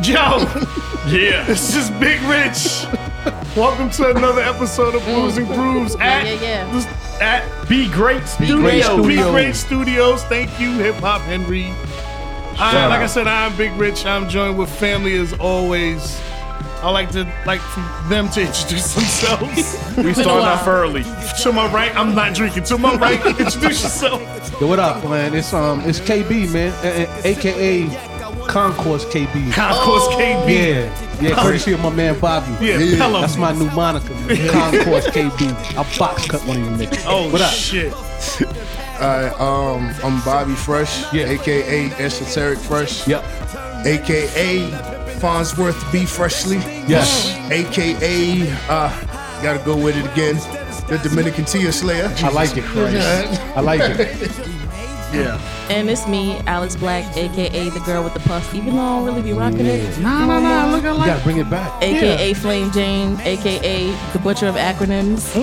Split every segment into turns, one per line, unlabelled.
Joe,
Yeah.
this is Big Rich. Welcome to another episode of Blues and Grooves at
yeah, yeah.
this- at Be Great Studios.
Great
Be
Studios.
Great Studios. Thank you, Hip Hop Henry. I,
Shout
like I
out.
said, I'm Big Rich. I'm joined with family as always. I like to like for them to introduce themselves.
We starting off early.
to my right, I'm not drinking. To my right, introduce yourself.
Yo, what up, man? It's um, it's KB, man, a- a- aka Concourse KB.
Of course, KB.
Yeah, yeah, courtesy of my man Bobby.
Yeah, Pelham.
that's my new moniker, man. Concourse KB. I'll box cut one of you niggas.
Oh
what up?
shit!
Alright, um, I'm Bobby Fresh,
Yeah.
aka Esoteric Fresh,
Yep.
aka Farnsworth B. Freshly,
Yes.
aka uh, gotta go with it again, the Dominican Tia Slayer.
I like it, Christ. I like it.
And it's me, Alex Black, aka the girl with the puff. Even though I don't really be rocking it. Nah, nah, nah. Look at
You gotta bring it back.
AKA Flame Jane, aka the butcher of acronyms,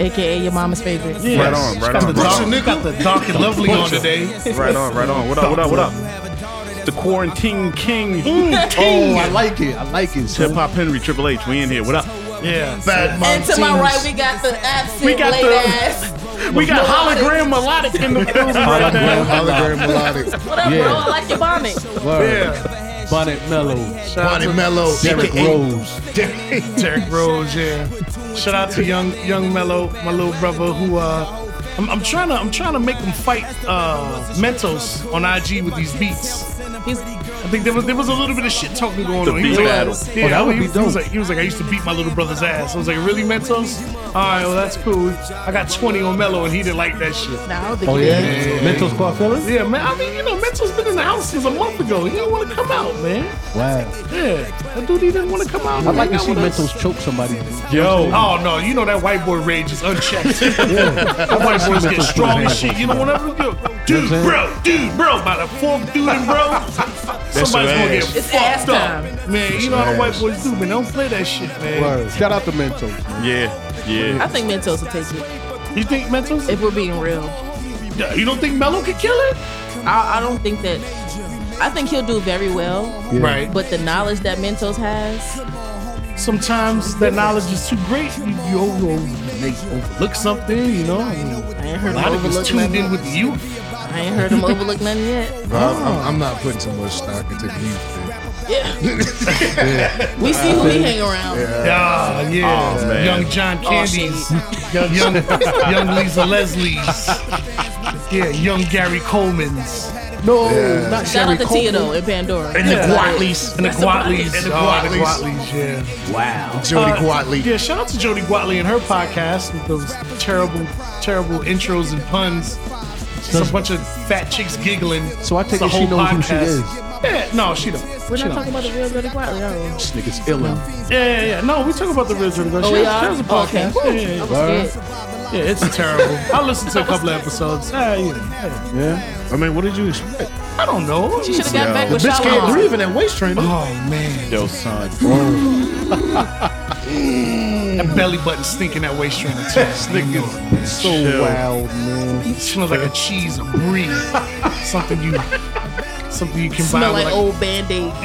aka your mama's favorite.
Right on, right on, right
Butcher nigga got the dark and lovely on today.
on. Right on, right on. What up, what up, what up? Mm. The quarantine king.
Oh, I like it. I like it.
Hip
So,
Hop Henry, Triple H, we in here. What up?
Yeah,
Bad
And to my right, we got the absent
We got
late
the-
ass.
we got hologram melodic in the room right
hologram,
now.
hologram melodic,
What up,
Yeah.
bro? I like your bonnet.
word.
Yeah,
Bonnet Mellow,
Bonnie Mello,
Derrick Rose.
Derrick-
Derek Rose. Yeah, shout out to young young Mello, my little brother who uh. I'm, I'm trying to I'm trying to make him fight uh, Mentos on IG with these beats.
He's,
I think there was there was a little bit of shit talking going
The
on.
beat
was
battle.
like, yeah,
Oh, that would
he,
be
was- he was
dope.
like he was like I used to beat my little brother's ass. I was like really Mentos. All right, well that's cool. I got 20 on Mello and he didn't like that shit.
nah, I don't think
Oh
he
yeah,
is.
mental squad fellas.
Yeah, man. I mean, you know, Mental's been in the house since a month ago. He don't want to come out, man.
Wow.
Yeah, that dude he didn't want to come out.
I'd like
Hang
to
out
see
with us.
mentals choke somebody.
Yo.
Oh no, you know that white boy rage is unchecked. That white boys get
Mental's
strong as
pretty
shit. You don't want to do, dude,
You know what
bro, dude, bro. By the fourth dude and bro, somebody's
your
gonna get
ass.
It's ass
fucked up,
time.
man. You know how the
your
white
ass.
boys do, man. They Don't play that shit, man.
Word. Shout out to mentals. man.
Yeah, yeah.
I think Mentos will take it
You think Mental's?
if we're being real.
you don't think Mello could kill it?
I, I don't think that. I think he'll do very well,
Yeah.
Right.
but the knowledge that Mentos has,
sometimes that knowledge is too great. You, you over- over- they overlook something, you know.
I ain't
A
heard
lot
him
of us
overlook
tuned in
nothing.
with the youth.
I ain't heard him overlook nothing yet.
Bro, I'm, I'm- I'm not putting too much stock into the youth.
Yeah. We see who he hang around.
Yeah, Ah, yeah.
Oh, man.
Young John Candies, young, young young Lisa Leslie's, yeah, young Gary Coleman's,
No,
Yeah.
not
Shout
Sherry
out to
Cole.
Tia though in Pandora.
and
Yeah.
the Guatleys, and the Guatleys,
And the
Oh, the
Guatleys.
Guatleys, yeah.
Jody
Uh,
Quatley.
Yeah, shout out to Jody Guatley and her podcast with those terrible, terrible intros and puns. Just a bunch of fat chicks giggling.
So I take
It's a
it she
whole
knows who she
podcast.
is.
Yeah, no, she don't.
We're
She
not
don't.
talking about the real Oh, Jody Quietly, are we?
This nigga's illin'.
Yeah, yeah, yeah. No, we talk about the original. Girl.
Oh,
she,
we
has, she
are?
has a podcast.
Okay.
Yeah, yeah,
I was scared.
yeah. Yeah, it's terrible. I listened to a couple of episodes. Ah, yeah, yeah.
Yeah.
I mean, what did you expect?
I don't know.
She should have got back
The
with Shalom.
breathe in that waist trainer.
Oh man,
Yo, son.
that belly button stinking that waist trainer too. Stinking.
so wild, man.
Smells like a cheese or brie. something you, something you can
Smell
buy
like
with
old band-aids.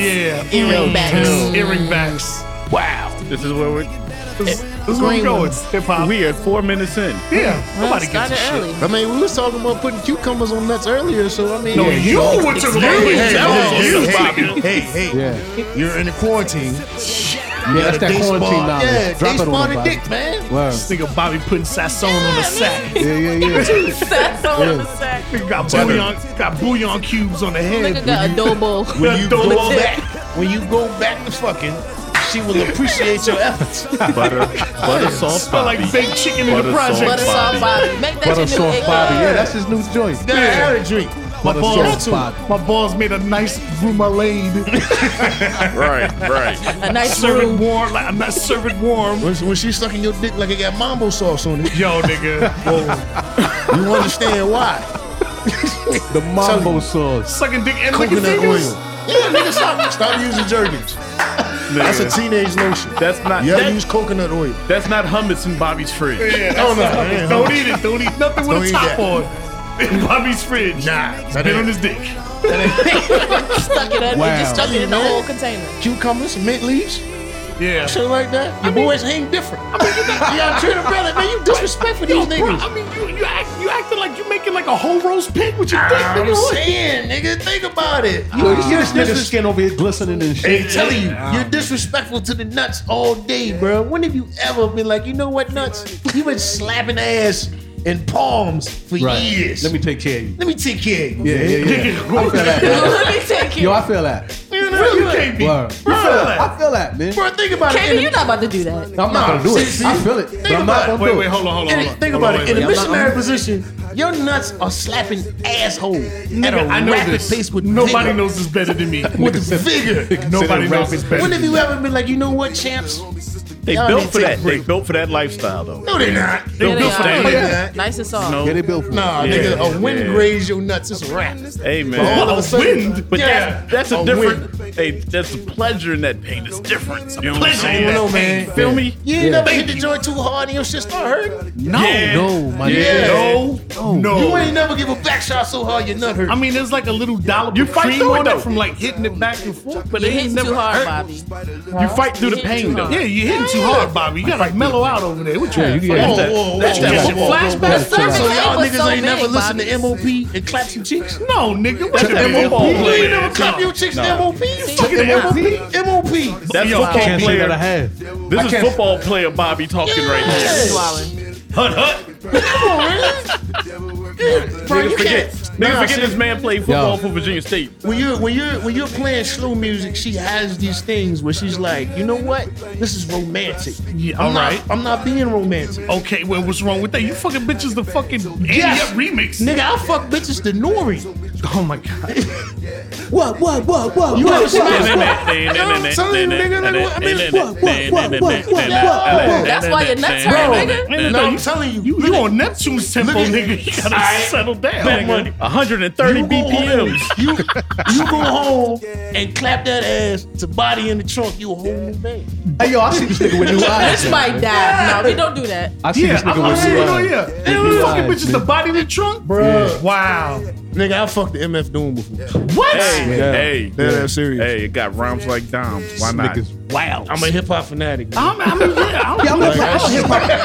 yeah,
earring backs.
earring backs.
Wow. This is where we're.
This, this is where we
Green
going.
ones.
Hip hop.
We are four minutes in.
Yeah, nobody gives
started
a shit.
early.
I mean, we was talking about putting cucumbers on nuts earlier, so I mean,
No, you went to the
Hey, hey,
That was
hey,
you,
hey,
Bobby.
hey, hey,
Yeah.
you're in a quarantine.
Yeah, that's that
They
quarantine
spawn-
knowledge.
Yeah,
Drop
they
it on
spawn a
nobody.
dick, man.
Word.
This nigga Bobby putting Sasson on the sack.
Yeah, yeah, yeah.
That's all I'm saying.
Nigga got
Butter.
bouillon, got bouillon cubes on the head.
Nigga got adobo.
When you
Throw
go
it
back, when you go back to fucking, she will appreciate your efforts.
Butter, butter soft
Smell like
poppy.
baked chicken in the
Butter
Butter
project.
sauce.
soft Bobby. Make that
Butter
your new
soft
egg.
Bobby. Yeah, that's his new joint.
Now, I had a drink.
Butter
balls,
soft Bobby.
my balls made a nice remoulade.
Right, right.
A nice
serve it
roux.
warm. Like, I'm not serving warm.
When, when she's sucking your dick like it got mambo sauce on it,
Yo, nigga. Whoa.
you understand why.
The mambo sauce.
Sucking dick and licking
Coconut oil.
fingers.
Yeah, nigga, stop. Stop using Jergens. That's a teenage lotion.
That's not.
You gotta
that-
use coconut oil.
that's not hummus in Bobby's fridge.
Yeah,
Oh,
that's
no.
not-
Yeah,
Don't eat it. Don't eat nothing
Don't
with a
eat
top
that.
on. In Bobby's fridge.
Nah,
It's
that
been
ain't-
on his dick.
stuck it in.
Wow.
Just stuck it in the
Man.
whole container.
Cucumbers, mint leaves,
Yeah.
shit like that. Your boys ain't different. you gotta treat them better, man. You disrespectful
Yo,
these
bro,
niggas.
I mean, you you act you acting like you making like a whole roast pig with your dick.
Ah,
I'm
nigga.
saying, nigga, think about it. You,
Yo, you see this
this
nigga's
is-
skin over here glistening and
They
shit.
telling you, you're disrespectful to the nuts all day, bro. When have you ever been like, you know what, nuts? You've been slapping ass and palms for years.
Let me take care of you.
Let me take care of you.
Yeah, yeah, yeah. I feel that. man.
Let me take you.
Yo, I feel that.
You know, you can't
KB.
Word.
Bro,
I feel that. I feel that, man.
Bro, think about it.
KB,
In
you're
the-
not about to do that.
I'm not gonna do
see,
it.
see,
I feel it,
think
but I'm not
about
gonna
it.
do
Wait,
it.
wait, hold on, hold on,
in
hold
the-
on.
think
Hold
about
on,
it.
wait,
In a
wait.
Uh-huh.
missionary position, your nuts are slapping asshole at a
Nigga, I know
rapid
this.
pace with
Nobody
vigor.
knows this better than me.
With vigor.
Nobody knows this better.
When have
than me.
you ever been like, you know what, champs?
They
Y'all
built
need
for
to
that.
break.
They built for that lifestyle though.
No, they're not.
Yo, Bill
Yeah, they
for that.
are.
Yeah.
Yeah.
Nice and soft.
No.
Yeah, they built for it.
Nah,
Yeah,
nigga, a wind
yeah.
grazed your nuts. It's a rap.
Hey
All
man.
of a
a
sudden-
Oh, wind?
But
Yeah.
that's that's a
A
different. Hey, that's a pleasure in that pain. It's different. You know what I'm
pleasure in
saying?
that
Don't know,
pain.
Feel me?
You ain't
Yeah.
never hit the joint too hard and your shit start hurting.
No,
Yeah.
Oh,
Oh,
no, my
Yeah.
nigga.
No, no.
You ain't never give a back shot so hard your nut hurt.
I mean, there's like a little dollop
You
of
fight
cream
through it,
on it
though.
from like hitting it back and forth, but
You
it ain't
hit too
never
hard,
hurt.
Bobby.
You fight through the pain though.
Yeah, you hitting too hard, Bobby. You gotta mellow out over there. What you
Yeah, you
fucking-
get
whoa,
that-
whoa, whoa,
that's that
whoa,
shit
whoa,
flashback
whoa, whoa.
serving
So y'all
was
niggas
so
ain't never
big,
listen to
Bobby.
MOP and clap your cheeks?
No, nigga. What
That's
you
that
doing?
football
You
player.
ain't never
Clap
clap
your
your
cheeks to MOP? You fucking
Fucking
MOP?
MOP.
MOP.
That's
Yo,
football
Can't say
player.
that I have.
This is football player Bobby talking right
Yeah.
here.
Swallowing.
Hut, hut.
Come on, man. Bro, you
Niggas forget,
can't.
niggas
Nah,
forget
see,
this man played football for Virginia State.
When you're when you're when you're playing slow music, she has these things where she's like, you know what? This is romantic.
Yeah,
I'm
all
not-
right.
I'm not being romantic.
Okay, well, what's wrong with that? You fucking bitches the fucking yes. remix.
Nigga, I fuck bitches to Nori.
Oh my god.
What, what, what, what?
You ever seen
That's why your nuts hurt, nigga.
Nigga,
No,
no,
I'm
you,
telling you.
you, you on Neptune's tempo,
look at-
nigga. You gotta settle down. nigga.
130
go home,
BPMs.
You, you go home and clap that ass to body in the trunk. You a whole new man.
Hey, yo, I see this nigga with new eyes.
This might die. No, we don't do that.
I see
Yeah,
this
I'm,
nigga
I'm
with new
saying, oh
eyes.
yeah. They
Yeah.
were fucking
Yeah.
bitches the body in the trunk?
Bruh.
Wow.
Nigga, I fucked the MF Doom before.
What?
Hey, hey,
Yeah, that's serious.
hey, it got rhymes like Dom's. Why not?
Niggas
Wow.
I'm a hip hop fanatic. man.
I'm, I'm, yeah, I'm,
Yeah, I'm
like,
hip hop.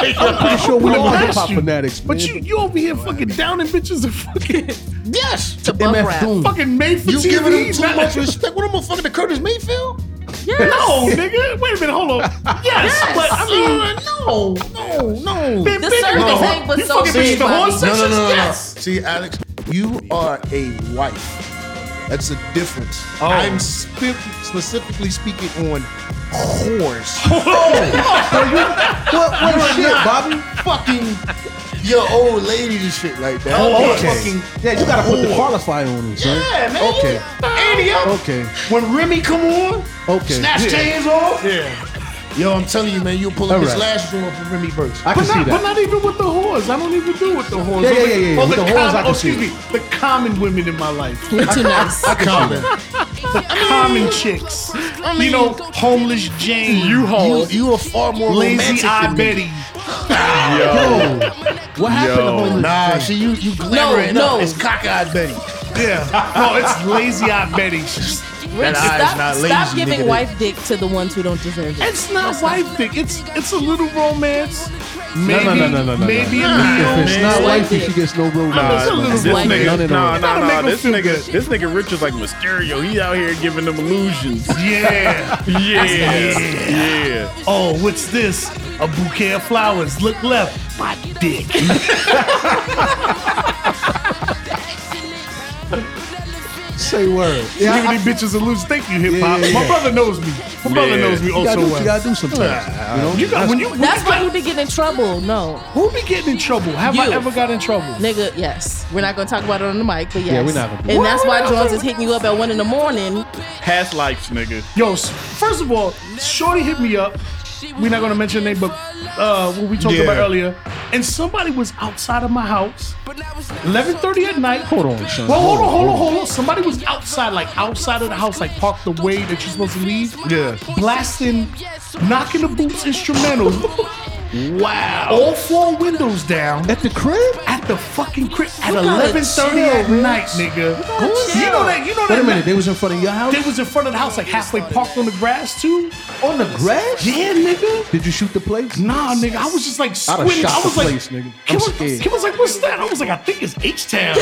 I'm hip hop. I'm pretty sure we
I'll
all
blast
hip hop
you.
fanatics.
But
man.
you, you over here fucking downing bitches and fucking,
Yes.
To bump
MF
rap.
Doom.
fucking made for
You
TV.
giving him too
not-
much respect. What am I fucking to Curtis Mayfield?
No, nigga. Wait a minute. Hold on. Yes, but I mean,
no, no, no.
been
The
bigger
service
than-
ain't but
you
so
fucking bitch
big,
the horn
Bobby. No,
sections. Yes.
See, Alex, you are a wife. That's a difference.
Oh.
I'm spe- specifically speaking on whores.
What, what shit, Bobby?
fucking your old ladies and shit like that.
Oh,
They
okay.
Fucking,
Yeah, you gotta put the qualifier on it, son.
yeah, man.
Okay.
Andy up.
Uh,
Okay.
When Remy come on,
Okay.
snatch
Yeah.
chains off.
Yeah.
Yo, I'm telling you, man, you'll pull up
All
this
right.
last drawer for Remy Burks.
But
I can
not,
see
but
that.
not even with the whores. I don't even do with the whores.
Yeah,
Or
yeah, yeah, yeah.
or
With the whores,
common-
I can
oh, excuse
see.
me, the common women in my life,
You're too nice.
I comment.
the
Mm.
common chicks. you know, homeless Jane,
You
You,
home.
you are far more
lazy
romantic
eye
than me.
Betty.
Yo. What happened to
Yo.
homeless?
Nah, see you you glamoring
No,
up.
no.
It's cockeyed Betty.
Yeah, no, it's lazy eye Betty. She's-
Rich,
eye is
stop,
not
stop
lazy, nigga.
giving wife dick to the ones who don't deserve it.
It's not wife dick. It's it's a little romance. Maybe,
no, no, no, no,
maybe
no.
a meal,
If it's
man.
not
Nah,
wifey,
man.
she gets no road
Nah,
niggas.
it's
This
a little
nigga.
None
nigga,
at
nah,
all.
nah,
Gotta
nah.
make 'em
This
feel
nigga,
good.
this nigga Rich is like Mysterio. He out here giving them illusions.
Yeah.
Yeah, yeah.
Oh, what's this? A bouquet of flowers. Look left. My dick.
Say word. Yeah,
Giving
I,
these bitches a loose. Thank you, hip hop.
Yeah, yeah,
My
yeah.
brother knows me. My brother
Yeah.
knows me
you
also
gotta do what you
well.
gotta do sometimes. You
You
know?
got when you when
That's
you
why
got-
you be getting in trouble. No.
who be getting in trouble? Have I
You.
ever got in trouble?
Nigga, yes. We're not gonna talk about it on the mic, but yes.
Yeah, we're not gonna do
And that's why Jones is hitting you up at one in the morning.
Past lives, nigga.
Yo, s- first of all, Shorty hit me up. We're not gonna mention her name, but uh, what we talked
Yeah.
about earlier. And somebody was outside of my house, 11:30 at night.
Hold on, son.
Well, hold on, hold on, hold on. Somebody was outside, like outside of the house, like parked the way that you're supposed to leave.
Yeah.
Blasting, knocking the boots instrumentals.
Wow.
All four windows down
At the crib?
at the fucking crib at
gotta
11:30 at
chill,
night, nigga. You know that? You know
Wait a
that?
minute, they was in front of your house?
They was in front of the house, like halfway parked on the grass too.
on the grass?
Yeah, nigga.
Did you shoot the plates?
Nah, nigga, I was just like
I'd have
squinting.
shot
I was
the
like,
place, nigga. I'm
Kim was,
scared.
Kim was like, what's that? I was like, I think it's H Town.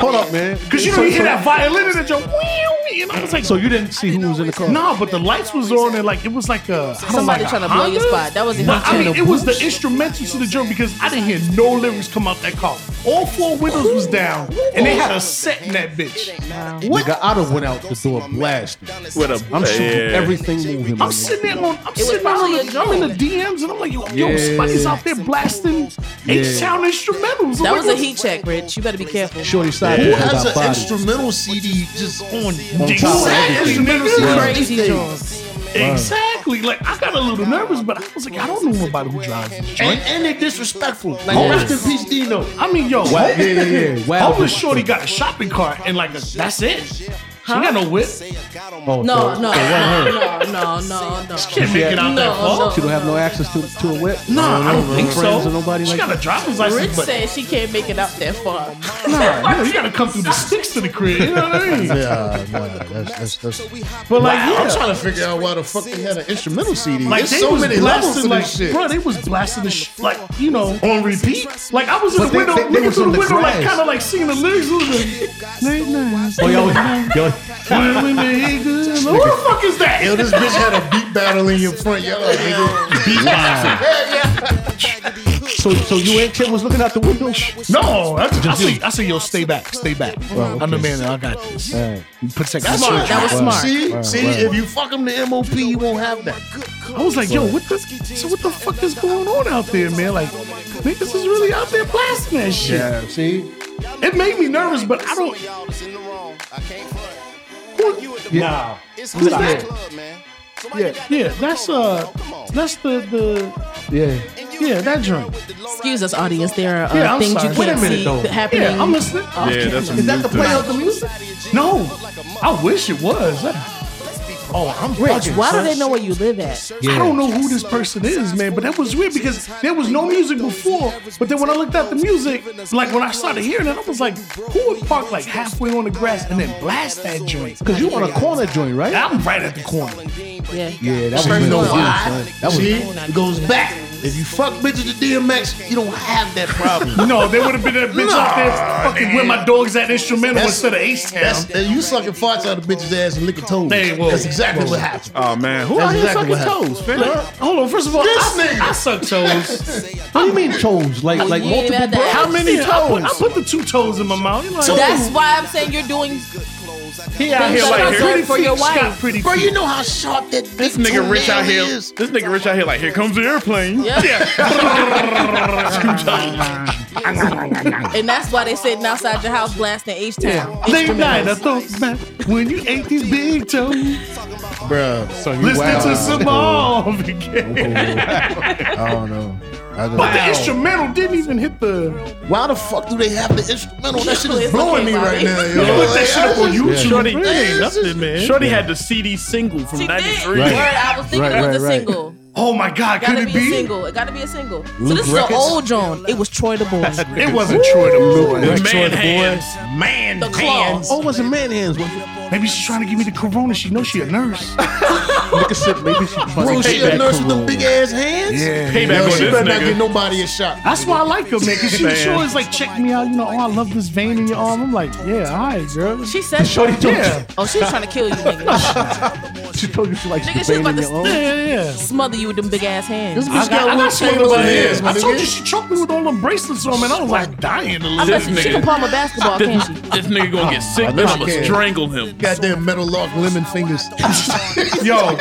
Hold up, man.
Cause you know
So-
you hear
so-
that violin and it just wee, wee, and I was like,
So you didn't see who was in the car?
Nah, but the lights was on and like it was like a I don't know,
Somebody
like
trying
a
to blow your
Honda?
spot. That wasn't
But,
him.
I mean, it was the instrumental to the joke because I didn't hear no lyrics come out that car. All four windows was down, and they had a set in that bitch.
Nigga, I'd have went out the door blasting.
With a,
I'm shooting
yeah.
everything moving. my
I'm
nigga.
sitting there on, I'm sitting there
probably
on the,
a
I'm in the DMs, and I'm like, yo, yo,
Yeah.
somebody's out there blasting H Town instrumentals. I'm
That
like,
was a
what-
heat check, Rich. You better be careful.
Shorty side
Who
yeah.
has
got
an
bodies.
instrumental CD just on?
Exactly,
top of
nigga.
Crazy Jones.
Exactly. Like I got a little nervous, but I was like, I don't know nobody who drives this joint. Oh.
And, and they disrespectful. Like, rest in peace, Dino.
I mean, yo,
Wow. Yeah, yeah, yeah. Wow.
Homeless shorty got a shopping cart and like a, that's it. She got no whip. She
Oh,
No,
so-
no,
so one her.
no, no, no, no.
can't make it out that
No,
far.
She don't have no access to, to a whip?
Nah, I don't think
friends
so.
Or nobody
she
like
got a driver's license,
Rich
but
said she can't make it out that far.
nah, you, know, you gotta come through the sticks to the crib. You know what I mean?
Yeah, that's, that's, that's.
But like, yeah,
I'm trying to figure out why the fuck they had an instrumental CD.
like
There's
they
so
was
many levels to
blasting, like,
this shit.
bro, they was blasting the sh- like, you know, on repeat. Like I was in
But
the
they-
window,
they- they
looking
was
through
on
the
the
window, like
grass.
kind of like singing the lyrics. It was like,
Oh, yo, yo,
"When we make good love." Who the fuck is that?
Yo, this bitch had a beat battle in your front yard, nigga. Beat
so, so you and Kim was looking out the window?
No, that's, I say, I say, yo, stay back, stay back. I'm the man, I got this. Protect my
Smart.
children.
That was smart.
See, see, if you fuck him to MOP, you won't have that.
I was like, yo, what the so what the fuck is going on out there, man? Like, niggas is really out there blasting that shit.
Yeah, see?
It made me nervous, but I don't.
y'all was in the wrong. I can't front. You at the
Yeah.
Nah.
It's who's
that?
that club, man. Somebody
Yeah.
got-
Yeah, that's uh,
Come on.
that's the the
Yeah.
And you-
yeah that joint.
Excuse us, audience. There are uh,
Yeah, I'm
things
sorry.
you
Wait a
can't
minute,
see
though.
happening.
Yeah, I'm listening. Oh,
Yeah, that's a
Is that the
new
play
thing.
of the music?
No, I wish it was. That- oh, I'm
Rich,
bugging,
why do
son.
they know where you live at?
I don't know who this person is, man, but that was weird because there was no music before. But then when I looked at the music, like when I started hearing it, I was like, who would park like halfway on the grass and then blast that joint?
Because you on a corner joint, right?
I'm right at the corner.
Yeah.
Yeah, that was
You know why?
That was
See, it goes back. If you fuck bitches to DMX, you don't have that problem.
No, they would have been that bitch out there fucking where my dog's at instrumental
That's-
instead of Ace Town.
That's that you sucking farts out of bitches' ass and licking toes.
They will.
That's exactly what happened.
Oh man, who
That's
out here
exactly what
sucking
happened.
toes, fam?
Look, hold on, first of all,
This
I,
nigga.
I suck toes.
What do you mean toes? Like, like
you ain't
multiple
had that.
bro-
How many
Yeah,
toes? I put the two toes in my mouth. You know, like,
That's why I'm saying you're doing.
he out here
Shut
like
up,
here.
son,
pretty
for
feet.
your
She got
wife.
pretty
Bro,
feet.
you know how sharp that big
This nigga rich out here.
toenail
This
is?
nigga rich out here. Like here comes the airplane.
Yeah.
Yeah.
And that's why they sitting outside your house blasting H Town.
Late night, I thought back when you ate these big toes.
Bro,
So you
Listening
wow.
to Simone again.
I don't know. I don't
But the instrumental didn't even hit the.
Why the fuck do they have the instrumental? That shit is
It's
blowing
okay,
me right
Bobby.
now, yo.
They put that shit up on YouTube.
Shorty,
It ain't nothing, man.
Shorty had the CD single from
She did.
'93.
Word, I was thinking
Right,
it was
right,
a
right.
single.
Oh my God, could
Gotta be,
it
a
be?
single. It gotta be a single. so this is an old John. It was Troy the Boy.
It wasn't Troy the Boy.
Man
Troy the
hands.
Man
The claw.
hands.
Oh, it was a man hands. Was it?
Maybe she's trying to give me the corona. She knows she a nurse.
Nigga said maybe she
Bro,
fucking
she
had
a nurse with
corona.
them big ass hands?
Payback
Yo,
on
she
this
better not
nigga.
get nobody a shot.
That's why I like her, man. Cause she,
Man.
she always like check me out. You know, oh, I love this vein in your arm. I'm like, yeah, all right, girl.
She said,
Shorty told
Yeah.
"Oh, she was trying to kill you, nigga.
you, she told you she likes
Nigga, she
the
was
pain
about to
in your
Yeah,
arm.
yeah, yeah.
Smother you with them big ass hands."
I got, I got smoked
tangled
about
hands,
hands.
my
I told
nigga.
you she choked me with all them bracelets on, man. I was like dying a
I
little.
bet
This
you she
nigga.
can palm a basketball,
This,
can't she?
this nigga gonna get sick. Then
know she
I'ma
can.
strangle him.
Goddamn metal lock lemon fingers.
Yo,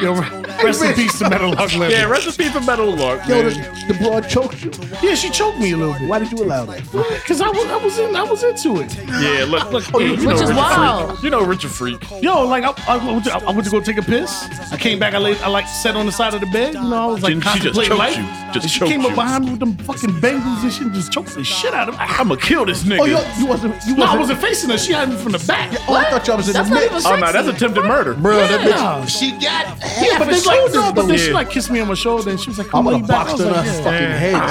yo, rest in peace to Metal Hug
Yeah,
Leather.
recipe for metal lark,
Yo,
man.
the, the broad choked you.
Yeah, she choked me a little bit.
Why did you allow that?
Cause I was, I was in, I was into it.
Yeah, look, look. yeah, you know
Which is
Richard
wild.
Freak. You know Richard Freak.
Yo, like I, I, went to, I went to go take a piss. I came back. I laid, I like sat on the side of the bed. You know, I was like
She- she just
contemplating
choked
life.
you. Just
and she
choked
came up
you.
behind me with them fucking bangles and shit, and just choked the shit out of me.
I'ma kill this nigga.
Oh, yo, you wasn't. You wasn't.
No, I wasn't facing her. She had me from the back.
Oh, I thought y'all was in
That's
the
not
mix.
even
oh
sexy.
no, that's attempted murder.
Bro, that
Yeah.
bitch, she got half
Yeah, but
a
there's like,
shoulders,
no, but
though.
then she
Yeah.
like kissed me on my shoulder and she was like,
I'm
come
gonna
on, you back. I
box
was
her in
like,
her
yeah.
fucking head.
Man,
That's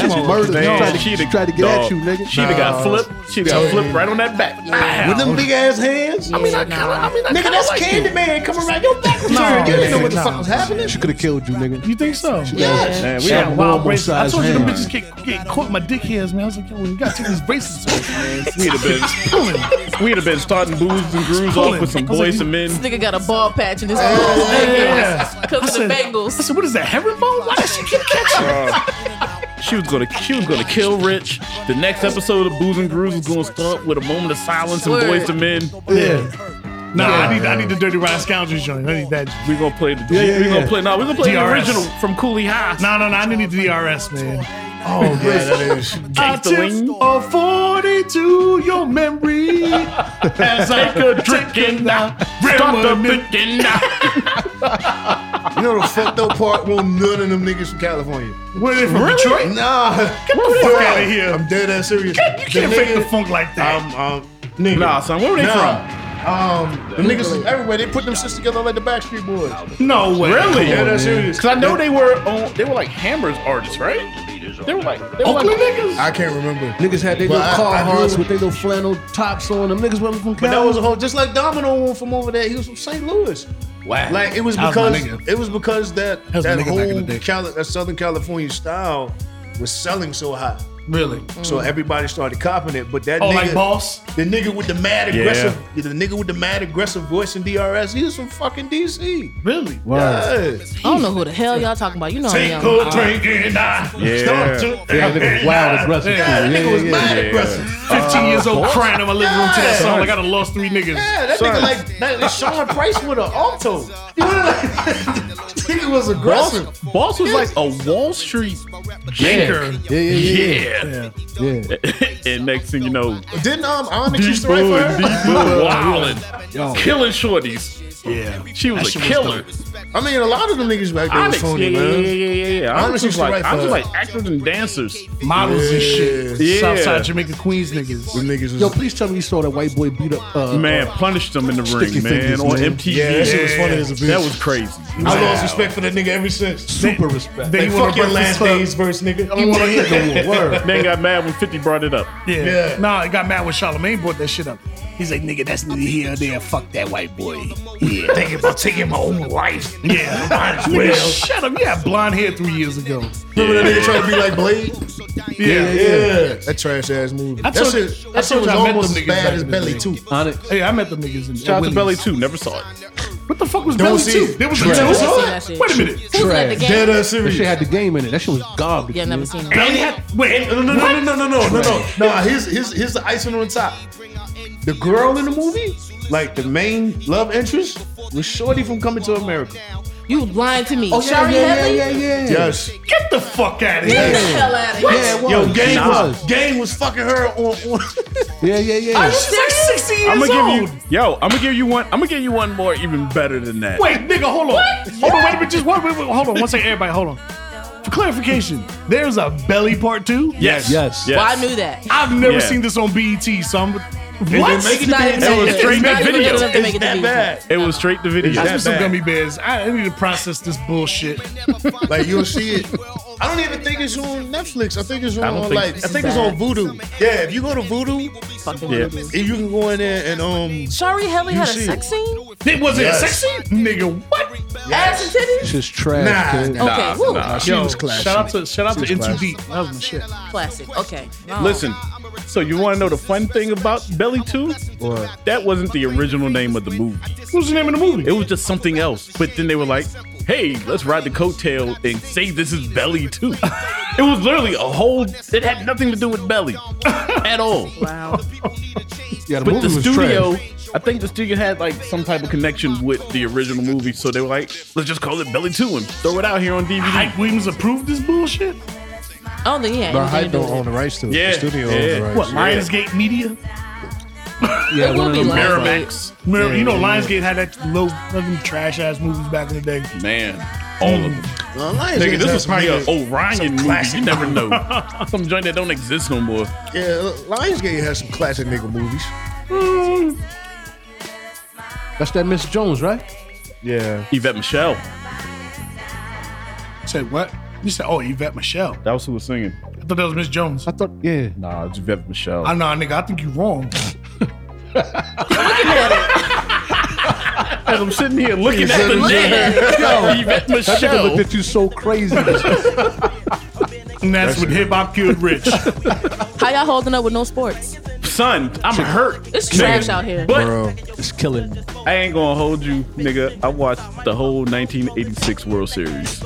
she
just
would've-
murder.
man,
Tried to-
she'd've-
tried to get at
dog,
you, nigga.
She'd have got
Nah.
flipped. She'd have got flipped right on that back.
With them big ass hands?
I mean, I kind of, I mean,
Nigga, that's Candyman coming around your back.
No,
you didn't know what the
no.
fuck was happening.
She could have killed you, nigga.
You think so?
Yeah.
Man, we
Shot
had
him
wild
normal
braces.
I
size
told you the
hand.
bitches get, get caught in my dick hairs, man. I was like, yo, when you got to these braces, man.
We'd have been, we'd have been starting booze and grooves off with some boys and men.
This nigga got a ball patch in his balls.
yeah. I
Cooking
said,
the
I
bagels.
said, what is that, herringbone? Why did she keep catching it?
She was gonna, she was gonna kill Rich. The next episode of Booze and Grooves was gonna start with a moment of silence and boys and men.
Yeah.
Nah, I need, I need the Dirty Ryan Scoundrels joint. I need that.
We gonna play the,
yeah,
we gonna
yeah.
play, no, we gonna play the
DRS.
original from Cooley High.
No, no, no, I need the DRS, man.
Oh, yeah, that is.
I
Gangsta
tipped
Lean.
a 40 to your memory as I
Take a
could
drink and I start the
remember.
beginning.
You know the fucked up part? Won't none of them niggas from California.
Where they from, Detroit?
Nah. Get
the fuck outta here.
I'm dead ass serious.
You can't fake the funk like that.
Um, um, nigga.
Nah, son, where were they from?
Nah. Um, the niggas from everywhere. They put them shits together like the Backstreet Boys.
no way.
Really?
Yeah, that's serious.
Because I know they were on, they were like Hammers artists, right? They were like they were
Oakland
like,
niggas?
I can't remember.
Niggas had their
But
little
I-
car
I
hearts
knew-
with their little flannel tops on. Them niggas wasn't from
But that was
Cali.
a whole, just like Domino one from over there. He was from St. Louis.
Wow.
Like it was
That was my
because
nigga.
it was because that
was
that
my nigga back in the
whole
day.
Cali, that Southern California style was selling so high,
Really?
so
Mm.
everybody started copying it. But that
Oh,
nigga,
like Boss?
the nigga with the mad
Yeah.
aggressive, the nigga with the mad aggressive voice in DRS, he was from fucking DC.
Really?
Wow.
Yes.
I don't know who the hell y'all talking about. You know I'm
Take
young.
a drink and I
Yeah.
start to
Yeah, nigga, wild aggressive. people.
Yeah, that nigga was mad
yeah.
aggressive.
15 years old crying in my living room to that
Yeah.
song like I done lost three niggas.
Yeah, that nigga like that, that Sean Price with an alto. You know, like, nigga was
Boss,
aggressive.
Boss was like a Wall Street banker.
Yeah, yeah,
Yeah.
yeah. yeah.
and next thing you know,
Didn't um Onyx used
Deep
to write for
Blue,
her?
Deep Blue, wildin',
Yo.
killing shorties.
Yeah.
She was a killer.
I mean, a lot of them niggas back there was
Onyx,
phony,
yeah, yeah,
man.
yeah, yeah, yeah, yeah.
Onyx
Onyx was
used to
like,
write for
Onyx was
us.
like actors and dancers.
Models and shit.
Yeah.
Southside Jamaica Queens niggas.
Niggas was
Yo, please tell me you saw that white boy beat up. Uh,
Man, punished them in the
Sticky
ring, man,
fingers,
on
man.
MTV.
Yeah, that shit was funny as a bitch.
That was crazy.
I lost respect for that nigga ever since.
super respect.
They
Like,
wanna
fuck your
bring this
last
up.
days verse, nigga. I don't want to hear
Yeah,
that
word.
Man got mad when 50 brought it up.
Yeah.
Yeah.
Nah, it got mad when Charlemagne brought that shit up. He's like, nigga, that's neither here or there. Fuck that white boy. Yeah. Thinking about taking my own life. Yeah. Nigga, shut up. You had blonde hair three years ago.
Remember that nigga trying to be like Blade?
Yeah.
Yeah. That trash ass movie.
I
That
told-
shit,
I
that shit
told
was
you I met
almost
them
as
niggas back
bad as
in the
Belly
day.
too.
Onyx.
Hey, I met the niggas in
Shout out to
Willie's.
Belly 2. Never saw it.
What the fuck was
Don't
Belly
see
2?
it.
There was a
Trash.
there was
Never seen
a-
that shit.
Wait a minute.
Who's at the
Trash.
Dead
game?
ass
That
serious.
shit had the game in it. That shit was garbage.
Yeah, never
man.
seen
Belly
it.
had. Wait. No, no, no,
No, no, no, no, no, no. Nah, here's, here's, here's the icing on top. The girl in the movie, like the main love interest, was Shorty from Coming to America.
You lying to me.
Oh, yeah,
Shari
yeah, yeah,
Headley?
yeah, yeah.
Yes.
Get the fuck out of
Get
here.
the hell out of here.
Yeah, it was.
Yo, Gang
It
was, Gang was fucking her on. on
Yeah, yeah, yeah.
She's like 60 years
I'm gonna
old.
give you, yo. I'm gonna give you one. I'm gonna give you one more, even better than that.
Wait, nigga, hold on. Hold on, wait a minute. Just wait, wait, wait. Hold on. One second, everybody, hold on. For clarification, there's a belly part two.
Yes.
Yes.
Well, I knew that.
I've never
Yeah.
seen this on BET, so I'm.
make
What?
it-
Not even
That was
good.
straight
Not even
video.
good enough to make it
it's
to
that
be.
bad.
It was straight to video.
I need some
bad.
gummy bears. I I need to process this bullshit.
Like you'll see it. I don't even think it's on Netflix. I think it's
don't
on
think-
like I think it's on Voodoo. Yeah, if you go to Voodoo,
Fucking
Yeah.
voodoo.
you can go in there and um.
Shari Headley had a
see it.
sex scene?
It was
Yes.
it sexy, nigga. What?
Ass and titties?
It's just trash.
Nah,
kid.
nah.
Okay, woo.
nah.
She was classy.
Shout out to shout out to
She was classy.
NTV. That was my shit.
Classic. Okay. Wow.
Listen. So you want to know the fun thing about Belly Two?
What?
That wasn't the original name of the movie.
What was the name of the movie?
It was just something else. But then they were like, "Hey, let's ride the coattail and say this is Belly Two. it was literally a whole. It had nothing to do with Belly at all.
Wow.
Yeah, the
But
movie
the
was
studio,
trash.
I think the studio had like some type of connection with the original movie, so they were like, let's just call it Belly Two and throw it out here on DVD.
Mike Williams approved this bullshit.
I don't think he had
But
anything
Hype
to do
don't
with
own
it.
the rights to it.
Yeah,
The studio
yeah.
owns the rights.
What? Lionsgate Media.
Yeah,
It
one
would
of
be
them.
like-
Miramax,
Remember,
Yeah,
you know,
yeah,
Lionsgate had that low, fucking trash ass movies back in the day.
man, all of them.
Nah, Lionsgate
Nigga, this
had
was probably an
some
Orion movie. You never know. some joint that don't exist no more.
nigga- Yeah, Lionsgate has some classic nigga movies.
That's that Miss Jones, right?
Yeah.
Yvette Michelle.
said, what? You said, oh, Yvette Michelle.
That was who was singing.
I thought that was Miss Jones.
I thought, yeah.
Nah, it's Yvette Michelle.
I know, nigga, I think you wrong.
As I'm sitting here looking at the name,
That
Yvette
nigga
Michelle.
looked at you so crazy.
And that's what hip hop killed Rich.
How y'all holding up with no sports?
Son, I'm hurt.
It's trash out here.
But
Bro, it's killing me.
I ain't gonna hold you, nigga. I watched the whole 1986 World Series,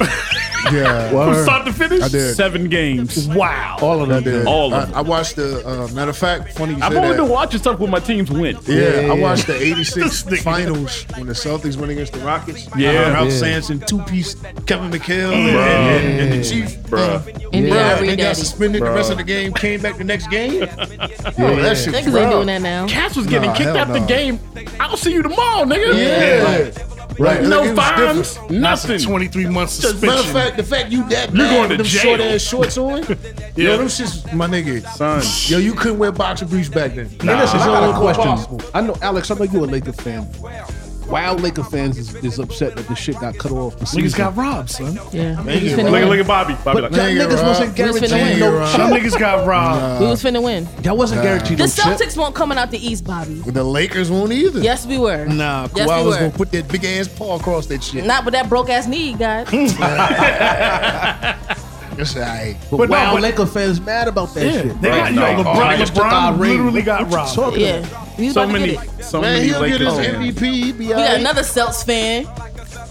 Yeah.
From start to finish?
I did.
seven games.
Wow.
All of
I
them.
did.
did.
All
I,
of them.
I watched the, uh, matter of fact, funny you
I've
say
only
that.
been watching stuff when my teams win.
Yeah,
Yeah,
I
yeah.
watched the 86
This nigga.
finals when the Celtics went against the Rockets.
Yeah.
Uh, Ralph
Yeah.
Sampson, two piece Kevin McHale,
Bruh.
and, and the Chief. Bruh.
And
Yeah.
Bruh,
yeah.
they
Daddy.
got suspended the rest
Bruh.
of the game, came back the next game. Bro, that shit's
Niggas ain't
wild.
doing that now.
Cass was getting
Nah,
kicked
hell
out the
nah.
game. I'll see you tomorrow, nigga.
Yeah. Right.
No
Like, it was
fines,
different.
nothing.
23 months
Matter of
suspension.
fact, the fact you that
You're
bad
going to
with them
jail.
short ass shorts on, yo, them shits, my nigga.
Son,
Yo, you couldn't wear boxer briefs back then.
Now, listen,
Nah.
I got a
Nah.
question.
Possible.
I know, Alex, I know you a Laker fan. Wild Laker fans is, is upset that the shit got cut off. The
Niggas
season.
got robbed, son.
Yeah. We was
Niggas,
finna
look, at-
win.
look at Bobby. Bobby like,
Y'all
Nigga,
niggas
right.
wasn't
We was finna
guaranteed
win.
no
Nigga,
Some
chip.
niggas got robbed.
We was finna win.
Y'all wasn't guaranteed
The
no chip.
Celtics won't coming out the East, Bobby.
The Lakers won't either.
Yes, we were.
Nah, Kawhi
yes, we
was
were.
gonna put that big ass paw across that shit.
Not with that broke ass knee, God.
That's all right.
But,
But no,
wow,
but-
Laker fans mad about that
Yeah,
shit.
they got,
Nah,
yo,
nah.
LeBron,
Niggas took our
LeBron
ring.
literally got robbed.
Talking
yeah. We was
so
about to
many,
get it.
so
Man,
many
he'll get his
Lakers. fans.
MVP. He be all
We got
right.
another Celts fan.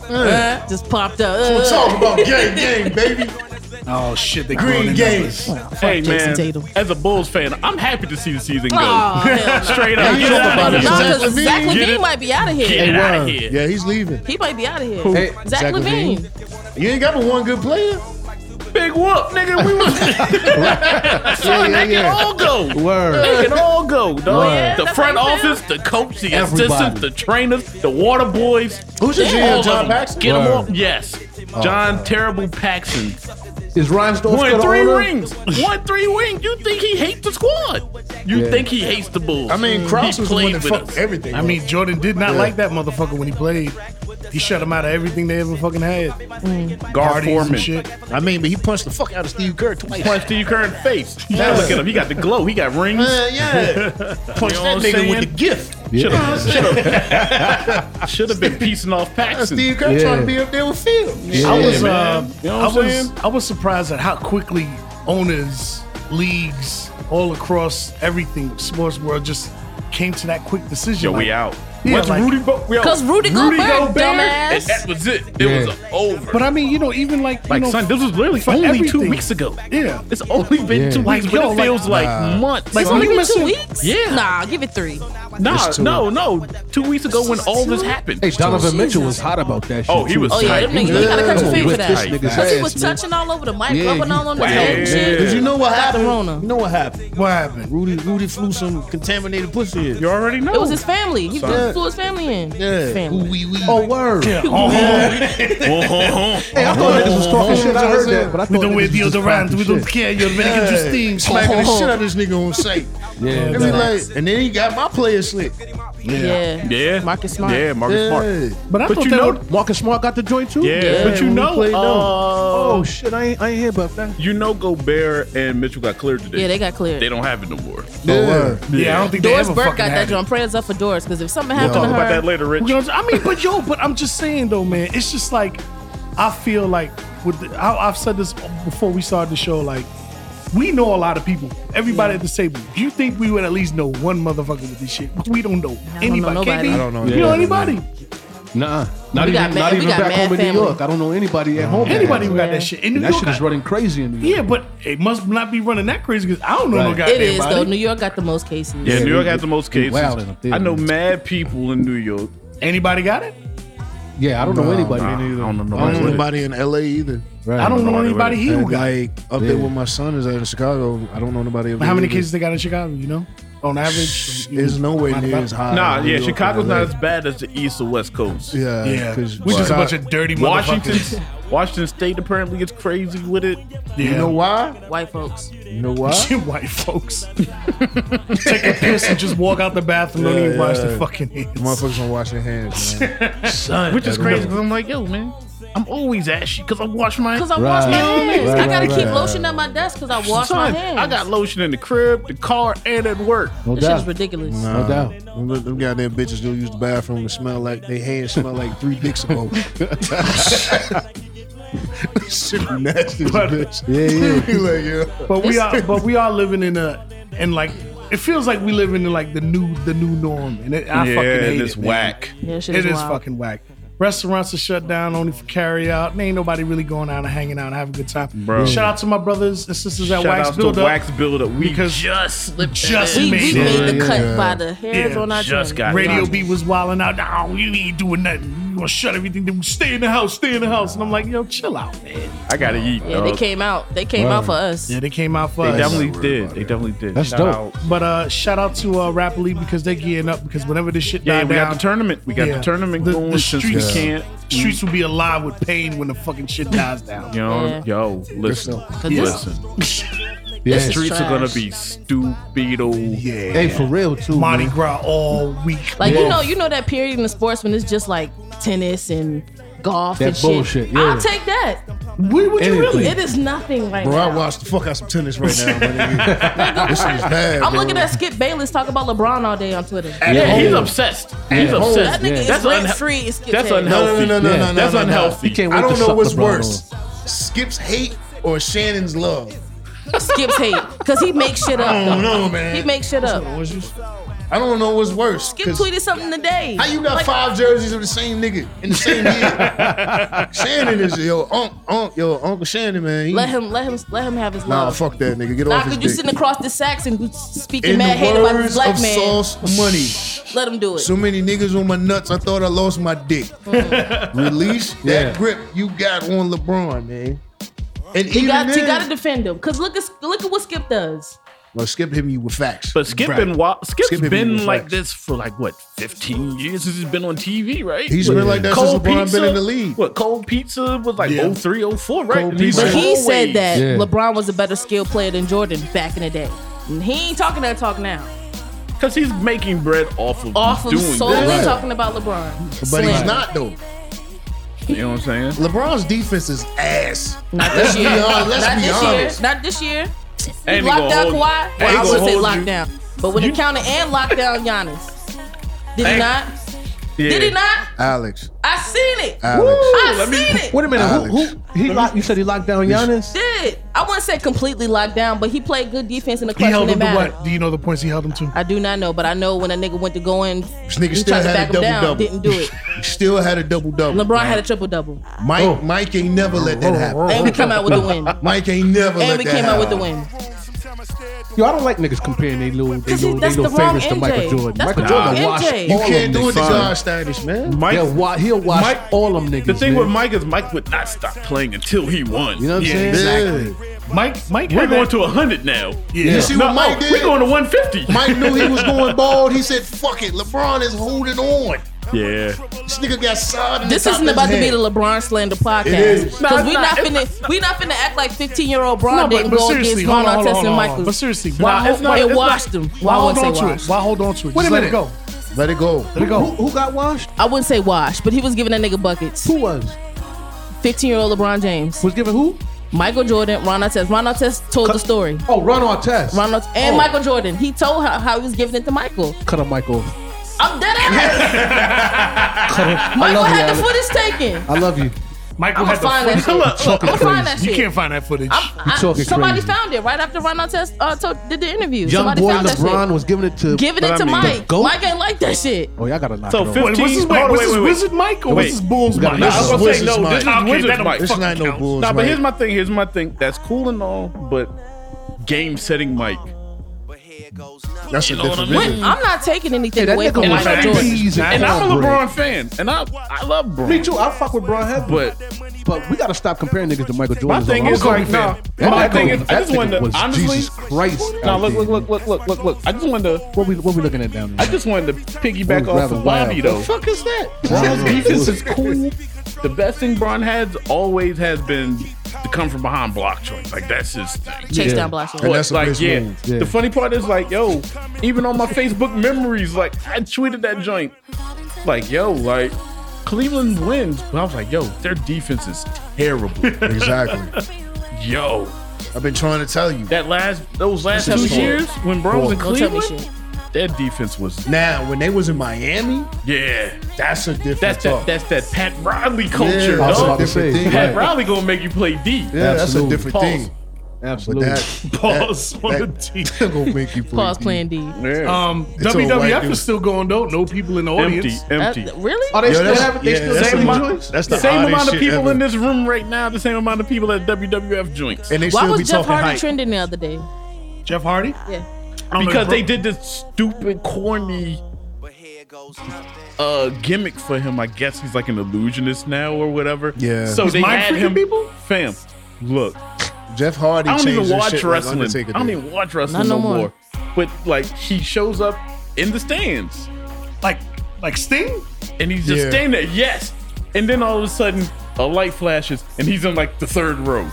Uh, just popped up. Uh,
Talk about game, game, baby.
Oh shit, they
Green games.
Hey
Jason
man,
Tatum.
as a Bulls fan, I'm happy to see the season go.
Aw, hell.
Straight up,
You
get
talk
out
about
of
it.
here.
No,
Zach
because
Levine,
Zach
get it.
Levine miord be out of
Get
here.
out of
Word.
here.
Yeah, he's leaving.
He might be out of here.
Hey,
Zach,
Zach
Levine.
Levine. You ain't got but one good player.
Big whoop, nigga. We was. Son,
yeah,
they
yeah.
can all go.
Word.
They can all go, dog.
Word. Yeah,
The
that's
front
how you feel.
office, the coach, the
Everybody.
assistants, the trainers, the water boys.
Who's your
all
GM,
of
John
them.
Paxson?
Get them
Word.
all. Yes. John Terrible Paxson.
Is Reinsdorf
Won
still
three
the owner?
rings. Won three rings. You think he hates the squad? You
Yeah.
think he hates the Bulls?
I mean, Krause
He
was the one
played
that
with
fucked
us.
everything.
I
up.
mean, Jordan did not like that motherfucker when he played. He shut him out of everything they ever fucking had.
Guard
Parties and
Foreman.
shit.
I mean, but he punched the fuck out of Steve Kerr twice.
Punch to your current face. Now look at him. He got the glow. He got rings.
Uh, yeah, punched
You know
that
what
nigga
I'm
with the
saying?
gift.
Should have should have been piecing off
That's
Paxson.
Steve Kerr
Yeah.
trying to be up there with Phil.
Yeah.
I was,
man.
uh,
You know
I
what I'm
was,
saying?
I was surprised at how quickly owners, leagues, all across everything, sports world, just came to that quick decision.
Yo, we
Like,
out.
Yeah,
Once
like-
Rudy, Bo- we out.
'Cause Rudy Gobert, dumbass.
and that was it. It
Yeah.
was over.
But I mean, you know, even like, you
like,
know,
son, this was literally
for
only two
everything.
weeks ago.
Yeah.
It's only been
Yeah.
two
Like,
weeks,
yo,
but it
like-
feels like, months.
Like,
It's
son.
when
only
you
been
missing-
two weeks?
Yeah.
Nah, give it three.
nah,
It's two.
no, no. Two weeks ago when all this happened.
Hey, Donovan Mitchell was hot about that shit.
Oh, he
too.
was
Oh, yeah,
tight.
them niggas gotta cut your
Yeah.
feet for
With
that.
this
Cause
nigga's
he
ass,
was
man.
touching all over the mic,
Yeah,
rubbing
he-
all on the
Wow.
head and shit.
Yeah.
Did you know what happened?
Rona.
You know what happened?
what happened?
Rudy, Rudy flew some contaminated pussy in.
You already know.
It was his family. He
Son.
flew his family in.
Yeah.
Family.
Ooh, wee, wee.
Oh, word.
Oh,
Hey, I thought niggas was talking shit. I heard that. But I
We
thought
don't wear
niggas was just
deodorant.
talking
We don't
shit.
care. You're making this thing.
Smacking the shit out of this nigga on sight.
Yeah.
And, we like, and then he got my player slick.
Yeah.
yeah.
Marcus Smart.
Yeah, Marcus Smart.
Yeah.
But I
But
thought
you
they
know,
were-
Marcus Smart got the joint too.
yeah, but you
when we
know,
played them.
uh,
Oh shit, I ain't, I ain't hear about that.
you know, Gobert and Mitchell got cleared today.
Yeah, they got cleared.
They don't have it no more.
Yeah.
Yeah, I don't think they
Doris
ever
Burke
fucking
got that
had it.
joint. Prayers up for Doris because if something happened
Talk
to her,
about that later, Rich.
You know what I'm saying? I mean, but yo, but I'm just saying though, man. It's just like I feel like with the, I, I've said this before we started the show. Like we know a lot of people, everybody at the table. You think we would at least know one motherfucker with this shit? We don't know anybody.
know
KB,
nobody. I
don't know
You know
nobody.
anybody?
Nah, not
We got
even,
mad-
not
we
even
got
back
mad
home in New
family.
York. I don't know anybody at home.
Anybody who got
Yeah.
that shit? And New
And that
York
shit is
got-
running crazy in New York.
Yeah, but it must not be running that crazy because I don't know no
Right.
goddamn
it is
body.
though. New York got the most cases.
Yeah, New York
they-
has the most
they
cases.
wildin' up there,
I know
man.
mad people in New York.
Anybody got it?
Yeah, I don't know
Nah,
anybody.
nah, I don't know
I
nobody
don't know
with it.
nobody in LA either.
Right.
I don't know anybody here who
And
got it.
like up
Yeah.
there where my son is at in Chicago, I don't know nobody. up
How
there
many
either.
kids they got in Chicago? You know, on average, you-
There's nowhere
Not
near
about-
as high.
Nah,
Uh,
in New
yeah,
York
Chicago's
and LA.
not as bad as the East or West Coast.
Yeah,
Yeah,
'cause
which is a
why-
bunch of dirty motherfuckers.
Washington, Washington State apparently is crazy with it.
Yeah.
You know why?
White folks.
You know why?
white folks take a piss and just walk out the bathroom. don't
Yeah,
even wash
yeah.
their fucking hands.
Motherfuckers don't wash their hands, man.
Which is crazy because I'm like, yo, man, I'm always ashy because I wash my
Cause I wash my
Right.
hands.
Right,
I gotta
right,
keep
right.
lotion on my desk because I wash
Son,
my hands.
I got lotion in the crib, the car, and at work.
No
this shit is
doubt.
ridiculous.
No
doubt.
doubt. Them, them goddamn bitches don't use the bathroom and smell like they hands smell like three dicks ago. Shit be nasty, as a bitch.
Yeah, yeah.
He like, yeah.
But we are, but we are living in a, and like, it feels like we living in like the new, the new norm, and it, I fucking hate it. man.
Yeah, shit
It is
wild.
fucking whack. Restaurants are shut down only for carry out. Ain't nobody really going out and hanging out and having a good time.
Bro.
Shout out to my brothers and sisters at
Shout
Wax
out to
Build Up.
Wax Build Up. We
Because
just slipped
just
that in.
We, we
Yeah,
made the cut
yeah.
by the hairs
Yeah,
on our
just
chin.
got
Radio B was wilding out. No, you ain't doing nothing. You gonna shut everything down. Stay in the house. Stay in the house. And I'm like, yo, chill out, man.
I gotta eat.
Yeah, they came out. They came out for us.
Yeah, they came out for
They
us.
definitely did. They definitely did.
That's
Shout
dope.
out.
But uh, shout out to uh, Rapidly because they gearing up because whenever this shit
Yeah,
died
we
down,
got the tournament. We got
Yeah.
the tournament
The-
going
the
since
streets-
we can't.
streets will be alive with pain when the fucking shit dies down.
You know,
Yeah.
yo, listen,
Yeah.
listen.
Yeah.
The streets are gonna
trash.
be oh. stupido.
Yeah,
Hey, for real too.
Mardi
man.
Gras all week.
Like you
long.
know, you know that period in the sports when it's just like tennis and golf
That
and
bullshit,
shit.
yeah.
I'll take that.
Where would you really?
Anything.
It is nothing right
Bro, I
now.
watched the fuck out some tennis right now. my nigga. this shit is bad.
I'm
bro.
looking at Skip Bayless talk about LeBron all day on Twitter.
Yeah, he's
home.
obsessed. He's
That
obsessed.
nigga is
That's
rent
unha-
free. Skip
That's
Bayless.
No,
unhealthy.
No, no, no,
Yeah.
no, no,
That's
no, no.
unhealthy.
He can't wait
I
to
don't know
suck
what's
LeBron
worse, Skip's hate or Shannon's love.
Skip's hate because he makes shit up.
I
though.
don't know, man.
He makes shit up.
What's just- I don't know what's worse.
Skip
'cause
tweeted something today.
How you got
Like,
five jerseys of the same nigga in the same year? Shannon is yo, unc, unc, yo, Uncle Shannon, man. he-
Let him, let him, let him have his
Nah,
love.
fuck that nigga. Get
Nah,
off his
could you
dick.
sitting across the sacks and speaking
in
mad hate
the
about this
words
black
of
man?
sauce money.
Let him do it.
So many niggas on my nuts, I thought I lost my dick. Release
Yeah.
that grip you got on LeBron, man. And
you
even
got, you
then,
got to defend him because look at look at what Skip does.
well, skip him you with facts.
But Skip been wa- Skip's
Skip him
been
with
like
facts.
this for like what 15 years since he's been on TV, right?
He's
What,
been like that since LeBron been in the league.
What cold pizza was like
Yeah.
03, 04, right?
Cold
And he's
But
Right.
he
always-
said that
Yeah.
LeBron was a better skilled player than Jordan back in the day. And he ain't talking that talk now.
because he's making bread off of
Off of
doing
solely
that.
talking about LeBron.
But he's
Slim.
not though.
You know what I'm saying?
LeBron's defense is ass.
Not this year.
honest, let's
not
be
this
honest.
year. Not this year.
Ain't he
Lockdown
gonna
Kawhi.
hold you.
Well,
Ain't
I
he
would
gonna
say
hold you.
lockdown, but when it counted and lockdown, Giannis. Did he
Ain't-
not? Did he
Yeah.
not?
Alex,
I seen it.
Alex,
I
let me-
seen it.
Wait a minute. Who, who he locked? You said he locked down Giannis.
Did I wouldn't say completely locked down, but he played good defense in the
he
clutch
held
when it
him to
mattered.
what? Do you know the points he held him to?
I do not know, but I know when a nigga went to go in,
nigga
he
still
tried to
had
back
a
him down,
double-double.
didn't do it.
still had a double double.
LeBron had a triple double,
Mike,
Oh.
Mike ain't never let that happen.
and we come out with the win.
Mike ain't never let
And we
that
came out with the
happen.
win.
Yo, I don't like niggas comparing they little, they
Cause he-
little, they
that's
little
the wrong
favorites to Michael
MJ.
Jordan.
That's
Michael
the
Jordan
wrong
washed
MJ.
all
You can't
them
do it to
niggas.
God Stanish, man.
Mike,
Yeah, wa- he'll wash
Mike-
all them niggas.
the thing
man.
with Mike is Mike would not stop playing until he won.
you know what I'm
Yeah,
saying?
exactly. Mike, Mike,
We're
had
going
that-
to 100 now.
Yeah.
You see what Mike
we're
did?
going to 150.
Mike knew he was going bald. He said, "Fuck it, LeBron is holding on."
Yeah.
This nigga got sod. In
This
the top
isn't
of his
about to be
head.
the LeBron slander
is.
podcast
No,
because
it's
we
not.
not finna we not finna act like 15 year old Bron
No,
didn't
but, but
go against
seriously,
Von
hold on, hold on,
Artest
hold
and
on,
Michael.
But seriously,
why,
why,
it's not-
it
it's not-
washed him. Why
why
I
hold on
wouldn't say
to it?
washed.
Why hold on to it?
Wait
Just
a
let it
minute.
go.
Let it go.
Let it go.
Who, who got washed?
I wouldn't say washed, but he was giving that nigga buckets.
Who was?
15 year old LeBron James,
Was given who?
Michael Jordan, Ron Artest. Ron Artest told the story.
Oh, Ron Artest.
Ron Artest and
Oh.
Michael Jordan. He told how, how he was giving it to Michael.
Cut him, Michael.
I'm dead ass.
I
Michael
love you,
had the
Alex.
footage taken.
I love you.
Michael
I'm gonna
had the
find that shit.
footage.
I'm gonna find that
You
shit.
can't find that footage.
I-
talking
somebody
crazy.
found it right after Ron Artest uh, told, did the interview.
Young
somebody
boy
found that
LeBron
shit.
was giving it to.
Giving
But
it
I
to
mean-
The
Mike.
GOAT?
Mike ain't like that shit.
oh, y'all gotta knock
So
it off.
15
Wait, what's his
hold
Mike?
on,
What's
wait,
his
wait, wait.
Wizard Mike or what's
Wait.
his Bulls
We gotta
Mike?
make
Nah, I was
This is
gonna say
Wizards
no.
Mike.
This is
Okay, that
Wizards
don't-
Mike.
It's not no Bulls.
Nah, but
Mike.
here's my thing. Here's my thing. That's cool and all, but game setting Mike.
That's a different
What?
vision.
I'm not taking
Yeah,
anything
that
away
nigga
from
And
was
Michael
I'm,
Michael
Jordan.
cheese
and I'm a
cornbread.
LeBron fan, and I I love Bron.
Me too. I fuck with Bron Heavy.
But
But we gotta stop comparing niggas to Michael
my
Jordan.
thing is like, nah, my thing is, I just wanted to honestly.
Jesus Christ.
Nah,
out
look,
there.
look, look, look, look, look, look. I just wanted to.
What we what we looking at down
I
there?
just wanted to
That
piggyback
was
off
rather
of Bobby
wild.
though.
fuck is that?
Bron's defense is cool. The best thing Bron has always has been to come from behind block joints. Like that's his thing.
Chase
Yeah.
down Blasio.
And that's a
like
bitch
yeah.
move.
Yeah.
The funny part is like yo, even on my Facebook memories, like I tweeted that joint, like yo, like Cleveland wins, but I was like, yo, their defense is terrible.
Exactly.
yo,
I've been trying to tell you.
that last those last
Don't tell me
two
shit.
years when Bro was in
Don't tell me
Cleveland,
shit.
their defense was
Now, when they was in Miami,
yeah.
that's a different
That's
talk.
that that's that Pat Riley culture.
I was
dog.
about to say.
thing.
Pat
Right.
Riley gonna make you play D.
Yeah, that's a
Absolutely.
different
Pause.
thing. But
Absolutely.
that
Pause on
that-
the team.
that gonna make you play
Pause
D.
playing D.
Yeah.
Um,
all white
WWF
dude.
is still going though. No people in the
empty,
audience.
empty.
Uh, really?
Are they
Yo,
still
that's-
having? They
yeah,
still
that's
selling
amount-
joints?
That's the
the same
oddest
amount of
shit
people
ever.
in this room right now, the same amount of people at WWF joints.
and they
Why
still be
was Jeff
talking
Hardy
hype.
trending the other day?
Jeff Hardy. I
Yeah.
don't know,
because
bro-
they did this stupid, corny
But here goes nothing.
uh, gimmick for him. I guess he's like an illusionist now or whatever.
Yeah.
So
He's
they
mind
had
freaking
him.
people?
Fam, look,
Jeff Hardy.
I don't
changed
even
his
watch
shit like
wrestling. I
Undertaker
don't
did.
even watch wrestling
Not
no,
no
more.
more.
But like, he shows up in the stands
like like Sting.
and he's just
Yeah.
standing there. Yes. And then all of a sudden, a light flashes and he's in like the third row.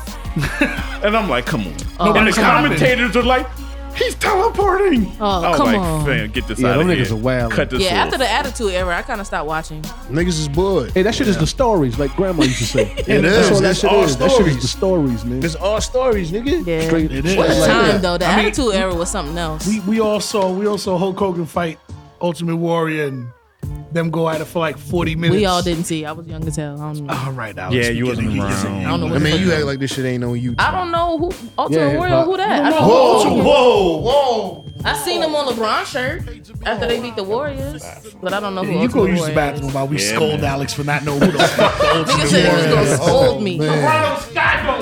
and I'm like, come on.
Oh,
and the
Nobody's clapping.
commentators are like, he's teleporting.
Oh,
I was
come
like,
on.
fam, get this
Yeah,
out of
them
here.
niggas are wild.
Cut this
Yeah,
off.
after the Attitude Era, I kind of stopped watching.
Niggas is bored.
Hey, that shit is the stories, like grandma used to say.
It
That's
is.
all that
It's
shit
all
is. That shit is the
stories.
stories, man.
It's all stories, nigga.
Yeah.
Straight,
It
it
is.
is.
At the
Like
time,
that.
though, the
I mean,
Attitude Era was something else.
We we all saw we all saw Hulk Hogan fight Ultimate Warrior and them go at it for like forty minutes.
We all didn't see. I was young as hell. I don't know.
All right, Alex.
Yeah, you wasn't
getting-
around.
I don't know.
I
I
What
mean, you act like this shit ain't on you.
I don't know who
Yeah,
Ultimate
hip
Warrior.
hop.
Who that? I, don't
whoa, whoa,
know. I seen him on LeBron shirt after they beat the Warriors, but I don't know who.
You
Ultimate
go use the
Warrior
bathroom while we
Yeah,
scold
man.
Alex for not knowing who the fuck the
is. Nigga
Ultimate
said he was
Warrior
gonna
is.
scold me.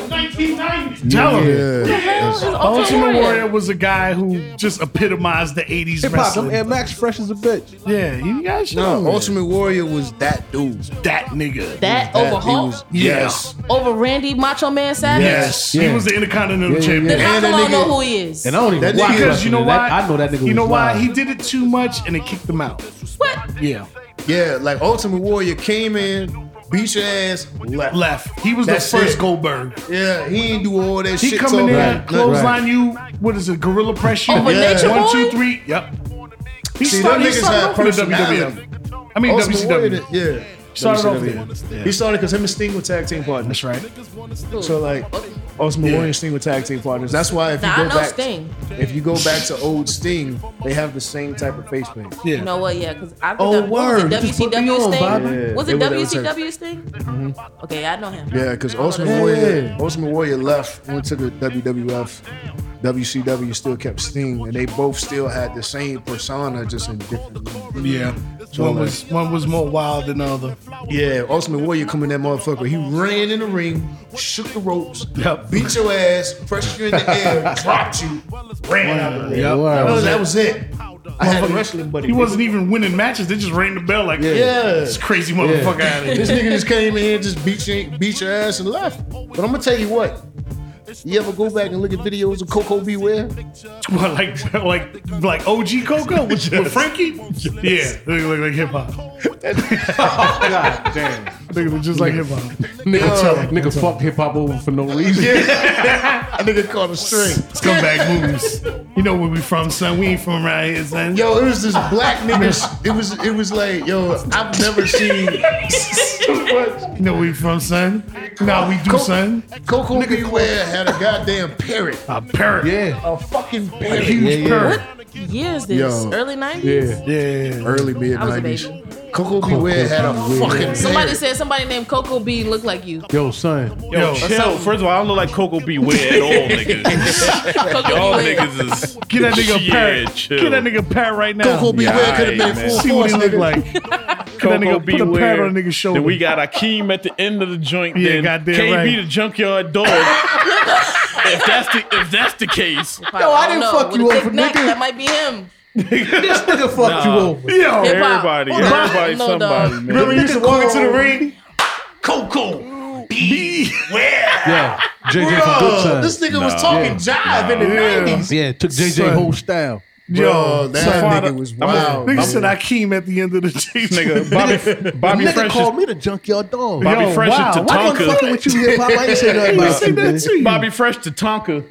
Tell him.
Oh, Yeah.
The hell is Ultimate
Ultimate Warrior
Warrior?
was a guy who just epitomized the 80s
Hip hop,
wrestling.
and Max fresh as a bitch.
yeah, you guys should
No,
know
Ultimate Warrior was that dude.
that nigga.
That
That-
over
he
Hulk,
was-
Yeah.
Yes.
over Randy Macho Man Savage.
Yes. He
Yeah.
was the Intercontinental
Yeah, yeah,
Champion.
Then how
And
come
that
I don't know
nigga-
who he is?
And I don't even
That
watch
nigga-
Because you know
wrestling.
why?
That- I know that nigga.
You know
was
why?
wild.
He did it too much and it kicked him out.
What?
Yeah.
Yeah, like Ultimate Warrior came in, beat your ass, left.
Left. He was
That's
the first
it.
Goldberg.
Yeah, he ain't do all that
He
shit.
come in
talking.
there,
Right,
clothesline
right.
you. What is it? Gorilla press you.
Over Nature
One, two,
Boy?
three. Yep. He
See,
started,
them
he
niggas
started
had
off in the WWF. I mean
Ultimate
WCW.
Warrior did- Yeah.
Started off
WCW.
there.
He started because him and Sting were tag team partners.
That's right.
So like, Ultimate Warrior and Sting were tag team partners. That's why if you
Now
go
I know
back,
Sting.
if you go back to old Sting, they have the same type of face paint.
Yeah.
You know what? Yeah, because I think
Oh,
that- what
word. You
was
just
it
put me
WCW
on,
Sting.
Bobby. Yeah.
Was
It
it
was- it was
WCW Sting? Okay, I know him.
Yeah, because Ultimate
Yeah.
Warrior, Ultimate Warrior left, went to the WWF. WCW still kept Sting, and they both still had the same persona, just in different.
Yeah.
So,
One
like-
was one was more wild than the other.
Yeah, Ultimate Warrior coming that motherfucker. He ran in the ring, shook the ropes,
Yep.
beat your ass, pressed you in the air, dropped you, ran out of the ring.
Yep.
That was,
Wow.
that was it. I had a wrestling buddy.
He wasn't even winning matches. They just rang the bell like,
Yeah.
this crazy motherfucker out of here.
This nigga just came in here, just beat your, beat your ass and left. But I'm gonna tell you what. You ever go back and look at videos of Coco Beware?
What, like, like, like OG Coco with, with Frankie? Yeah, they look like hip hop.
God damn.
They look just like hip hop.
Nigga, tell, nigga fucked hip hop over for no reason.
I nigga caught a string.
Scumbag moves. You know where we from, son. We ain't from around here, son.
Yo, it was this black nigga. It was it was like, yo, I've never seen
You know where we from, son. Nah, we do,
Coco-
son.
Coco Beware had a goddamn parrot.
A parrot.
Yeah.
A fucking
A
parrot.
huge parrot.
What year is this?
Yo.
Early 90s?
Yeah.
Yeah.
Early mid
I was a
nineties.
baby.
Coco Beware had a fucking
Somebody
parrot.
said somebody named Coco B looked like you.
Yo, son.
Yo,
Yo,
chill. First of all, I don't look like Coco B. Ware at all, niggas.
Coco
Y'all
B.
niggas is
Get that nigga a
Yeah,
parrot.
chill.
Get that nigga a parrot right now.
Coco Beware could have
Yeah,
been
man.
full
See what
force
he look
nigga.
like. Get that nigga, put a parrot on a nigga's shoulder.
Then we got Akeem at the end of the joint.
Yeah,
then
goddamn
KB
right.
the junkyard dog. if that's the if that's the case,
Yo,
I didn't fuck you over, nigga.
That might be him.
This nigga fucked
Nah.
you over.
Yo,
Hip-hop.
everybody,
Hold on.
everybody,
No,
somebody,
dog.
man.
used to walk into the
ring.
Yeah. JJ from Good Time.
This nigga was talking jive in the
Yeah.
nineties.
yeah, took JJ
Son.
whole style.
Yo, that
Father-
nigga was
I'm a-
wild.
Nigga said I came at the end of the chase.
Nigga, Bobby, Bobby
nigga
Fresh,
called me the junkyard dog.
Bobby
Yo,
Fresh
wow.
and
Why the fucking
Tatanka.
with you hip hop? I ain't say nothing
I
about
say
you,
that
man.
to you.
Bobby Fresh Tatanka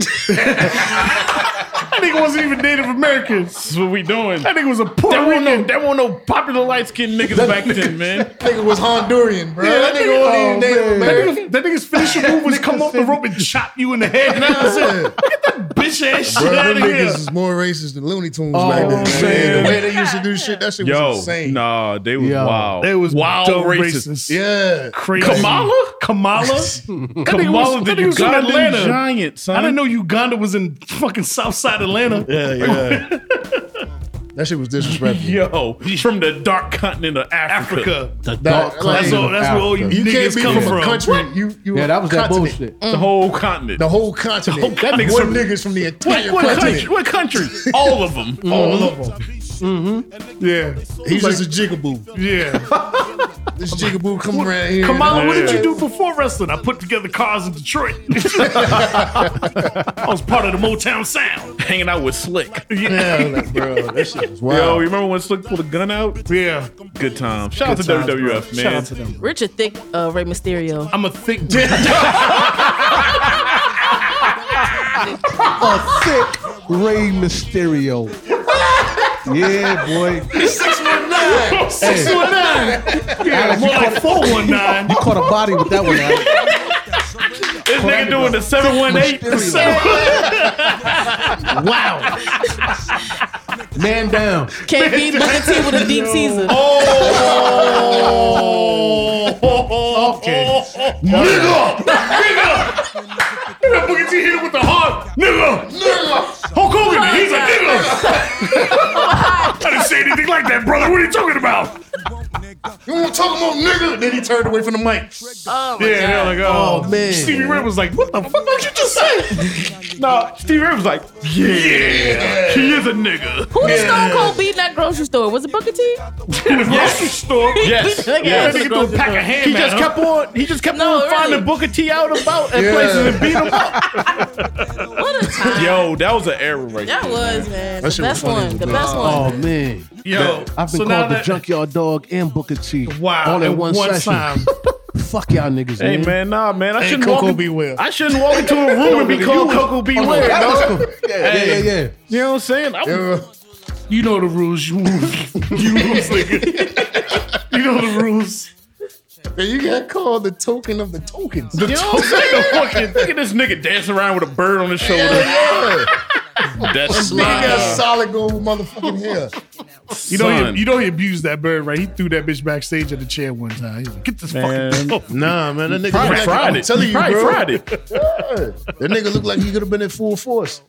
That nigga wasn't even Native American.
This is what we doing.
That nigga was a
There
Puerto
weren't no,
Rican.
there weren't no popular light skinned niggas back then, man.
nigga was Honduran, bro.
Yeah,
that nigga
oh,
wasn't even Native
man.
American.
That nigga's- That nigga's finishing move was come off the rope and chop you in the head. And that's it. Get that bitch ass shit
Bro,
out
them
of here.
niggas is more racist than Looney Tunes back then.
man.
Man. The way they used to do shit, that shit was
Yo,
insane.
nah, they was
Yo,
wild.
They was
wild
dumb
racist.
Yeah.
Crazy.
Kamala?
Kamala? That nigga was-
Kamala
that
the
nigga was from
Ugandan
Atlanta.
giant, son.
I didn't know Uganda was in fucking Southside Atlanta.
Yeah, yeah. that shit was disrespectful.
Yo, from the dark continent of Africa.
Africa.
The
That-
dark
like-
That's, all, that's where all you,
You can't
niggas
be
come
from,
from.
a country. You, you
Yeah,
a
that was that
continent.
bullshit.
The whole continent.
The whole continent.
whole
that
continent.
nigga's from, nigga's from the entire
what, country?
continent.
what country? All of them. All of them. Mm-hmm.
Yeah.
He's just a jigaboo.
Yeah.
This jigaboo coming around here.
Kamala, what did you do before wrestling? I put together cars in Detroit. I was part of the Motown sound.
Hanging out with Slick.
Yeah, like, bro, that shit was wild.
Yo, you remember when Slick pulled a gun out?
Yeah.
Good time. Shout out to WWF, man.
Shout out to them.
Richard Thick, uh, Ray Mysterio.
I'm a thick
A thick Ray Mysterio. yeah, boy.
Six one nine. Yeah, more like four one nine.
You caught a body with that one. Right?
This nigga doing the 718. The seven-
Man down.
Can't beat Booker T with a deep teaser.
Oh.
Oh, okay. Nigga, nigga. You know Booker T hit him with the hard nigga, nigga. Hulk Hogan, he's a nigga. I didn't say anything like that, brother. What are you talking about?
You want to talk about nigga? Then he turned away from the mic.
Oh, my
Yeah, they're
God.
like, oh,
man.
Stevie Ray was like, what the fuck did you just say? no,
Steve Ray was like, yeah, he is a nigga.
Who did Stone Cold beat in that grocery store? Was it Booker T?
in the grocery store.
Yes.
Nigga,
yes.
That nigga threw a pack of ham
He
at
just
him.
kept on. He just kept
No,
on finding
really.
Booker T out about at
Yeah.
places and beat him up.
What a time.
Yo, that was an error right
That was, man.
That
The
shit was
best
funny
one.
as
The
well.
best one.
Oh man,
Yo,
I've been
so now
called the
that-
junkyard dog and Booker T.
Wow,
all at
in
one,
one
session.
time.
Fuck y'all niggas,
Mm-hmm. Hey
man.
man, nah man, I shouldn't
Coco
walk.
Beware.
I shouldn't walk into a room and be called Coco Beware.
That
dog.
was cool. Yeah, yeah,
Hey.
yeah, yeah.
You know what I'm saying? I'm,
You know the rules. You rules. You rules, nigga. You know the rules.
And you got called the token of the tokens.
the fucking, look at this nigga dancing around with a bird on his shoulder. That's
Nigga got
my
solid gold motherfucking hair.
You know,
son.
he, you know he abused that bird, right? He threw that bitch backstage at the chair one time. He's like, get this
Man.
fucking off.
Nah, man, that nigga
Probably
look like-
fried
I'm
it.
telling you,
Probably
bro.
fried it.
That nigga looked like he could have been in full force.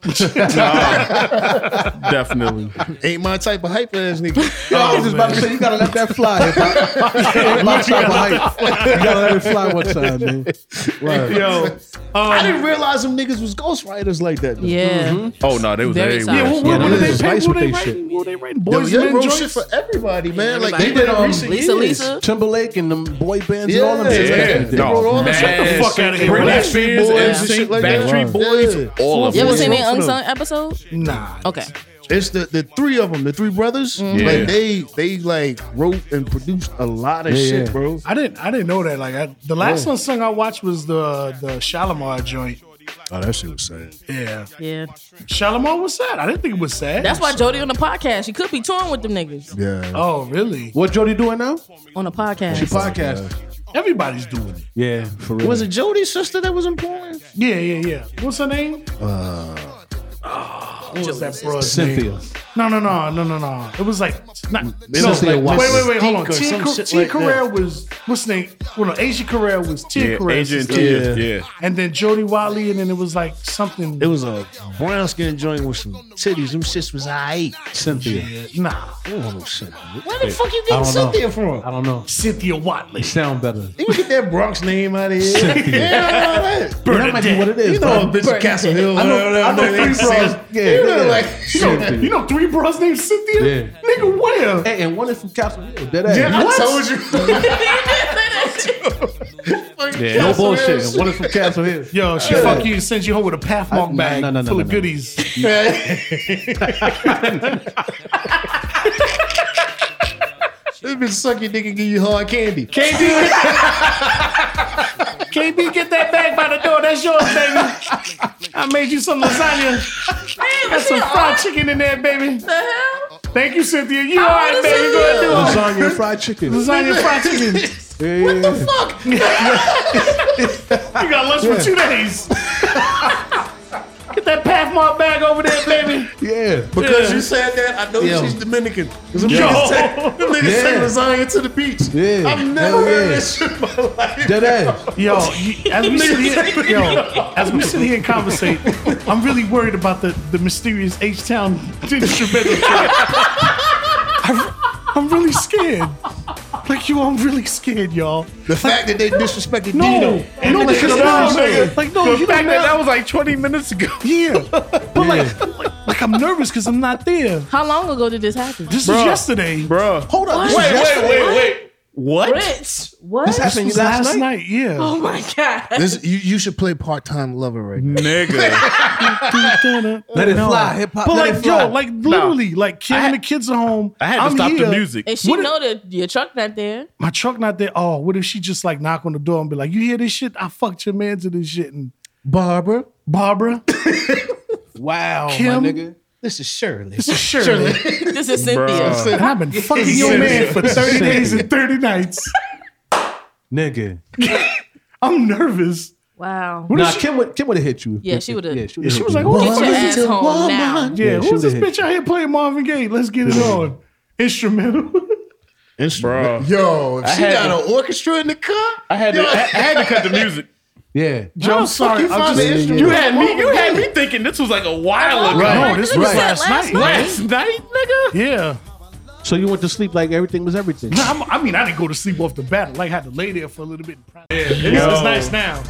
Definitely.
Ain't my type of hype ass nigga.
I was just about to say you gotta let that fly. Hip Hop. My type of hype. You gotta let it fly one time, man.
Yo,
I
um,
didn't realize them niggas was ghostwriters like that. though.
Yeah.
Oh no, they was
Very
they-
solid.
yeah, what, what,
Yeah,
what did
them
they
niggas
pay?
nice
What
with
they
they
writing?
shit.
What they writing?
Yo,
Boys
they
and men
wrote shit
joints.
for everybody, man. Like
Everybody.
they did um,
Lisa,
Lisa, Lisa.
Timberlake and them boy bands and all them
Yeah.
shit. back in the day.
They wrote all
No,
that
man.
shit.
Get the fuck outta here.
Britney
Backstreet
Spears,
Boys
and
and shit like that.
Backstreet Boys,
Yeah.
all of
You
them.
ever seen the
What's
unsung episode?
Nah.
Okay.
It's the, the three of them, the three brothers.
Yeah.
Like they they like wrote and produced a lot of
Yeah,
shit,
yeah.
bro.
I didn't. I didn't know that. Like I, the last one song I watched was the the Shalimar joint.
Oh, that shit was sad.
Yeah,
Yeah.
Shalimar was sad. I didn't think it was sad.
That's why Jody on the podcast. She could be touring with them niggas
Yeah.
Oh, really?
What Jody doing now?
on a
She
podcast.
podcast.
Everybody's doing it.
Yeah, for real.
Was it Jody's sister that was in Portland?
Yeah, yeah, yeah. What's her name? oh, what was that broad's name?
Cynthia?
No, no, no, no, no, no. It was like not. No,
Cynthia
like, wait,
Watson.
wait, wait. Hold on.
Or
Tia,
some
Car-
shit
Tia
like that.
Carrera was what's the name? Well, no, Asia Carrera was Tia
Yeah,
Carrera's
Agent
sister.
Tears, yeah.
and then Jody Wiley, and then it was like something.
It was a brown skin joint with some titties. Them shits was I
Cynthia.
nah,
Where
the fuck you getting Cynthia
from?
I don't know.
Cynthia Watley.
Sound better.
You can get that Bronx name out of here.
Cynthia.
yeah, all that.
Yeah, that might be what it is.
You know, a
bro.
bitch from Castle Hill.
I know, I know,
they
three
say-
bros. Yeah,
You know,
yeah.
like
You know, you know three bros named Cynthia.
Yeah.
Nigga, where?
Hey, and one is from Castle Hill. Dead ass.
yeah,
What?
I told you.
Yeah, no
bullshit. One is from Castle Hill.
Yo, she fuck you and sends you home with a Pathmark
I-
bag
no, no, no,
full
no,
of
no.
goodies.
This bitch suck your dick and give you hard candy. Candy.
KB, get that bag by the door. That's yours, baby. I made you some lasagna.
Damn,
That's some fried chicken in there, baby.
The hell?
Thank you, Cynthia. You all
I
right,
wanna
baby?
see
Go ahead and do it.
Lasagna and fried chicken.
Lasagna fried chicken. You
Yeah, yeah, yeah.
got lunch for two days. Get that Pathmark bag over there, baby.
yeah. But
Because you said that, I know
Yeah.
she's Dominican. 'Cause Them
Yo.
niggas, take, them niggas take lasagna to the beach.
Yeah.
I've never
Hell
heard
yeah.
this shit in my life.
Dead ass.
Yo, you- as we sit here, yo, as we sit here and conversate, I'm really worried about the, the mysterious H Town instrumental. track. I- I'm really scared. Like yo, I'm really scared, y'all.
The fact that they disrespected
No,
Dino.
no,
Look at
because
the
no,
Dino.
nigga. Like no,
the
you don't
fact that that
know.
was like 20 minutes ago.
Yeah, but Like, like, like I'm nervous because I'm not there.
How long ago did this happen?
This is yesterday.
Bruh.
Hold up, this
What?
is
Wait,
yesterday.
wait, wait, wait. What?
Rich, what?
This was last, night. Yeah.
oh my god.
This, you, you should play part time lover right now.
Nigga.
Let
it fly, hip hop,
But
let
like,
it fly.
yo, like literally, like Kim
had-
and the kids are home.
I had to
I'm
stop
here.
the music.
And she
What if-
know that your truck not there.
My truck not there. Oh, what if she just like knock on the door and be like, "You hear this shit? I fucked your man to this shit." And
Barbara,
Barbara,
Wow,
Kim?
my nigga.
This is Shirley.
surely.
This is Cynthia.
and I've been fucking your man for thirty days and thirty nights.
Nigga.
I'm nervous.
Wow.
What if
Nah,
she-
Kim would Kim would have hit you.
Yeah, she would've-
Yeah, she
she was
hit
like,
you.
"Who
Get
the
your
fuck
ass home now.
Yeah,
Yeah, she
who's this
would've hit
bitch out here playing Marvin Gaye? Let's get it on. Instrumental.
Bro.
yo, if
I
she
had
got
to-
an orchestra in the car,
I had, to, I had to cut the music.
Yeah.
Joe, I'm sorry.
fucking
I'm
find the
just,
instrument?
You had me. You had me thinking this was like a while ago.
no, this was
Right.
last,
Last
night.
Last night, nigga.
Yeah.
So you went to sleep like everything was everything.
No, I'm, I mean, I didn't go to sleep off the bat. I, Like, had to lay there for a little bit. And practice.
Yeah,
It's, it's nice now.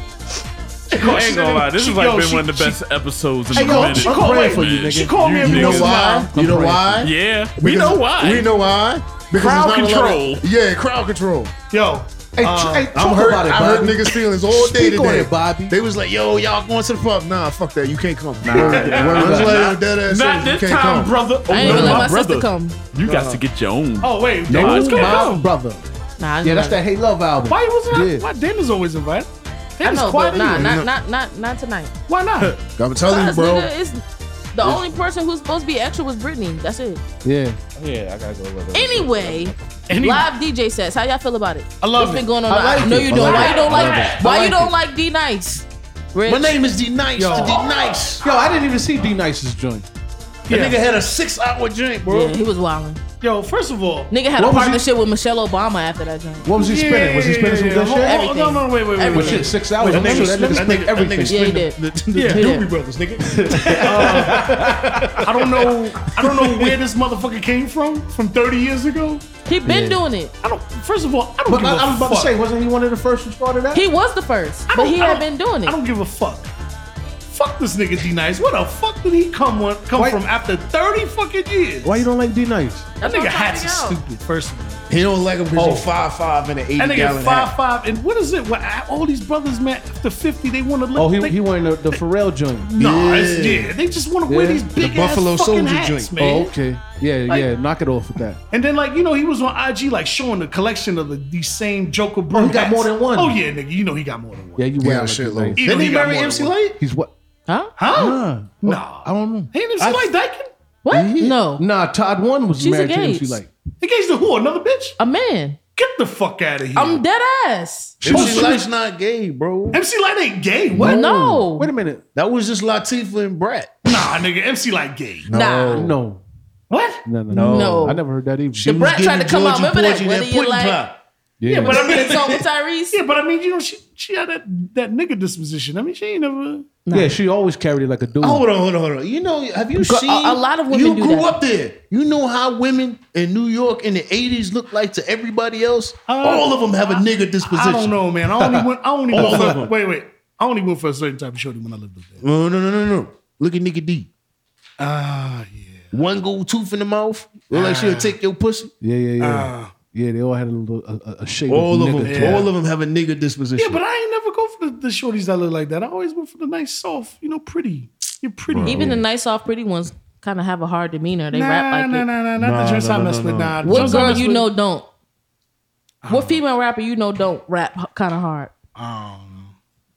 I ain't gonna lie. This
She-
is like
yo,
been
she-
one of the best episodes in the
Hey, yo,
planet.
she called
praying
me.
for you, nigga.
She called me.
You-
a
you
bitch.
know
you know why? You know why?
Yeah, we know why.
We know why. Because
Crowd
it's not a lot of-
control.
yeah, crowd control.
Yo, uh,
Hey, tr- hey,
I'm
talk
hurt.
about it,
I hurt
Bobby.
niggas' feelings all day
Speak on
today.
it, Bobby.
They was like, "Yo, y'all going to the pub? Nah, fuck that. You can't come." Nah, I was like, yo, dead ass serious,
Not
you
this
can't
time,
come.
brother. Oh,
I didn't
no,
even let
my
my
brother.
sister come.
You got to get your own.
oh wait, no,
No,
what's going
my
on?
brother.
Nah, I
Yeah,
didn't
that's
let-
that Hey Love album.
Why was not?
Yeah.
Why Dana's always invited?
I
Dana's
know,
quiet
but nah,
anyway.
not, not, not, not tonight.
Why not?
I'm telling you,
Us,
bro.
nigga, it's- the only person who's supposed to be extra was Brittany. That's it.
Yeah.
Yeah, I gotta go with it.
Anyway,
Any-
live DJ sets. How y'all feel about it?
I love
What's been
it.
going on?
I
now?
like
no,
it.
you
I
don't.
like
Why you
it.
don't
I
like?
like it.
Why
I
you
like
don't
it.
like D Nice?
My name is D Nice.
Yo.
The D Nice.
Yo, I didn't even see D Nice's joint.
That
Yeah.
nigga had a six hour drink, bro.
Yeah, he was wilding.
Yo, first of all,
Nigga had a
What was Oh, he-
partnership with Michelle Obama after that joint.
What was he spinning? Was he spinning some good
Hold-
shit?
hold- No, no, wait, wait, wait,
Well,
wait.
Everything.
shit, six hours.
Wait,
I'm
that
sure
nigga-
that nigga
that
spent
nigga-
everything.
Yeah, he did.
Yeah.
Doobie Brothers, nigga.
I don't know. I don't know where this motherfucker came from. From 30 years ago.
He been doing it.
I don't. First of all, I don't
But
give
I,
a
I was about
fuck.
to say, wasn't he one of the first who started that?
He was the first,
I
but
don't-
he
I
had
don't-
been doing
I
it.
don't give a fuck. Fuck this nigga D Nice. Where the fuck did he come one, come
Why-
from after 30 fucking years?
Why you don't like D Nice?
That
That's what
nigga
I'm
hats is
finding out.
stupid, first of all.
He don't like him because oh. five five and an eighty
That nigga
gallon
five
hat.
five and what is it? What, all these brothers, man, after 50, they want to look
Oh, he
they,
he wanted the, the Pharrell joint.
Nah, it's-
Yeah.
yeah, they just want to wear
Yeah.
these
The
big
Buffalo
ass fucking
Soldier
hats,
joint.
man.
Oh, okay. Yeah,
Like-
yeah. Knock it off with that.
And then like you know he was on IG like showing the collection of the these same Joker Brew.
he got
hats.
more than one.
Oh yeah, nigga, you know he got more than one.
Yeah, you
Yeah,
wear like
shit,
D
Lord.
Nice.
You know
Didn't he
got
marry
more
MC
than one.
Light?
He's what?
Huh?
Huh?
Nah. Oh,
Nah.
I don't know.
Ain't MC Light Dyken?
What? No,
Nah, Todd One was
She's
married to
engaged.
MC Light.
Engaged to who? Another bitch?
a man.
Get the fuck out of here.
I'm dead ass.
Doobie
shit.
Light's not gay, bro.
MC Light ain't gay. What?
No.
Wait a minute.
That was just Latifah and Brat.
Nah, nigga, MC Light gay.
Nah.
No.
What?
No, no, no.
No.
I never heard that either.
The Brat tried to come out. Remember that?
Georgie
Whether you
pudding
like
pie.
yeah.
But I mean,
the song with Tyrese.
yeah, but I mean, you know, she she had that that nigga disposition. I mean, she ain't never.
yeah, she always carried it like a dude.
Hold on, hold on, hold on. You know, have you seen
a lot of women
You
do
grew
that.
up there. You know how women in New York in the '80s look like to everybody else. All of them have a nigga disposition.
I don't know, man. I only went. I only
All
went.
of
For,
them.
wait, wait. I only went for a certain type of shorty when I lived up there.
No, no, no, no, no. Look at Nigga D.
Ah, yeah.
One gold tooth in the mouth. Look like she'll take your pussy.
Yeah, yeah, yeah. yeah, they all had a little a, a- a shade
Ah. All
of,
of
nigga
them.
to
All of them have a nigga disposition.
Yeah, but I ain't never go for the, the shorties that look like that. I always went for the nice, soft, you know, pretty. You're pretty.
Even the nice, soft, pretty ones kind of have a hard demeanor. They
nah,
rap like
nah, nah,
it.
nah, nah, nah, nah, nah, with. Nah,
What
Jones I
girl
mess
you
with-
know don't? What female rapper you know don't rap kind of hard?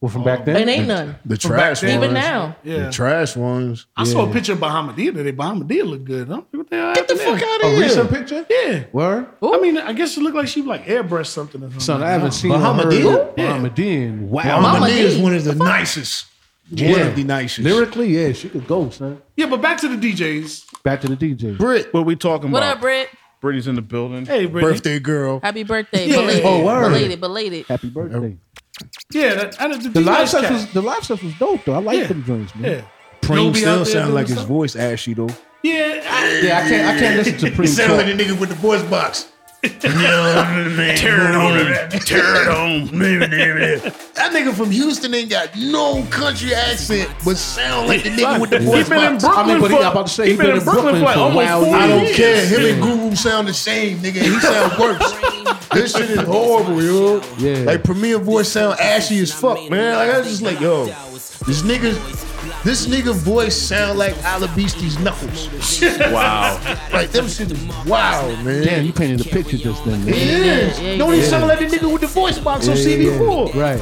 Well, from back
It
then.
ain't none.
The trash ones.
Even now.
Yeah.
The trash ones.
I saw a picture of Bahamadia today. Bahamadia looked good. Huh? What the hell
Get the fuck out of
A
here.
recent picture?
Yeah.
Word?
I mean, I guess it looked like she like airbrushed something or something.
Son, I haven't seen
Muhammadin?
Muhammadin. Muhammadin. Wow.
Mama
Mama D is
D.
one of the nicest. One
Yeah.
of the nicest.
Lyrically, yeah, she could go, son.
Yeah, but back to the DJs.
Back to the DJ.
Brit.
What we talking
What
about?
up, Britt?
Brittany's in the building.
Hey, Brittany.
Birthday girl.
Happy birthday.
Yeah.
Belated.
Oh,
word.
Belated. Belated.
Happy birthday.
Yeah, that, I, the,
The live
DJs
stuff
cat.
was the live stuff was dope though. I like
Yeah.
them joints, man.
Yeah.
Preem
Nobody out
still
there
sound
doing
like his
something?
voice ashy though.
Yeah, I,
Yeah, I can't I can't listen to
He
Preem
sounded like
talk.
the nigga with the voice box.
Tear it on. Tear it on.
That nigga from Houston ain't got no country accent, but sound like the nigga with the
he
voice
been in
box.
Brooklyn
I mean, but
for,
he- I'm about to say,
he been in Brooklyn, for almost
wild
40
I don't
years.
care. Him and Guru sound the same, nigga. He sound worse. this shit is horrible, yo.
Yeah.
Like Premier voice sound ashy as fuck, man. Like I was just like, yo, this nigga, this nigga voice sound like Alabisti's knuckles.
Wow.
Like them shit is wild, man.
Damn, you painted a picture just then, man.
It is.
Yeah, yeah,
Don't he
yeah.
sound like the nigga with the voice box on CB4?
Right.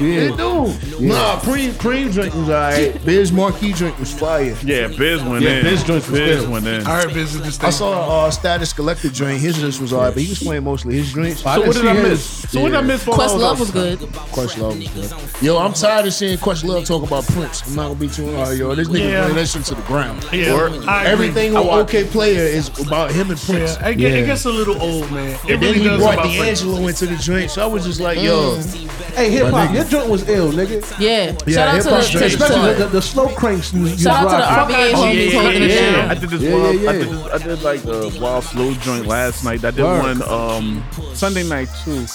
It
yeah.
do. Nah, Preem, Preem drink was alright.
Biz Marquee drink was fire.
Yeah, Biz went
Yeah,
in.
Biz joints was
Biz
good.
went in.
I heard business this
I
thing.
saw uh, Status Collector joint. His just was alright, but he was playing mostly his drinks.
I
So what
didn't
did I
see his.
miss? So what did I miss? for
Quest
all
Love
those?
was good.
Questlove was good.
Yo, I'm tired of seeing Questlove talk about Prince. I'm not gonna be too hard, yo. This nigga
Yeah.
yeah. that shit to the ground.
Yeah, I agree.
Everything on OK Player is about him and Prince.
Yeah, it, get,
Yeah.
it gets a little old, man. It
And then
really
he
does.
brought
about friends.
D'Angelo into the joint, so I was just like, yo,
Hey, hip hop, your joint was ill, nigga.
Yeah.
Yeah,
Shout out to
hip-hop
the, to,
straight.
to,
Especially the, the, the slow cranks you, you
shout out to
rocking.
the RBA
Oh,
homies
yeah, yeah,
holding it
yeah.
down.
I did this
Yeah, yeah,
wild. I
yeah.
did this, I did like a wild slow joint last night. I did
Work.
one um Sunday night too.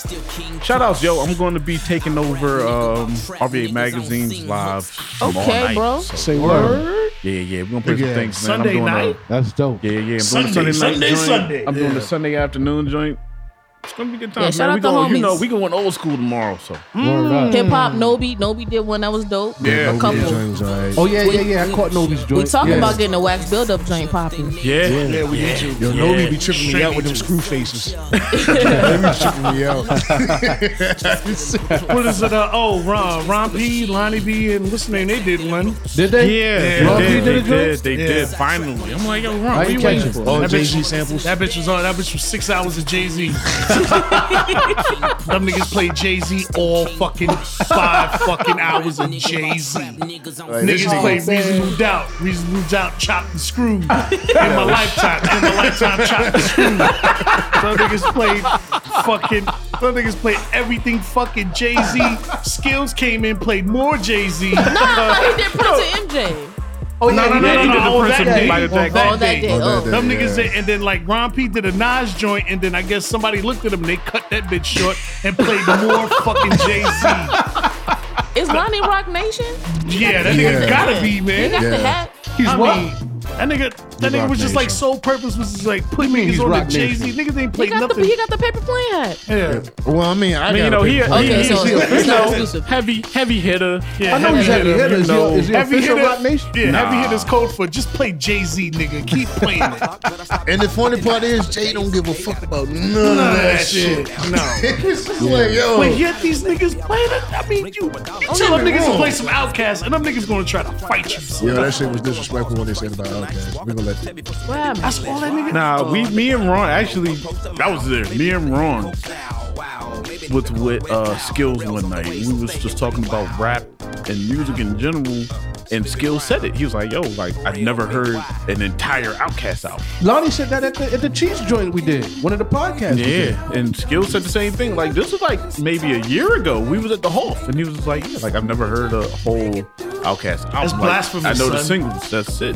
Shout outs, yo! I'm going to be taking over um RBA magazine's live tomorrow
Okay,
night.
bro.
Say word.
Yeah, yeah, we're gonna play
Yeah.
some things, man.
Sunday
I'm doing
night?
A,
That's dope.
yeah, yeah, I'm doing
Sunday,
a Sunday night
Sunday,
joint.
Sunday.
I'm doing the Sunday afternoon joint. It's gonna be good
Yeah,
times,
shout
man.
out
We
the
going, you
homies.
know, we going old school tomorrow, so
Word up.
Hip hop, Nobi. Nobi did one that was dope.
Yeah.
A couple.
His joint was alright.
Oh yeah, yeah, yeah. I caught Nobi's
We
joint.
talking
yeah.
about getting a wax buildup joint popping.
yeah, yeah, we need
Yo, Novi be tripping me out with them screw faces. they be tripping me out.
What is it? Uh, oh, Ron, Ron P, Lonnie B, and what's the name? They did one.
Did they?
Yeah,
Ron
they
P
did,
did a
they
joint?
did, they
Yeah.
did. Finally, I'm like, yo, Ron,
I
what you
ain't
waiting
catching
for?
it.
Oh,
That bitch-
Jay-Z samples.
That bitch was on. That bitch was six hours of Jay Z. Them niggas played Jay Z all fucking five fucking hours of Jay Z.
Like, this
Niggas
nigga-
played Reasonable Doubt, Reasonable Doubt, Chopped and Screwed in my lifetime. In my lifetime, Chopped and Screwed. Some niggas played fucking. Some niggas played everything fucking Jay Z. Skills came in, played more Jay Z.
Nah, Ah, he did Prince and MJ.
Oh yeah,
No, no,
yeah,
no,
yeah,
no,
he
no.
did the
Oh,
Prince
that
and
day.
Mike.
By the day.
Oh, that
Oh, that
day.
day.
Oh, that day.
Them
Yeah.
niggas did, and then like Ron P did a Nas joint, and then I guess somebody looked at him and they cut that bitch short and played more fucking Jay Z.
Is Lonnie Rock Nation?
Yeah, that nigga
Yeah.
gotta be
He
man.
got
Yeah.
the hat.
He's I
what?
mean, that nigga, that
He's
nigga
Roc
was just like
Nation.
sole purpose was just like put
mean
niggas
he's
on the
Roc
Jay Z.
Nation?
Niggas ain't
He
played
got the
nothing.
he got the paper plane hat.
yeah.
Well, I mean, I,
I mean, you know,
gotta
he,
pick one.
he,
Okay, so
he-
it's
you
not
know,
exclusive.
heavy, heavy hitter.
Yeah,
I know he's heavy hitter. Is he,
No.
is he
Heavy
official
hitter,
Rock Nation?
yeah, heavy
Nah.
hitter's code for just play Jay Z, nigga. Keep playing it. None of
And the funny part is, Jay don't give a fuck about none of that shit.
No.
it's just like, yo,
But yet these niggas playing it. I mean, you tell them niggas to play some Outkast, and them niggas gonna try to fight you. son.
Yo, that shit was disrespectful what they said about Outkast. We gonna let that.
Wow.
That's all that nigga.
Nah, we, me and Ron, actually, that was there. Me and Ron was with uh, Skills one night. We was just talking about rap and music in general, and Skills said it. He was like, yo, like, I've never heard an entire Outcast album.
Lonnie said that at the, at the cheese joint we did, one of the podcasts. we did.
Yeah, and Skills said the same thing. Like, this was like maybe a year ago. We was at the Hof, and he was like, yeah, like, I've never heard a whole Outcast album. Like,
blasphemous,
I know the
son.
singles, that's it.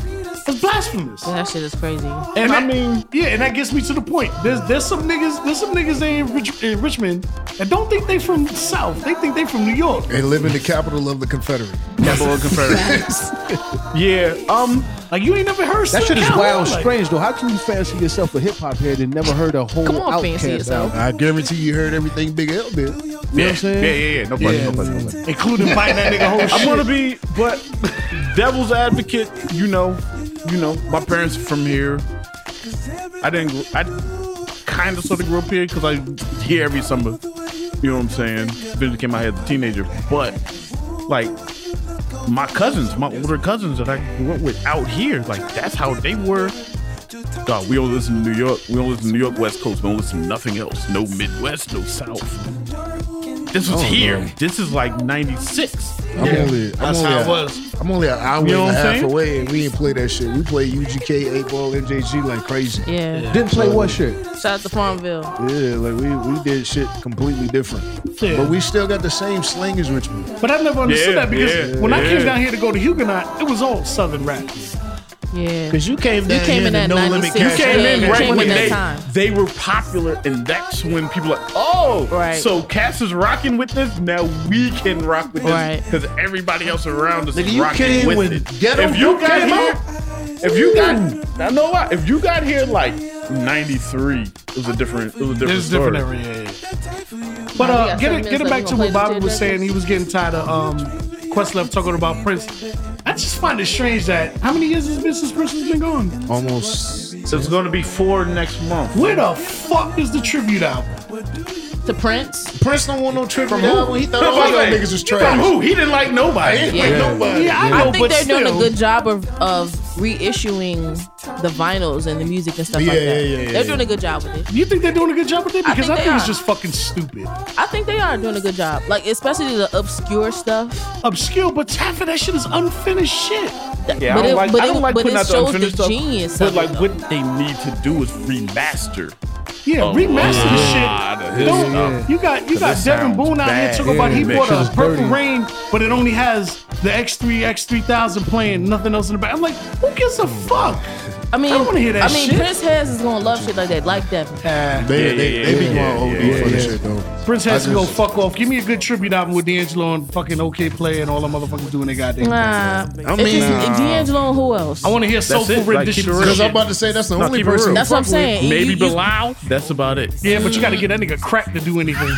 It's blasphemous.
That shit is crazy.
And I
that-
mean,
yeah, and that gets me to the point. There's there's some niggas, there's some niggas they in, Rich, in Richmond that don't think they from the South. They think they from New York.
They live in the capital of the Confederate.
Capital of Confederacy. yeah. Um.
Like you ain't never heard Sam
That shit is
Cowell,
wild,
like-
strange though. How can you fancy yourself a hip hop head and never heard a whole
Come on,
outcast
fancy yourself.
I guarantee you heard everything Big L did.
yeah,
I'm saying?
yeah. Yeah. Yeah. No question. No question. No question.
including biting that nigga whole shit.
I'm gonna be, but devil's advocate. You know, you know. My parents are from here. I didn't. gr- I kind of sort of grew up here because I here every summer. You know what I'm saying? Vision came out here as a teenager, but like my cousins, my older cousins that I grew up with out here, like that's how they were. God, we don't listen to New York. We don't listen to New York West Coast. We don't listen to nothing else. No Midwest, no South. This was
Oh,
here.
man.
This is like '96.
I'm only, I'm
That's
only
how it
a-
was.
I'm only an hour
You know
and a
what I'm
half
saying?
away, and we didn't play that shit. We play UGK, eight ball, MJG like crazy.
Yeah.
Didn't play what shit?
Shout out to Farmville.
Yeah, like we we did shit completely different,
Yeah.
but we still got the same slang as Richmond.
But I never understood
Yeah,
that because
yeah,
when I
yeah.
came down here to go to Huguenot, it was all Southern rap.
Yeah.
Because you came down
You came
here
in
to
at
no limit
96.
cash.
You
came in
Yeah,
right
came
when
in that
they,
time.
they were popular, and that's when people are like, oh,
Right.
so Cass is rocking with this. Now we can rock with
Right.
this because everybody else around us
Nigga,
is
you
rocking
came
with
with
it.
ghetto
if you
Duke
got
out
here, if you got, I know why. If you got here like '93, it was a different, it was a different
It's
story.
different every year. But uh, get it, get
got seven minutes
it back
left.
to
We
what
gonna play
Bobby
the
was
Jay
saying. He was getting tired of um, Questlove talking about Prince. I just find it strange that how many years has it been since Prince has been gone?
Almost
So it's going to be four next month.
Where the fuck is the tribute album?
To Prince.
Prince don't want no trip from who? He thought
That's
all
what
y'all
I'm saying.
niggas was
He From
trash.
who? He didn't like nobody.
Yeah.
Yeah.
Yeah, I know,
I think
but
they're
still,
doing a good job of, of reissuing the vinyls and the music and stuff
Yeah,
like
yeah,
that.
yeah, yeah,
they're
yeah.
doing a good job with it.
You think they're doing a good job with it?
I
Because I
think
think,
they
it's
are.
just fucking stupid,
I think they are doing a good job. Like especially the obscure stuff.
obscure. But half of that shit is unfinished shit.
Yeah,
But
I don't
it-
like,
but
I don't
it-
like
but
putting
it
out the
shows the
unfinished stuff.
genius
But
of
like,
it, though.
what they need to do is remaster.
Yeah,
Oh,
remaster the
yeah.
shit.
Yeah,
Don't,
yeah.
You got you
Cause
got
it
Devin
sounds
Boone out here
bad.
talking about he
Yeah,
bought
that
a
shit's
Purple
dirty.
Rain, but it only has the X3 X3000 playing, nothing else in the back. I'm like, who gives a fuck?
I mean,
I wanna hear that
I mean,
shit.
Prince has is gonna love shit like that, like that.
Uh,
They,
Yeah,
they,
yeah,
they be
yeah,
going
yeah,
OD
yeah,
for this
yeah.
shit though.
Prince has
I
to go
just-
fuck off. Give me a good tribute album with D'Angelo and fucking OK Play and all the motherfuckers doing their goddamn.
Nah, I
mean,
mean, D'Angelo, and who else?
I want to hear soulful
it, like, keep it
renditions.
real.
Because I'm about to say that's the
Nah,
only
keep it
person.
real.
That's what I'm
fuck with.
saying.
Maybe
You- you-
Bilal. That's about it.
yeah, but you
Mm.
got to get that nigga crack to do anything.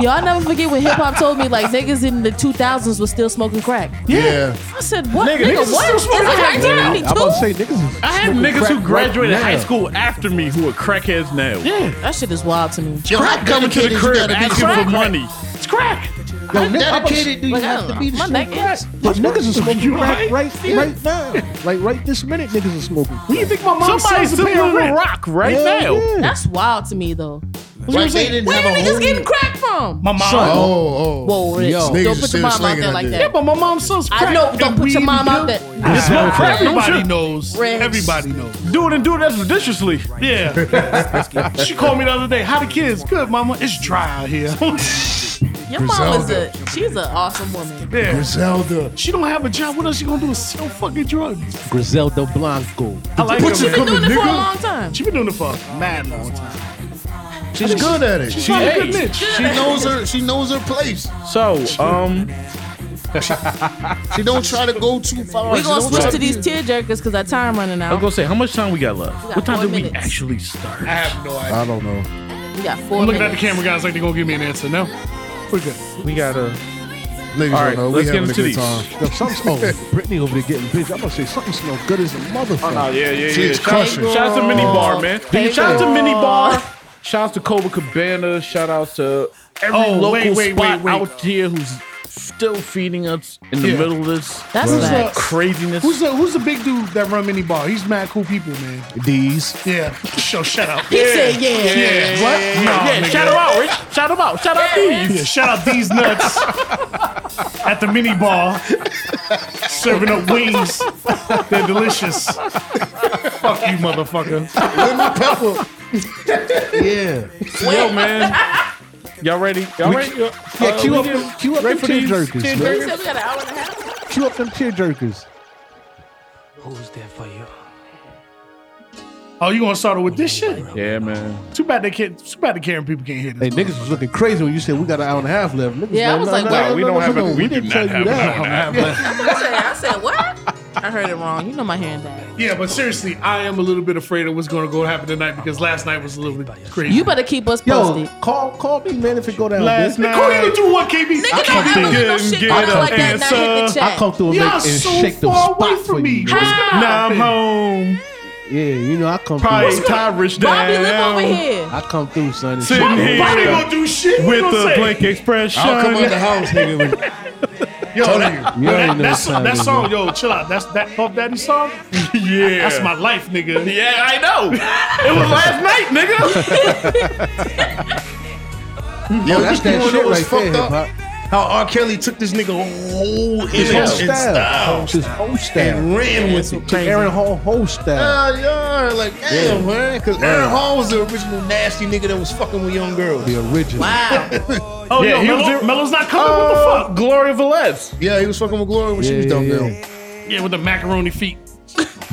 Y'all never forget when hip hop told me like niggas in the 2000s was still smoking crack.
Yeah.
I said, what? Nigga,
Nigga, niggas is
what?
still
Is
smoking
it
crack now.
1992?
I'm about to say niggas. Is
I had
smoking
niggas
crack
who
right
graduated
now.
high school after me who are crackheads now. Yeah,
That shit is wild to me.
Yo, how
coming to
dedicated
the
you
crib
gotta be
asking
to-
for money.
it's crack.
Yo, nigga,
How
I'm about to-
dedicated do you
Like, I
have
don't
to
know.
be to
My
smoke
neck
crack?
itches.
But niggas is smoking
You
crack
right?
right, right now. Like right this minute, niggas is smoking.
Who you think my mom
Somebody's
sells a
still
pair of
on the
rent?
rock right
Hell
now.
yeah.
That's wild to me though.
Like, they didn't
Where
have
are
a
niggas
whole-
getting crack from?
My mom.
Oh, oh.
Whoa, Rich,
Yo.
Niggas
don't
is
put
still
your mom out
slinging
there
that
like
dick.
Yeah,
that.
but my mom sells crack.
I know. Don't
and
put your
weed
mom
and
out
pills.
there.
It's
Nah.
no crap.
Everybody
Don't you-
knows.
Rich.
Everybody knows.
Do it and do it expeditiously.
Yeah. she called me the other day. How the kids? Good, mama. It's dry out here.
Your mom is a she's an awesome woman.
yeah.
Griselda.
She don't have a job. What else she gonna do? Is sell fucking drugs?
Griselda Blanco.
I like
What
her.
you
She's been
Come
man.
on,
doing it for a
nigga.
long time.
She been doing it for a mad long time.
She's good at it.
She's
She,
probably a good bitch.
she knows her. She knows her place.
So, um,
She don't try to go too far.
We're
She
gonna
don't
switch
try
to these tear jerkers because our time running
I was
out.
gonna say, how much time we got left?
got
what time
four
did we
minutes.
actually start?
I have no idea.
I don't know.
We got four
I'm looking at the
minutes.
camera guys like they gonna give me an answer. No, we're good.
We gotta.
Niggas
All
don't
right,
know.
let's
we
get
having
into
a
these.
good time.
Yo, something oh, Brittany over there getting bitch. I'm gonna say something smell good as a motherfucker.
Oh, yeah, yeah,
She is crushing.
Shout out to Mini Bar, man.
Hey,
Shout out to
girl.
Mini Bar. Shout out to Cobra Cabana. Shout out to every
Oh,
local
wait, wait,
spot
wait, wait.
out here who's still feeding us in the
Yeah.
middle of this
That's
Who's
facts.
the,
craziness.
who's the who's the big dude that run mini bar? He's mad cool people, man.
These.
Yeah. So shut up.
He said, yeah.
Yeah. What? Nah,
yeah,
nigga.
shout them out, Rich. Shout them out. Shout out
Yeah,
these.
shout out these nuts at the mini bar serving up wings. They're delicious. Fuck you, motherfucker.
Yeah.
Yo, man. Y'all ready? Y'all
We-
ready? Yeah,
uh,
Yeah, cue up, cue up them
ready for these
tear jerkers.
tear
man.
He said we got an hour and a half.
Cue up them tear jerkers.
Oh, you gonna start it with this shit?
Yeah, man.
Too bad they can't. Too bad the Karen people can't hear
Hey,
this.
niggas was looking crazy when you said we got an hour and a half left. Niggas
Yeah, I was like, wow,
we don't have a- we do not have an hour and a half
left.
I said, I said, what? I heard it wrong. You know my hearing bad.
Yeah, but seriously, I am a little bit afraid of what's gonna go happen tonight because last night was a little bit crazy.
You better keep us
Yo,
posted.
call call me, man, if it go down.
Last
bitch.
night-
Cody, you do what, KB?
Nigga, don't ever let no shit go
Get
down
up
like that.
and
Now hit the
sub.
chat.
I come through and,
Y'all
make, and
so
shake the
far
spot
away
for
from me.
you.
What's
How?
gonna
Now I'm
happen?
home.
Yeah, you know I come
Probably
through.
tie Rich down.
Bobby, live over here.
I come through, son. and
Sitting
shit.
here
Nobody gonna do shit. What you
with
gonna
the
say?
Blink Express.
I'll come out the house, nigga. When,
Yo, that,
You already
that,
know
that,
what
song,
time
that
it is,
song, yo, chill out. That's that Puff Daddy song.
yeah.
That's my life, nigga.
Yeah, I know. It was last night, nigga.
yo,
That's
you
that
wanna know
shit
what's
right there,
fucked up?
hip hop.
How R. Kelly took this nigga whole image
Whole
and
style.
style
Just whole style.
and Uh, ran with it.
Just Aaron Hall whole style.
Yeah, yeah, like damn, man. Because Aaron Hall was the original nasty nigga that was fucking with young girls.
The original.
Wow.
Oh,
Yeah,
yo,
he was
Mello,
there- Uh,
Mello's not coming. what the fuck?
Gloria Velez.
Yeah, he was fucking with Gloria when she
Yeah,
was dumb
yeah,
down.
yeah.
Yeah, with the macaroni feet.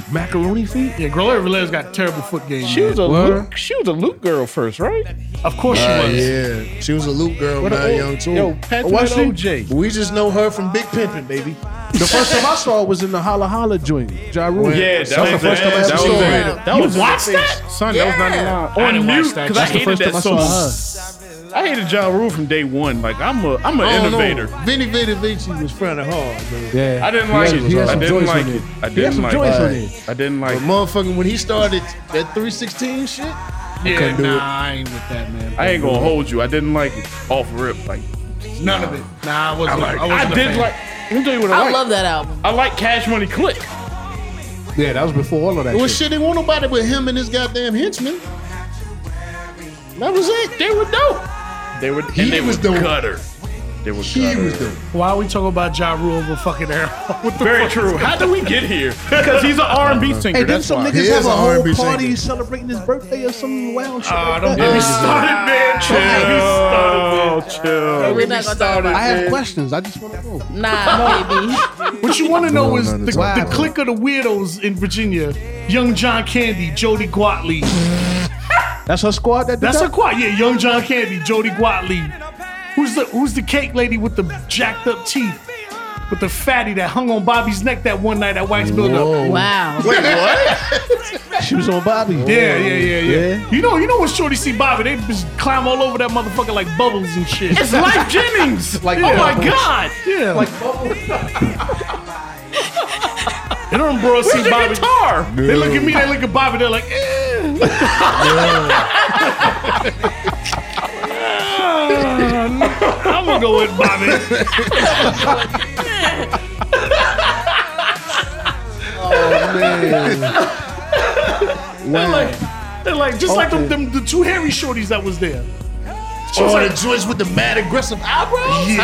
Macaroni feet.
Yeah, Gloria Velez got terrible foot game.
She was a
What?
Luke. She was a Luke girl first, right?
Of course she
Uh,
was.
yeah, she was a Luke girl,
What a
not
old-
young too.
Yo,
Patrick
what's she?
OJ.
we just know her from Big Pimpin', baby.
The first time I saw it was in the Holla Holla joint. Ja Rule.
Yeah, that was
the
the
first time I
that
ever
was
saw
it.
her.
That
You
was
watched that?
Son,
Yeah.
I
On
didn't
mute
watch that.
because I
That's the
hated
first
that
I
so
saw her.
much. I hated Ja Rule from day one. Like I'm a I'm an
I don't know.
innovator.
Vinny Vinny Vinci was fronting hard, man.
Yeah.
I didn't
He
like
had-
it.
He had
I
some
didn't
joints
like
on
it.
it.
I
He had
didn't
some
like
joints on
it.
it.
I didn't like
But
it.
motherfucking when he started that 316 shit,
Yeah,
do
nah,
it.
I ain't with that, man.
I ain't gonna hold you. I didn't like it off rip. Like
None of it. Nah, I wasn't.
like
I, wasn't
I
a
did
fan.
like. Let me tell you what I,
I
like.
love that album.
I like Cash Money Click.
Yeah, that was before all of that
well,
shit.
shit, they want nobody but him and his goddamn henchman. That was it.
They were dope. They were.
He
and they
was
were
dope.
gutter. They were
He
gutter.
was the
Why are we talking about Ja Rule over fucking Aaron? What the
Very
fuck?
true. How did we get here? Because he's an R&B singer.
Hey, didn't
that's
some
why.
niggas
He
have
is
a
a
whole
R&B
party
singer.
celebrating his birthday or some wild shit?
Ah,
like
don't
that?
get me
Uh,
started, man.
Oh,
Chill.
chill.
We're not gonna talk about
I have questions. I just want to know.
Nah, baby.
What you want to know is the,
none
the,
at all. Wow.
clique of the weirdos in Virginia. Young John Candy, Jody Guatley.
That's her squad. That did
That's
that?
a quad. Yeah, Young John Candy, Jody Guatley. Who's the Who's the cake lady with the jacked up teeth? With the fatty that hung on Bobby's neck that one night at Wax Buildup.
Wow.
She was on Bobby.
Yeah, yeah, yeah, yeah,
Yeah.
You know, you know when Shorty see Bobby, they just climb all over that motherfucker like bubbles and shit.
It's Life Jennings.
Like,
oh my
bubbles.
god! Yeah, like bubbles. and them bros see
Where's your
Bobby.
guitar?
They look at me, they look at Bobby, they're like, eh. I'm gonna go with Bobby. Oh,
man.
They're like, they're like just like them, them, the two hairy shorties that was there. She was
Oh,
like,
the joints with the mad aggressive eyebrows?
yeah.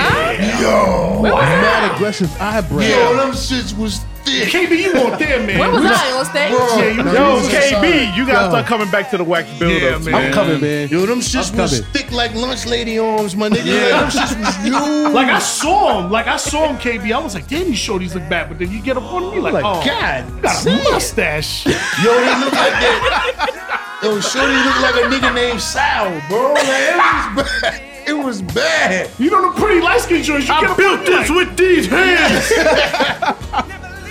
Mad aggressive eyebrow.
Yo, them shits was thick.
KB, you weren't there, man.
Where was
We-
I on stage?
Yeah, you
Yo,
was
KB, you gotta
Yo.
start coming back to the wax build
Yeah, man.
I'm coming, man.
Yo, them shits
I'm
was
coming.
thick like lunch lady arms, my nigga. Yeah. Them shits was huge.
Like I saw him, like I saw him, KB. I was like, damn, these shorties look bad. But then you get up on me, like,
Like,
oh, you
God.
got a mustache.
Yo, he looked like that. Yo, Shorty looked like a nigga named Sal, bro. Like, it was bad. It was bad.
you know the pretty light skin joints. You get
I
up on
built
me,
this
like,
with these hands.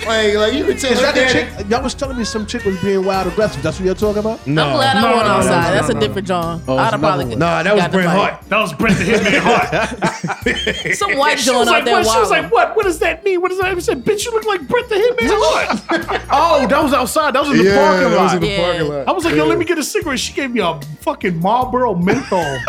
Like, like you could tell
Is
her
that the
daddy-
chick? Y'all was telling me some chick was being wild aggressive. That's what y'all talking about?
I'm glad I
No, no, no,
went outside.
no,
That's
no,
a different John.
Oh,
I'd
it's
have probably
another one.
Nah, that was
got the
Bret
fight.
Hart.
That was Brent the Hitman Hart.
Some white
she
John
was
out
like,
there
what? She was
wild.
like, what? What does that mean? What does that? I said, bitch, you look like Brent the Hitman Hart.
Oh, that was outside. That was in the
Yeah,
parking
that was
lot.
in the
Yeah.
parking lot.
I was like, yo, let me get a cigarette. She gave me a fucking Marlboro menthol.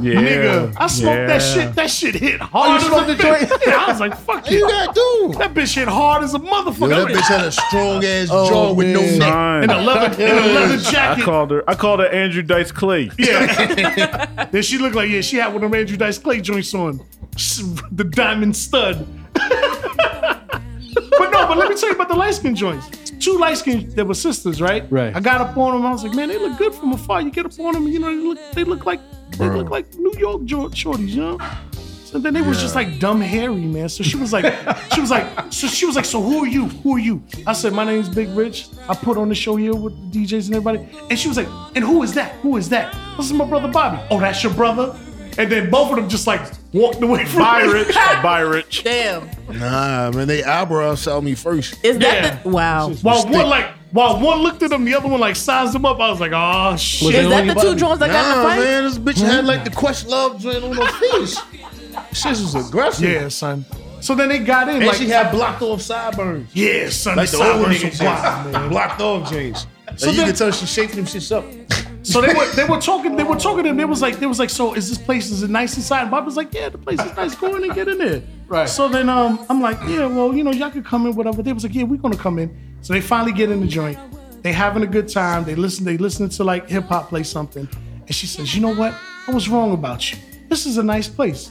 Yeah.
Nigga, I smoked that
Yeah.
shit. That shit hit hard. as
smoked
a
the
bitch.
joint?
Yeah, I was like, fuck
You
it.
got dude.
That bitch hit hard as a motherfucker.
Yo, that
I'm like,
bitch had a strong ass
Oh,
jaw with no
man.
neck.
Son.
in a leather, in a leather jacket.
I called her. I called her Andrew Dice Clay.
Yeah. then she looked like, yeah, she had one of them Andrew Dice Clay joints on. The diamond stud. but no, but let me tell you about the light skin joints. Two light skin that were sisters, right?
Right.
I got up on them. I was like, man, they look good from afar. You get up on them, you know, they look, they look like they look like New York jo- shorties, you know. So then they was just like dumb hairy, man. So she was like, she was like, so she was like, so who are you? Who are you? I said, my name's Big Rich. I put on the show here with the DJs and everybody. And she was like, and who is that? Who is that? This is my brother Bobby. Oh, that's your brother. And then both of them just like walked away from
Buy
me.
rich. Buy rich.
Damn.
Nah, man, they eyebrows saw me first.
Is that
Yeah.
the wow?
While one like while one looked at him, the other one like sized him up. I was like, oh shit.
it
Is that the two Johns that got in the
Nah,
fight?
man, this bitch had like the Quest Love joint on her face. Shit was aggressive.
Yeah, son. So then they got in
And
like
she had blocked off sideburns.
yeah, son.
Like the
side
old
nigga
nigga
guap.
blocked off jeans.
So
you
then-
can tell she's shaking them shits up.
So they were they were talking they were talking and they was like they was like so is this place is it nice inside? And Bob was like yeah the place is nice go in and get in there.
Right.
So then um I'm like yeah well you know y'all could come in whatever. They was like yeah we're gonna come in. So they finally get in the joint. They having a good time. They listen they listening to like hip hop play something. And she says you know what I was wrong about you. This is a nice place.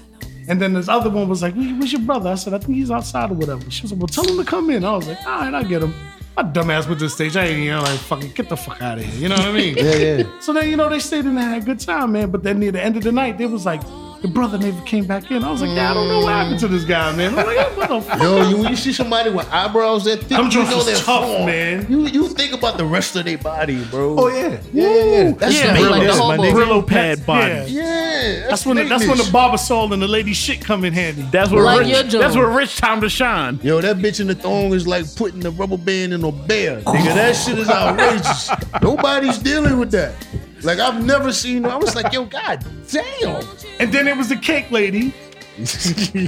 And then this other one was like "Where- where's your brother? I said I think he's outside or whatever. She was like well tell him to come in. I was like all right I get him. My dumbass with this stage. I ain't you know like fucking get the fuck out of here. You know what I mean?
Yeah, yeah.
So then, you know, they stayed in there and had a good time, man. But then near the end of the night, they was like, the brother never came back in. I was like, yeah, I don't know what happened to this guy, man. I'm like, what the fuck?
Yo, you, when you see somebody with eyebrows that thick,
Them
you
joints
know
was
they're
tough,
strong.
man.
You you think about the rest of their body, bro.
Oh yeah, yeah, yeah. yeah.
That's
Yeah,
the
like the
maintenance,
whole
my
bowl.
nigga.
Brillo pad body.
Yeah.
Yeah,
That's when the, that's when the barbasol and the lady shit come in handy.
That's where
Like your
rich,
joke.
that's where rich time to shine.
Yo, that bitch in the thong is like putting the rubber band in a bear. Nigga, that shit is outrageous. Nobody's dealing with that. Like I've never seen. I was like, yo, god damn.
And then it was the cake lady,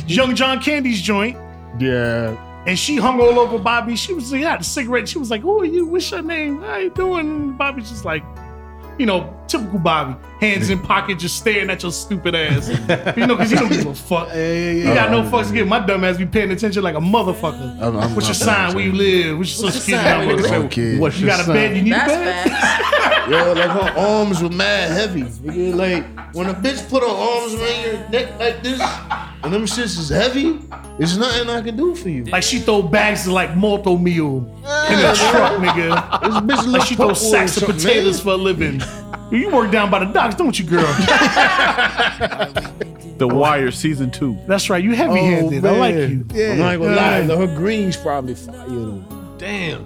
young John Candy's joint.
Yeah.
And she hung all over Bobby. She was like, had a cigarette. She was like, "Who are you? What's your name? How you doing?" And Bobby's just like, you know, typical Bobby, hands in pocket, just staring at your stupid ass. you know, because you don't give a fuck. You got no fucks to give. My dumb ass be paying attention like a motherfucker.
I'm- I'm
What's your
not
sign?
paying
Where you live? What's your social
your sign?
security
Where
number?
Wrong kid.
You got a bed? You need a
That's
bed?
bad.
Yo, like her arms were mad heavy. Nigga, like when a bitch put her arms around your neck like this, and them shits is heavy. It's nothing I can do for you.
Like she throw bags of like malto meal in the truck, nigga.
This bitch
Like
look
she throw
purple or
sacks of
something,
potatoes
man.
for a living. You work down by the docks, don't you, girl?
The Wire season two.
That's right. You heavy handed. I like you.
Yeah,
I'm not gonna lie,
Yeah.
though, her greens probably fire though.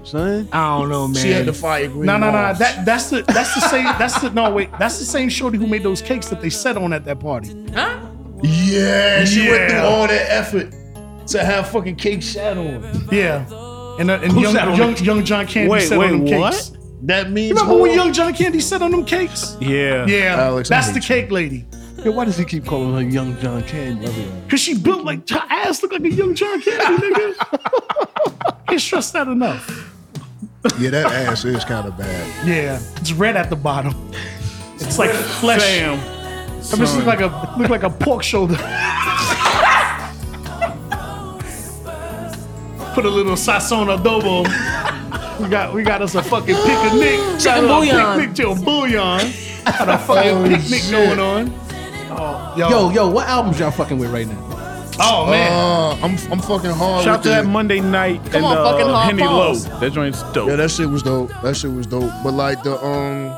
son.
I don't know, man.
She had the fire green.
No, no, no.
balls.
That that's the that's the same. That's the no wait. That's the same shorty who made those cakes that they set on at that party.
Huh?
Yeah, she went through
Yeah.
all that effort to have fucking cake shat on.
Yeah. And uh, and
Who
young
sat on
young,
the-
young John Candy
Wait,
set
wait,
on them
what?
cakes.
That means
Remember when
whole-
young John Candy set on them cakes?
Yeah.
Yeah,
Alex, I
that's
hate
the
you.
cake lady.
Yo, why does he keep calling her Young John Candy?
Cause she built like her ass looked like a young John Candy, nigga. Can't stress that enough.
Yeah, that ass is kind of bad.
Yeah, it's red at the bottom. It's like flesh.
Damn.
I mean, she look like a look like a pork shoulder. Put a little sazon adobo. We got we got us a fucking picnic.
Chicken
Got a little
bouillon.
Picnic to a bouillon. Got a
Oh,
fucking picnic going on. Oh, yo.
Yo, yo, what albums y'all fucking with right now?
Oh man.
Uh, I'm I'm fucking hard.
Shout out
with
to
the-
that Monday night and
on, fucking
uh,
hard
Henny Low.
balls.
That joint's dope.
Yeah, that shit was dope. That shit was dope. But like the um,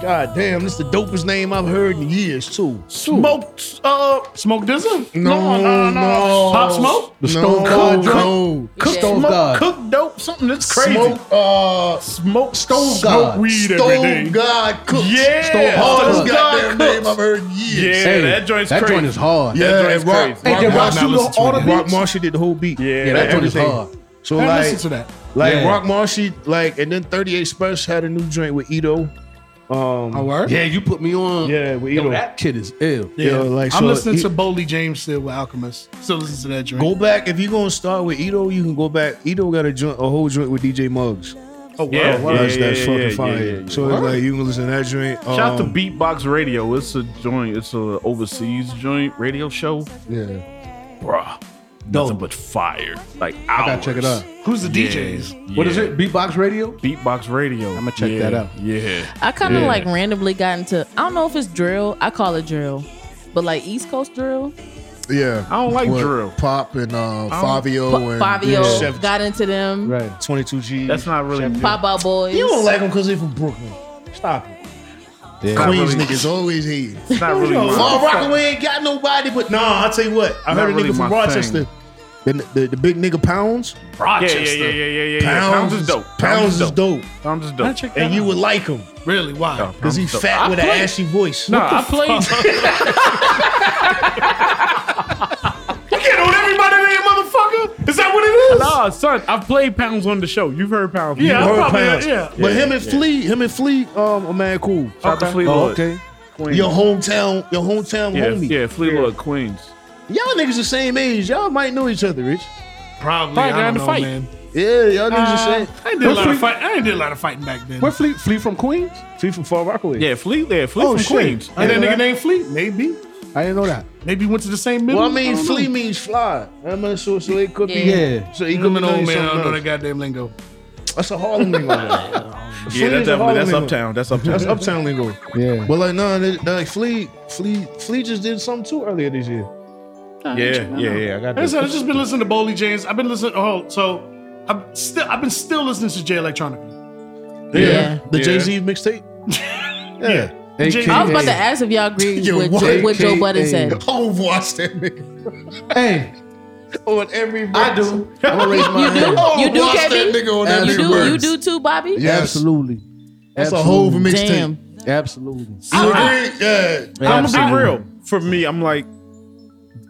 God damn, this is the dopest name I've heard in years too.
Smoked. Uh,
Smoke Dizzle?
no, no,
Pop Smoke?
The
No,
Stone Cold
no.
Drunk,
Cook-
Stone
smoke,
God,
cook dope. Something that's crazy.
Smoke, uh,
Smoke.
Stone God.
Weed every
Stone
day.
God Cooks.
Yeah.
Stone
Stone God
hardest goddamn
Cooks.
name I've heard in
Yeah,
years.
that joint's
that
crazy.
joint is hard.
That
Yeah,
joint's
and Rock-
crazy.
Hey, did Rock
Nah,
Sugar
listen to
all
it.
the
Rock
beats?
Marshall did the whole beat.
Yeah,
Yeah, that joint is
everything.
hard.
So
Man,
like,
listen to that.
like
Yeah.
Rock Marshall, like, and then 38 Special had a new joint with Ito. Um,
I work.
Yeah, you put me on.
yeah, with
Yo,
Ito.
that kid is ill.
Yeah, like,
I'm
so
listening
he-
to Boley James still with Alchemist. Still listen to that joint.
Go back if you're gonna start with Ito, you can go back. Ito got a joint, a whole joint with DJ Muggs.
Oh, wow.
Yeah, yeah,
That's,
yeah,
that's
yeah,
fucking
yeah, yeah,
fire.
yeah, yeah.
So it's like you can listen to that joint.
Uh,
Um,
Shout out to Beatbox Radio. It's a joint. It's a overseas joint radio show.
yeah.
Bruh. Nothing but fire. Like hours.
I gotta check it out.
Who's the
Yeah,
DJs?
What is
yeah.
it? Beatbox Radio?
Beatbox Radio. I'm
I'ma check
yeah,
that out.
Yeah.
I kind of
Yeah.
like randomly got into. I don't know if it's drill. I call it drill, but like East Coast drill.
Yeah.
I don't like
With
drill.
Pop and uh, Fabio
Pa-
and
Fabio
Yeah.
got into them.
Right.
22 G.
That's not really.
Pop Out Boys.
you don't like them because they from Brooklyn. Stop it.
not
Queens
really-
niggas always hating.
It's not really.
Yo,
mine.
Law Rockaway ain't got nobody, but nah. I tell you what, I
Not
heard a
really
nigga from
my
Rochester. The, the, the big nigga Pounds.
Yeah, yeah, yeah, yeah, yeah, yeah. yeah. Pounds is dope.
Pounds is dope,
Pounds is dope.
check that
and you
out.
would like him
really why?
No,
because
Pounds
he's
is dope.
fat
I
with an
played-
ashy voice.
Nah, I played.
You can't own everybody there, motherfucker. Is that what it is?
Nah, son, I've played Pounds on the show. You've heard Pounds.
Yeah,
You
I
heard
probably
Pounds.
yeah.
but him and Flea, him and Flea, um, a man cool.
Shout out to Fleet
Oh,
Lord.
okay.
Queens.
Your hometown, your hometown
yeah,
homie.
yeah, Fleet Lord Queens.
Y'all niggas the same age. Y'all might know each other, Rich.
Probably.
Probably
I
got
don't
in the
know,
fight.
man.
Yeah, y'all need
Uh,
to say.
I ain't did a lot of fight. I ain't did a lot of fighting back then.
Where Fleet Fleet from Queens? Fleet from Far Rockaway.
Yeah, Fleet. Yeah, Fleet
Oh,
from Queens.
And that nigga named Fleet. Maybe.
I didn't know that.
Maybe went to the same middle.
Well, I mean,
don't
flea
know.
means fly. I mean, so, so it could be.
Yeah.
So he could be
No,
known
man, I don't know that
something else.
goddamn lingo.
That's a Harlem lingo.
Yeah, that's definitely that's uptown. That's uptown.
That's uptown lingo.
Yeah.
But like, no, they, they, like flea, flea, flea just did something too earlier this year.
yeah, yeah, yeah. I got
Like I
that.
said, I've just been listening to Boley James. I've been listening. Oh, so I'm still. I've been still listening to Jay Electronica.
Yeah.
The
Yeah.
Jay Z mixtape. Yeah.
Jay-
I was about to
AKA.
ask if y'all agree
Yo,
with
what?
what, what Joe Budden
AKA.
said.
Oh, watch that nigga.
Hey,
On every. I do.
I'm gonna raise my
You do?
hand.
you do,
watch that
KB?
nigga on that
You
nigga
do? You
words.
do too, Bobby?
Yes.
Absolutely.
That's a whole
Absolutely.
mixtape.
Damn.
Absolutely.
You agree? Yeah.
I'm gonna be
Absolutely.
real. For me, I'm like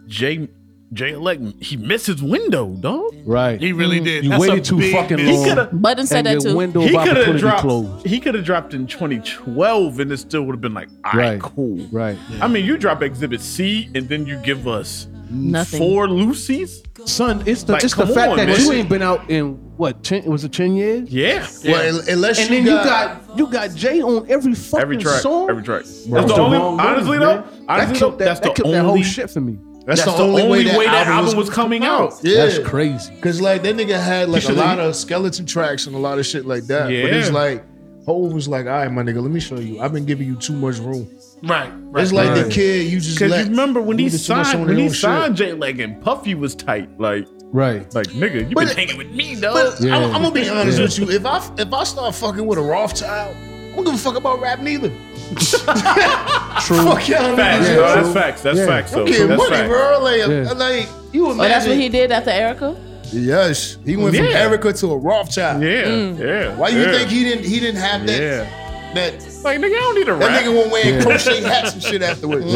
Jay. Jay Elect, he missed his window, dog.
Right.
He really did.
You
That's
waited
a
too
big
fucking
miss.
He
long.
coulda-
Budden said
and
that
your
too.
window
He
of
could have
opportunity
dropped.
closed.
He could have dropped in 2012, and it still would have been like, all right,
Right.
cool.
Right.
I mean, you drop Exhibit C, and then you give us
Nothing.
four Lucy's.
Son, it's the
Like,
it's the
come
fact
on,
that
man.
you ain't been out in what ten was it ten years?
Yeah,
Well, un- unless
And
you,
then you
got,
got you got Jay on every fucking
every track,
song.
every track.
Bro.
That's the
That's the
only.
wrong way,
honestly
man.
though, honestly
that
though,
killed that,
that's
that,
the
killed
only.
that whole shit for me.
That's, the, only, way that, album, was.
was coming out.
Yeah.
That's crazy.
Cause like that nigga had like a
Should
lot of
skeleton tracks and a lot of shit like that. But
Yeah.
it's like, Hov was like, all right, my nigga, let me show you. I've been giving you too much room.
Right. Right.
It's like the
Right.
kid you just
Because
let.
you remember when he
do too much
signed
on
when
their
he
own shit.
signed J Leg and Puffy was tight. Like
Right.
like nigga, you been
But-
hanging with me though.
But
Yeah.
I'm, I'm gonna be honest
Yeah.
with you. If I if I start fucking with a Rothschild, I don't give a fuck about rap neither.
True.
Fuck y'all
Facts,
niggas.
bro.
yo.
That's facts. That's
Yeah.
facts. Though.
I'm getting
That's
money,
facts.
bro. Like,
Yeah.
like you imagine.
Oh, that's what he did after Erica?
Yes. He went from
Yeah.
Erica to a Rothschild.
Yeah, yeah.
Mm. Why you
yeah.
think he didn't? He didn't have that.
Yeah.
That
Like nigga, I don't need a
that
rap.
nigga went wearing
Yeah.
crochet hats and shit afterwards.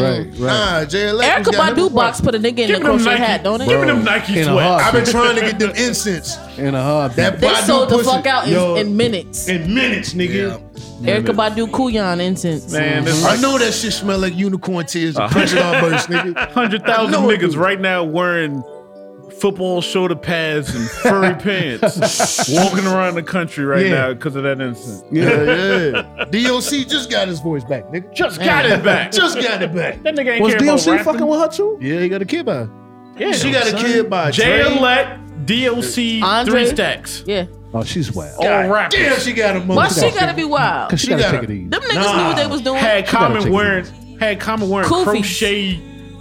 Right, right.
Nah, Jay Electra's
Erica
got
Badu
him
box put a nigga in
Give
a
me them
crochet
Nike.
hat, don't
Give me
it?
them Nike
In a
sweat.
heartbeat.
I've been trying to get them incense.
in a hard.
That
They
Badu
sold the
pussy.
fuck out in,
Yo,
in minutes.
in minutes, nigga.
Erica Badu Kuyan incense.
Man, there's
I
like
know that shit smell like unicorn tears
Uh-huh.
and punch burst, nigga.
hundred thousand
I know it
niggas
do.
right now wearing football shoulder pads and furry pants, walking around the country right
Yeah.
now because of that incident.
Yeah, yeah. DOC just got his voice back, nigga.
Just got it back.
Just got it back.
that nigga ain't
was
care about
DLC
rapping.
fucking with her too?
Yeah, he got a kid by. her.
Yeah,
She got a
son.
kid by.
J
Dre.
Elect, DLC,
Andre.
three stacks.
Yeah.
Oh, she's wild.
All rappers.
Damn, she Ah. got a mother.
Why she gotta be wild?
Cause she,
She
gotta
got
take it
a-
easy.
Them niggas knew what they was doing.
had
gotta take
common
it
wearing had common wearing
Koofies.
crochet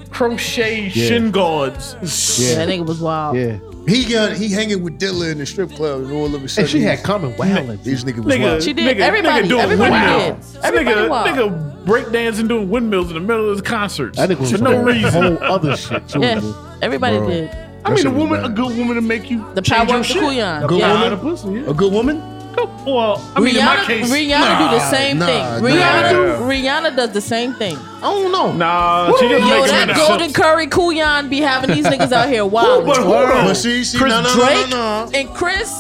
crochet shin guards.
Yeah.
That nigga was wild.
Yeah.
He got he hanging with Dilla in the strip club and all of a sudden.
And she had
these-
common wilding.
these niggas was
Nigga,
wild.
She did.
Nigga,
Everybody-
nigga doing
everybody
windmills.
did. Everybody
nigga,
wild.
nigga breakdancing doing windmills in the middle of his concerts.
That nigga was
for no
on
reason.
Whole other shit too.
Yeah.
dude.
Everybody
Bro.
did.
I mean, a woman, a good woman to make you
The
change
power
your
of the
shit.
Kuyan.
Good
yeah.
woman.
Out of pussy, yeah.
A good woman?
Oh,
Well, I mean, in my
Rihanna,
case,
Rihanna do the same
nah,
thing.
nah.
Rihanna, do, Rihanna does the same thing.
I don't know.
Nah, she just
Yo,
making
that
it up.
Golden Curry Kuyan be having these niggas out here
Who- but
wild.
hold on.
But see, see,
Chris
no, no,
Drake
no, no, no.
and Chris,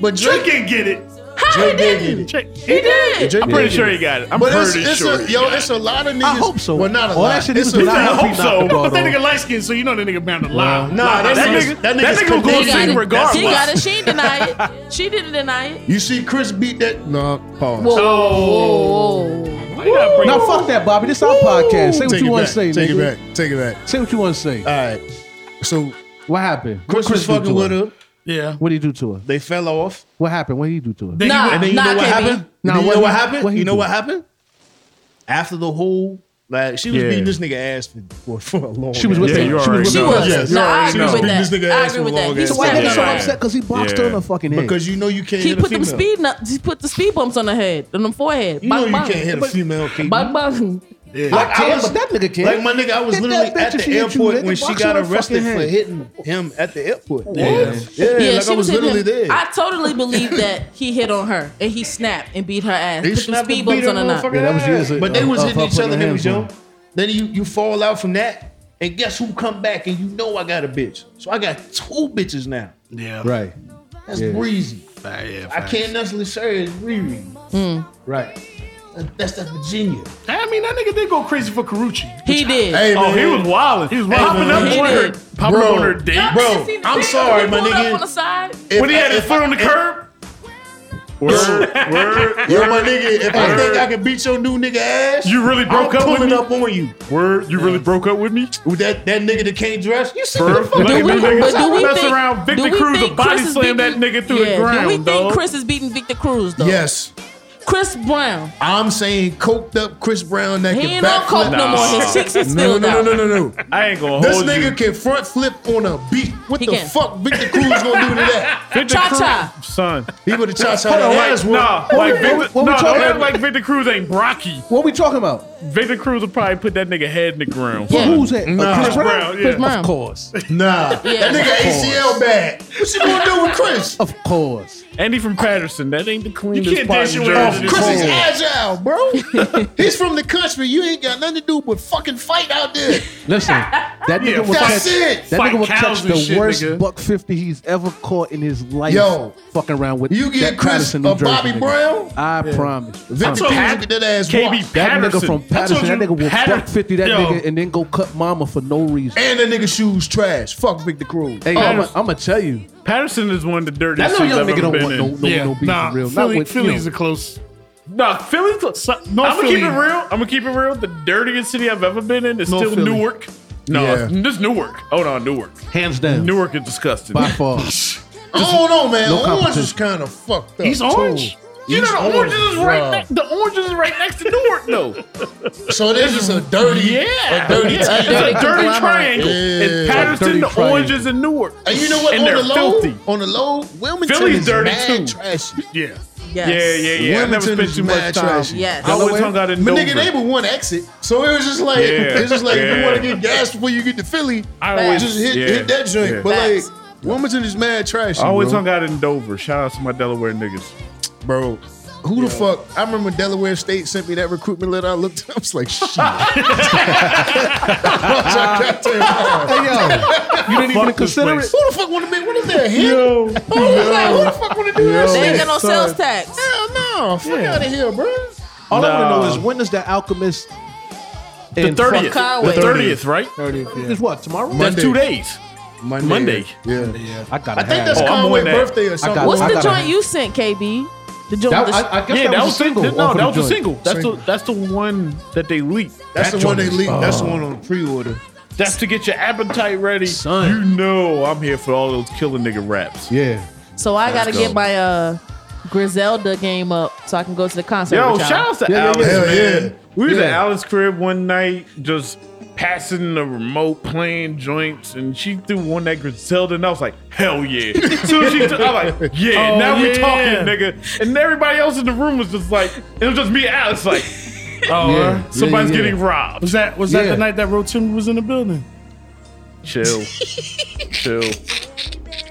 But
Drake
Drake,
can get it.
how he
Drake did
didn't?
Check.
He did.
I'm pretty sure he got it. I'm
but it's,
pretty
it's
sure.
a, yo, it's a lot of niggas.
I hope so.
Well, not a
All
lot.
that shit
it's
is
a
a
lot.
lie.
I hope
He knocked
so.
the ball
But that
off.
nigga light skinned, so you know that nigga bound to lie.
Nah, that
that
nigga's-
nigga,
that
that
nigga's
nigga gonna go
He got
sing
it. She got
regardless.
it. She denied it. She didn't deny it.
You see, Chris beat that. No, pause.
Whoa,
Oh.
whoa, whoa.
Why you gotta bring
Now
up-
fuck that, Bobby. This our podcast. Say what
Take
you
it
want
back.
to say,
Take
nigga.
it back. Take it back.
Say what you want to say.
All right. So
What happened?
Chris,
what
was fucking with her.
Yeah.
What did he do to her?
They fell off.
What happened? What did he do to her?
They-
Nah,
And then you
nah,
know what
KB.
happened?
Nah,
you
what
know what
he-
happened?
what he
you know
do?
what happened? After the whole, like, she was
Yeah.
beating this nigga ass for, for, for a long
she was with
Yeah,
her.
you
she
already
was with
She
know.
her.
was.
Yes,
nah,
you
I
already
agree
know.
with
Beating this
that.
nigga
I
ass
agree with
for
that.
long
He
ass
So why
stepped
nigga so
Yeah.
on her.
upset? Because he boxed her in the fucking head.
Because you know you can't
He
hit a
put them
female.
speed nu- he put the speed bumps on her head, on her forehead.
you know you can't hit a female. Kate.
Bang bang.
Like, I was-
but that nigga can.
Like my nigga, I was
Hit that
literally
bitch
at
if
the
she hit you,
airport
nigga.
when she
Box
got
her in the
arrested
fucking
for
head.
hitting him at the airport. Yeah, yeah,
Yeah,
like
she
I was,
hitting
literally
him.
there.
I totally believe that he hit on her and he snapped and beat her ass.
They
put them
slapped the
speed bumps
beat
on her
up
knob.
motherfucker
that was years
ass.
ago.
But they was
Of-
hitting
of
each other,
putting
Henry
hands on.
Jones. Then you you fall out from that, and guess who come back? And you know I got a bitch. So I got two bitches now.
Yeah.
right,
That's
Yeah.
breezy.
Nah, yeah,
I
fine.
can't necessarily say it's breezy.
right.
That's that Virginia.
I mean, that nigga did go crazy for Carucci.
He did.
Hey,
Oh,
man.
he was wilding. He was popping
wildin'.
up
He
on her,
did.
popping up
Bro.
on her date.
Y'all
Bro,
just seen the
I'm
video
sorry,
when he
my
pulled up
nigga.
On the side.
If-
When he had his
if-
foot on the curb,
Word, word, Yo, my nigga, if I
Word.
think I can beat your new nigga ass,
you really broke
I'm
up with
pulling
me.
up on you.
Word, you really broke up with me.
With that, that nigga that can't dress, you see
Word,
the fuck
like,
Do we,
them niggas
but do we
mess
think,
around
do we
Victor Cruz, a
think
body
Chris is
slam that
beating-
nigga through
yeah,
the ground,
Do we think
dog.
Chris is beating Victor Cruz though?
Yes.
Chris Brown.
I'm saying coked up Chris Brown that
He
can
ain't on coke
backflip.
no more.
Nah.
His cheeks is
No,
filled
no, no,
out.
no, no, no.
I ain't gonna
This
hold
nigga
you.
can front flip on a beat. What
He
the
can.
fuck Victor Cruz gonna do to that?
Victor
Cha-cha.
Cruz, son.
He would have cha cha
on,
that ass
Like,
whoop.
nah,
What
like
we- what we-
Victor,
what we
nah, don't
talking
act
about?
like Victor Cruz ain't Brocky.
What we talking about?
Victor Cruz would probably put that nigga head in the ground.
Yeah.
Who's that? uh,
Nah.
Chris
Chris
Brown?
Brown, yeah.
Chris Brown.
Of course.
Nah.
Yeah.
That nigga ACL bad. What you gonna do with Chris?
Of course.
Andy from Patterson, that ain't the cleanest
can't
part
dish
in
your way out
Jersey.
of
Chris is
Cold.
agile, bro. He's from the country. You ain't got nothing to do but fucking fight out there.
Listen, that nigga will
that's
catch,
it.
that
Fight
nigga will
cows
catch
and
the
shit,
worst
nigga.
buck fifty he's ever caught in his life.
Yo,
fucking around with
You get
that
Chris
Patterson,
a
New Jersey
Bobby
nigga.
Brown.
I promise.
Victor Cruz
told
will
you-
get that ass
KB
whooped.
That
Patterson.
nigga from
I told
Patterson, that
you,
nigga will
Patter-
buck fifty that
Yo,
nigga and then go cut mama for no reason.
And that nigga shoes trash. Fuck Victor Cruz.
Hey, I'm gonna tell you,
Patterson is one of the
that
dirtiest
little young
cities
nigga
I've ever
don't
been
want no,
in.
no,
yeah,
no beef
nah,
for real.
Philly,
Not with you
Philly's
know.
a close.
Nah, Philly's.
So- no,
I'm gonna
Philly.
keep it real. I'm gonna keep it real. The dirtiest city I've ever been in is
North
still
Philly.
Newark. No,
Yeah.
this Newark. Hold on, Newark.
hands down
Newark is disgusting.
by far.
I don't know, man.
no
Orange
competition.
is kind of fucked up.
He's
too.
orange.
You know the
He's
oranges is
orange,
right.
bruh.
next the oranges is right next to Newark, though.
So this is a dirty,
Yeah,
a dirty
Yeah,
team.
it's a dirty
conglomerate.
triangle.
Yeah.
It's Patterson,
Dirty
the
triangle.
oranges, and Newark.
And you know what?
And
on
they're
the low,
filthy.
on the low, Wilmington
Philly's
is
dirty,
mad
too.
trashy.
Yeah.
Yes.
Yeah, yeah, yeah. I never
Wilmington
spent
is
too much
mad
time.
trash.
Yes.
I always
Delaware?
hung out in
But
Dover.
nigga, they were one exit, so it was just like
Yeah.
it's just like if you
Yeah.
want to get gas before you get to Philly,
I always
just hit
yeah.
hit that joint.
Yeah.
But like
Facts.
Wilmington is mad trashy.
I always
bro.
hung out in Dover. Shout out to my Delaware niggas.
bro. Who the fuck? I remember Delaware State sent me that recruitment letter. I looked, I was like, shit. I was like, goddamn,
Hey yo, you didn't even
Fuck this
consider
place.
it.
Who the fuck want to be? What is that? Him?
Yo,
Who the fuck want to do that
They ain't
shit?
got no sales tax.
Hell no! Fuck out of here, bro.
All I want
Nah.
to know is when does that alchemist
the
and
thirtieth, the
Conway.
thirtieth, right?
30th, yeah.
Is what tomorrow?
That's two days.
Monday.
Monday.
Yeah.
I got.
I think that's
Oh, I'm
Conway's
on that.
birthday or something.
got
What's
I
the
gotta-
joint you sent, KB? The joint
That,
with the-
I, I guess
Yeah,
that, was, a single.
the, no,
off of
that was
the
a
joint.
single. That's
Single.
the that's the one that they leaked.
That's
That
the one they
joint is-
leaked. That's the one on pre-order.
That's to get your appetite ready.
Son.
You know I'm here for all those killer nigga raps.
Yeah.
so I gotta get my uh Griselda game up so I can go to the concert.
Yo,
with y'all.
shout out to
Yeah, yeah,
Alice,
yeah. Hell
man.
yeah.
We was at
Yeah.
Alice's crib one night, just passing the remote, playing joints, and she threw one that Griselda, and I was like, hell yeah. So she, took- I'm like, yeah,
Oh,
now we
yeah.
talking, nigga. And everybody else in the room was just like, it was just me and Alice, like, oh,
Yeah,
somebody's
yeah, yeah.
getting robbed.
uh, Was that was that
Yeah.
the night that Rotim was in the building?
Chill, chill.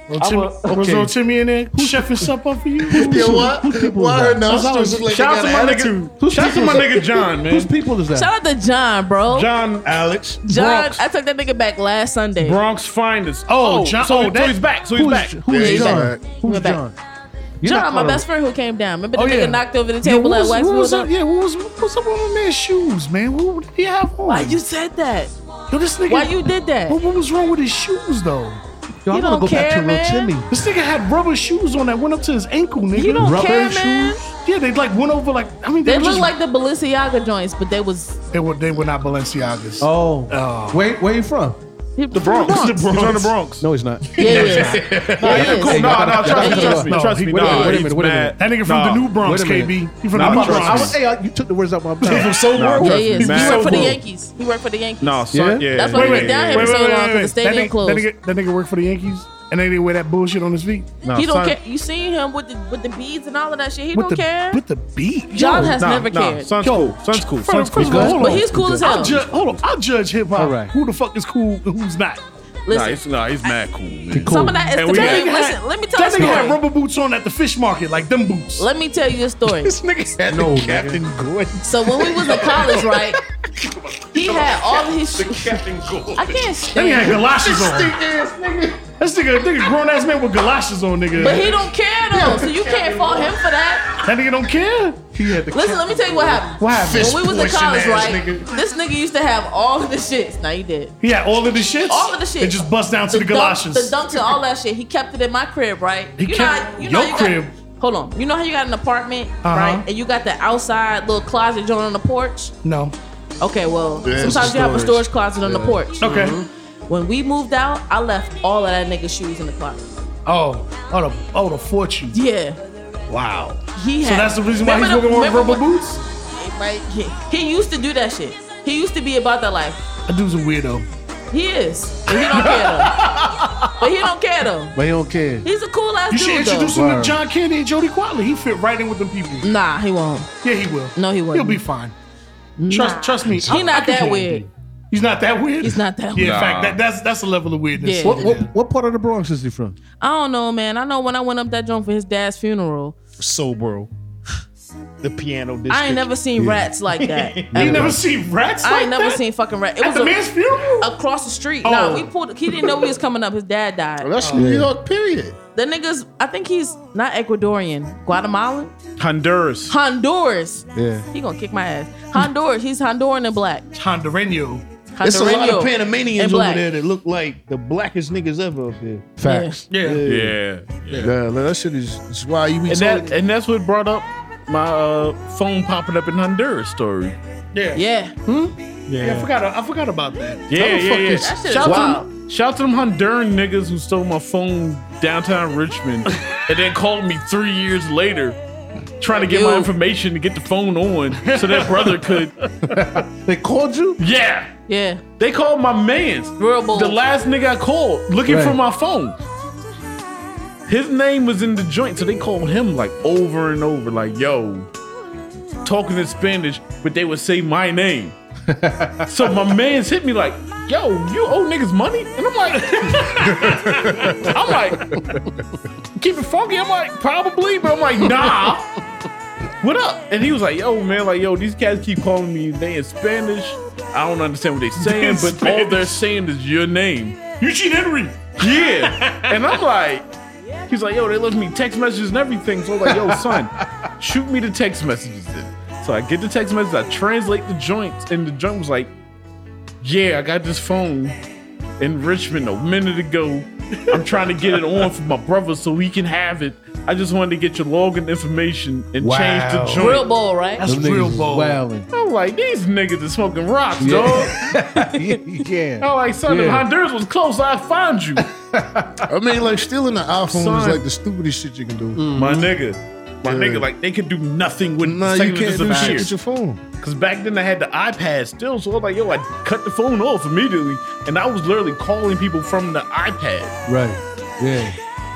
Rotimi, Was Rotimi in there chefing supper for you?
Yeah, what? Why her nostrils look like
Shout out to
they
my
got an
nigga. Shout out to my nigga John,
Whose
man.
people is that?
Shout out to John, bro. John,
John Alex. Bronx,
I took that nigga back last Sunday.
Bronx finest.
Oh, John-
So,
oh,
so
that-
he's back. So he's
Who's,
back.
who is
Yeah,
John?
alright.
Who's
We're back.
John? You're not
John, my
calling
best
him-
friend who came down. Remember the
Oh,
nigga
yeah.
knocked over the
Yeah,
table at
what was up?
Westwood?
Yeah, what was what was up with my man's shoes, man? What, what did he have on?
Why you said that?
Yo, this nigga.
Why you did that?
What, what was wrong with his shoes, though?
You
Yo, I want
don't
to go back
care,
to
man.
Rotimi.
This nigga had rubber shoes on that went up to his ankle, nigga.
You don't
Rubber
care,
shoes?
man.
Yeah, they like went over like. I mean, they,
They
were
look
just,
like the Balenciaga joints, but they was
they were they were not Balenciagas.
Oh.
Oh.
Where, where you from?
the
Bronx. He's on the Bronx.
No, he's not.
Yeah, yeah.
Nah, yeah,
yeah.
cool.
Hey,
Nah, nah,
y'all
trust
gotta-
me,
y'all
trust me,
gotta-
trust me.
no, he-
Nah,
wait a
he's
minute, wait a minute.
mad.
That nigga from
Nah.
the New Bronx,
Wait a minute.
KB. He from
Nah,
the New
I'm trying-
I
Bronx.
was, hey, uh, you took the words out my mouth.
So
Nah,
Yeah,
worth.
he is.
Mad
He worked for the
cool.
Yankees. He worked for the Yankees.
No, son.
Yeah?
Yeah,
That's
yeah,
why
yeah,
we down
yeah.
here so long because the
That
stadium
nigga, that,
closed.
nigga, that nigga worked for the Yankees, and they didn't wear that bullshit on his feet.
Nah,
He don't
son.
care. You seen him with the with the beads and all of that shit. He
with
don't
the
care.
with the beat.
John
Yo,
has
Nah,
never
nah,
cared.
Son's cool. Son's cool.
First,
Son's cool.
first of all,
good.
hold
But
on.
he's cool as
I'll
hell.
ju- hold on. I judge hip hop.
All right.
Who the fuck is cool and who's not?
Nah,
Listen,
it's, nah, he's mad cool, man.
He cool.
some of that is
And
the
we
thing.
had-
Listen, let me tell you a
That nigga had
story.
rubber boots on at the fish market, like them boots.
Let me tell you a story.
This nigga had
No,
the
nigga.
Captain Gordon.
So when we was in college, right? He had all of his. shoes.
Captain Cool.
I
That nigga
can't stand.
had galoshes on.
Stink ass nigga.
This nigga, nigga, grown ass man with galoshes on, nigga.
But he don't care though. him, so you can't fault him for that.
That nigga don't care.
He had the
Listen, let me tell you what happened.
Why? happened?
when we was in
Fist-pushing
college,
ass
right?
nigga.
This nigga used to have all of the shits. Now he did.
He had all of the shits.
All of the shit.
It just bust down to the, Galatians.
Dump, the dumps and all that shit. He kept it in my crib, right?
He kept your
got-
crib. Uh-huh.
hold on. You know how you got an apartment, right? And you got the outside little closet joint on the porch.
no.
Okay, well,
There's
sometimes
the
you have a
storage.
storage closet on the porch.
Okay.
Mm-hmm.
When we moved out, I left all of that nigga's shoes in the closet.
Oh, oh, the, oh, the fortune.
Yeah.
Wow.
He
So
had,
that's the reason why he's
Remember the-
walking with
remember
rubber
when-
boots.
Right? He, he used to do that shit. He used to be about that life.
That dude's a weirdo.
He is. But he don't care though. but he don't care though.
But he don't care.
He's a cool ass
You
dude
should introduce
though.
him to
Word.
John Candy and Jody Quatley. He fit right in with them people.
Nah, he won't.
Yeah, he will.
No, he won't.
He'll be fine. Trust, trust me.
He not that weird.
He's not that weird.
He's not that
Yeah,
weird.
in fact, that, that's that's a level of weirdness.
Yeah.
What, what, what part of the Bronx is he from?
I don't know, man. I know when I went up that joint for his dad's funeral,
So, bro. The piano district.
I ain't never seen rats like that.
You never seen rats
I
like
ain't never
that?
seen fucking rats. It
At
was
the
a-
man's funeral?
across the street.
Oh.
Nah, we pulled. He didn't know we was coming up. His dad died.
That's New York, period.
The niggas. I think he's not Ecuadorian, Guatemalan,
Honduras.
Honduras.
Yeah.
He gonna kick my ass. Honduras. He's Honduran and black.
Hondureño.
Hondureño.
There's a lot of
and
Panamanians over
black.
there that look like the blackest niggas ever up there.
Facts.
Yeah.
Yeah. yeah.
Yeah, that shit is, is why you be
And
talking.
that and that's what brought up my uh, phone popping up in Honduras story.
Yeah.
Yeah.
Yeah, I forgot I forgot about that.
Yeah, yeah, yeah.
That shit is
Shout, to
wild.
them, shout to them Honduran niggas who stole my phone downtown Richmond and then called me three years later trying to get my
Yo.
information to get the phone on so their brother could.
They called you?
Yeah.
Yeah.
They called my mans.
Real bold.
The last nigga I called looking for
Right.
my phone. His name was in the joint, so they called him like over and over, like, yo, talking in Spanish, but they would say my name. so my man's hit me like, yo, you owe niggas money? And I'm like, I'm like, keep it funky. I'm like, probably, but I'm like, nah. What up? And he was like, yo, man, like, yo, these cats keep calling me, they in Spanish. I don't understand what they saying, but all
Spanish.
they're saying is your name.
Eugene Henry.
Yeah. And I'm like, he's like, yo, they left me text messages and everything. So I'm like, yo, son, shoot me the text messages then. So I get the text message, I translate the joints, and the joint was like, yeah, I got this phone in Richmond a minute ago. I'm trying to get it on for my brother so he can have it. I just wanted to get your login information and change the joint.
Real ball, right?
That's real bold.
Wilding.
I'm like, these niggas is smoking rocks, dog.
yeah.
I'm like, son, if
Yeah.
Honduras was close, I'd find you.
I mean, like stealing an iPhone is
Son. Mm.
like the stupidest shit you can do.
My nigga. My nigga, like they could do nothing with
Nah, you
secular
can't do shit
disappear.
with your phone.
Cause back then I had the iPad still, so I was like, yo, I cut the phone off immediately, and I was literally calling people from the iPad.
Right. Yeah.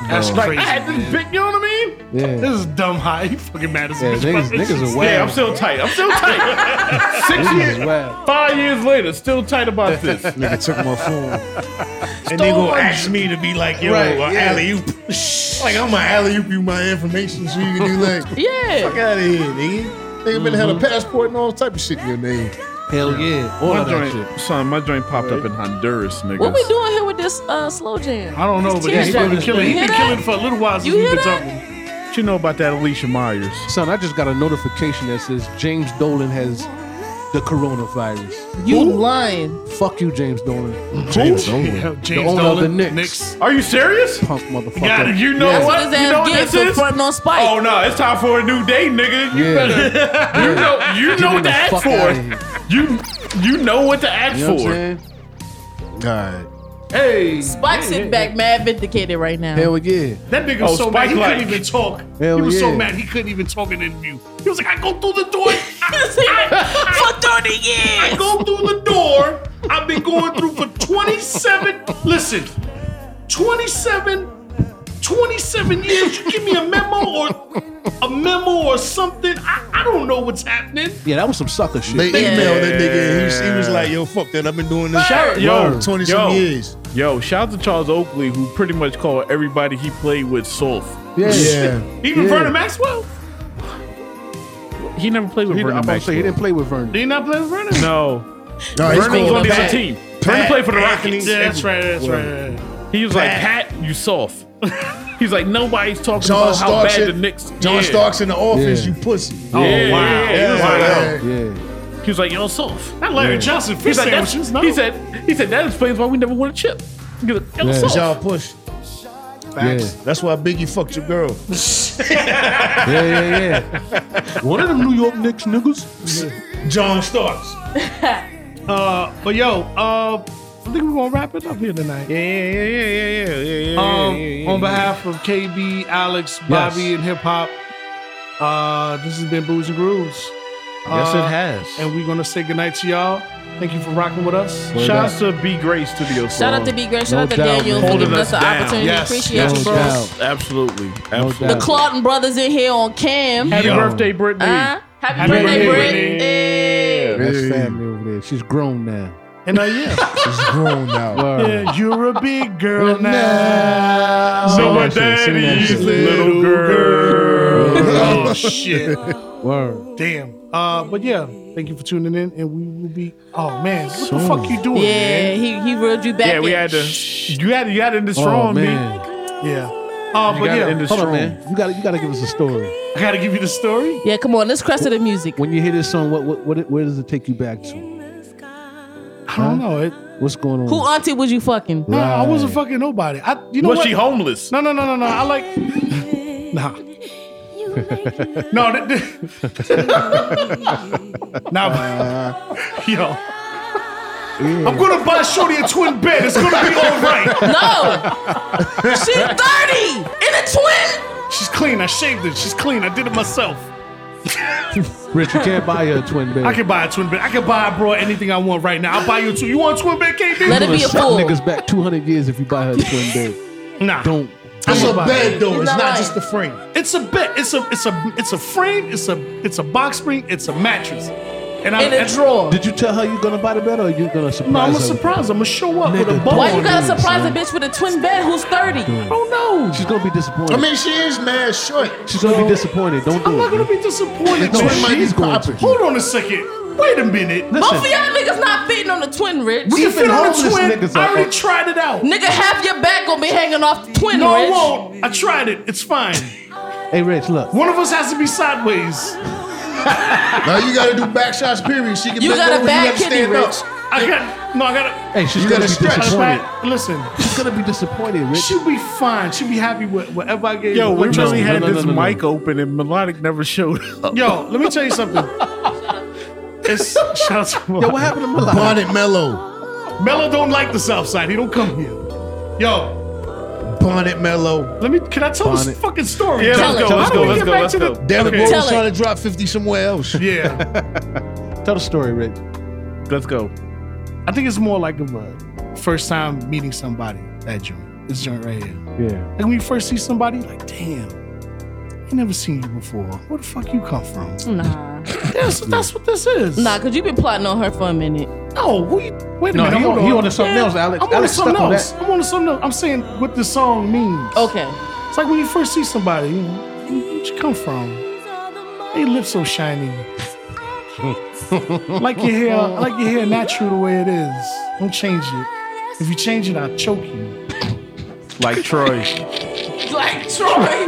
That's
No.
Like
crazy.
I had this
man.
big, you know what I mean?
Yeah.
This is dumb high. He fucking mad as
Yeah,
bitch. It's
niggas- niggas are
just-
wild.
Yeah, I'm still tight. I'm still tight. Six
This is
years,
wild.
five years later, still tight about this.
Nigga took my phone.
And they gonna ask me to be like, yo,
Right,
uh,
yeah.
alley-oop.
Like I'm gonna alley oop you my information so you can do like fuck
Yeah.
out of here, nigga. Nigga been had a passport and all type of shit in your name.
Hell yeah. All
My
of that shit.
joint, son, my joint popped up in Honduras, nigga.
What we doing here with this uh, slow jam?
I don't know, but he's
tear
been
jerking.
killing.
You
He's been
hear
killing
that?
for a little while since
You
we've
hear
been
that?
talking.
What you know about that Alicia Myers?
Son, I just got a notification that says James Dolan has the coronavirus.
You lying.
Fuck you, James Dolan.
James
Yeah,
Dolan.
James
owner of the
Dolan,
Knicks.
Knicks.
Are you serious?
Punk motherfucker.
Got it. You know
That's what
what?
his
you
ass
know what
gets
this
for
is?
fronting on Spike.
Oh no, it's time for a new day, nigga. You
Yeah.
better. You know. You know
me
what
the
to ask
fuck outta here.
for. You. You know what to ask
You know what I'm
for.
saying?
Alright.
hey.
Spike's sitting back mad vindicated right now.
Hell yeah.
That nigga
Oh,
was so
Spike
mad he
like-
couldn't even talk.
Hell
he was so
yeah.
mad he couldn't even talk in the interview. He was like, I go through the door.
for 30
I
years.
go through the door. I've been going through for 27, listen, 27, 27 years. You give me a memo or a memo or something. I, I don't know what's happening.
Yeah, that was some sucker
They
shit.
Yeah.
emailed that nigga and he was, he was like, yo, fuck that. I've been doing this
Shout,
shit
yo,
for 20 some
yo,
years.
Yo, shout out to Charles Oakley, who pretty much called everybody he played with soft.
Yeah.
Yeah.
Even
Yeah.
Vernon Maxwell?
He never played with
He, I'm
Vernon
about to say he
Maxwell.
didn't play with Vernon.
Did he not play with Vernon?
No,
No, he's
Vernon was
cool.
on the
Pat-
other team. Vernon
Pat
played for the
Anthony.
Rockets.
Yeah, that's right. That's right.
He was like, Pat, you soft. He's like, nobody's talking
John
about how
Starks
bad the
in-
Knicks.
John
yeah.
Starks in the office,
Yeah.
you pussy.
Oh, wow. Yeah,
yeah,
wow.
yeah.
Yeah.
He was like, yo, soft.
Not Larry Johnson fish
He's like, that's,
sandwiches. No.
he said, he said that explains why we never won a chip. He was like, yo,
Yeah.
soft.
Y'all push.
Facts.
That's why Biggie fucked your girl.
Yeah, yeah, yeah. One of them New York Knicks niggas.
John Starks.
Uh, but yo, uh, I think we're gonna wrap it up here tonight.
Yeah, yeah, yeah, yeah, yeah, yeah, yeah.
Um, on behalf of KB, Alex, Bobby, and Hip Hop, uh, this has been Booze and Grooves.
Yes,
Uh,
it has.
And we're gonna say goodnight to y'all. Thank you for rocking with us.
Word
Shouts to B Gray Studio.
Shout out to B Great. Shout
No
out to
doubt,
Daniel
man.
for
Holding
giving us the
us down.
opportunity.
Yes,
Appreciate
yes,
you,
no
bro.
doubt.
Absolutely, absolutely.
doubt.
The Clawton brothers in here on cam.
Happy
Yo.
birthday, Brittany.
Uh, happy,
Happy
birthday,
birthday,
Brittany.
That's family over there. She's grown now.
And uh, yeah,
It's grown now.
Word.
yeah, you're a big girl now.
Sing
So
Oh, that shit, sing that
daddy's
shit.
little girl. oh shit.
Word.
Damn. Uh, but yeah, thank you for tuning in, and we will be. Oh man, what the
Soon.
fuck you doing,
Yeah,
man?
he, he reeled you back.
yeah, we
in.
had to. You had to. You had to end this
Oh,
strong,
man.
man.
Yeah. Uh, but
gotta
yeah,
end this
hold on.
Hold on, man. You gotta, you gotta give us a story.
I gotta give you the story.
Yeah, come on, let's crest to the music.
When you hear this song, what, what, what it- where does it take you back to?
I don't know. It,
What's going on?
Who auntie was you fucking?
no, I wasn't fucking nobody. I, you know
Was
what?
she homeless?
no, no, no, no, no. I like. Nah. no. Th- th- nah. yo. I'm gonna buy Shorty a twin bed. It's gonna be all right.
No, she's thirty in a twin.
She's clean. I shaved it. She's clean. I did it myself.
Rich, you can't buy her a twin bed.
I can buy a twin bed. I can buy bro anything I want right now. I'll buy you a twin. You want a twin bed, KB?
Let
You
it
gonna
be a
shut
fool.
niggas back 200 years if you buy her a twin bed.
Nah,
Don't.
I'm
It's a
about
bed
it.
though.
You're
It's
not
not
right.
just the frame.
It's a bed. It's a it's a it's a frame. It's a it's a box spring. It's a mattress. And
In a
and-
drawer.
Did you tell her you're gonna buy the bed or you gonna surprise
No, I'm
her?
a surprise. I'm gonna show up with a
Nigga,
bow.
Why
on
you
it.
gotta
dude,
surprise a
son.
bitch with a twin bed who's thirty?
Oh no!
She's gonna be disappointed.
I mean, she is mad short.
She's gonna be disappointed. Don't do
I'm
it.
not gonna
man.
be disappointed.
No,
man.
Twin might be
she's going to.
popping.
Hold on a second. Wait a minute.
Both of
Listen,
y'all niggas not fitting on the twin, Rich.
We can
even
fit on a
homeless niggas
twin. I
are-
already tried it out.
Nigga, half your back gonna be hanging off the twin,
No, I
Rich.
won't. I tried it. It's fine.
hey Rich, look.
One of us has to be sideways.
Now you gotta do back shots, period. She can
You
bend
got a
over,
bad
you gotta
kidney,
stand
Rich.
up.
I got no. I got.
Hey, she's
You
gonna
gotta
be
stretch.
disappointed.
Listen,
She's gonna be disappointed, Rich.
she'll be fine. She'll be happy with whatever I get.
Yo, we
No,
really
no,
had
no,
this
no, no, no.
mic open and Melodic never showed up.
Yo, let me tell you something. It's shout out to
Yo, what happened to Malak?
Bonnet mellow.
Mello don't like the South Side. He don't come here. Yo,
Bonnet mellow.
let me. Can I tell
Bonnet.
this fucking story?
Yeah,
Tell
let's
it.
go, let's
How do
go,
we
let's
get
go,
back
let's
to
go.
the-
Derrick
Okay.
Rose
Tell it.
trying to drop 50 somewhere else.
Yeah,
Tell the story, Rich.
Let's go.
I think it's more like of a first time meeting somebody. That joint, this joint right here.
Yeah.
Like when you first see somebody, like damn, I never seen you before. Where the fuck you come from?
Nah.
That's, that's what this is.
Nah, cause you been plotting on her for a minute.
no, who you, wait a
No,
minute.
he
hold
on,
on.
he on to something else, Alex.
I'm on to
Alex
something
stuck on
else.
that. Oh,
I'm on to something else. I'm saying what this song means.
Okay.
It's like when you first see somebody, you know, where'd you come from? They lips so shiny. like your hair, like your hair natural the way it is. Don't change it. If you change it, I'll choke you.
Like Troy.
Like Troy.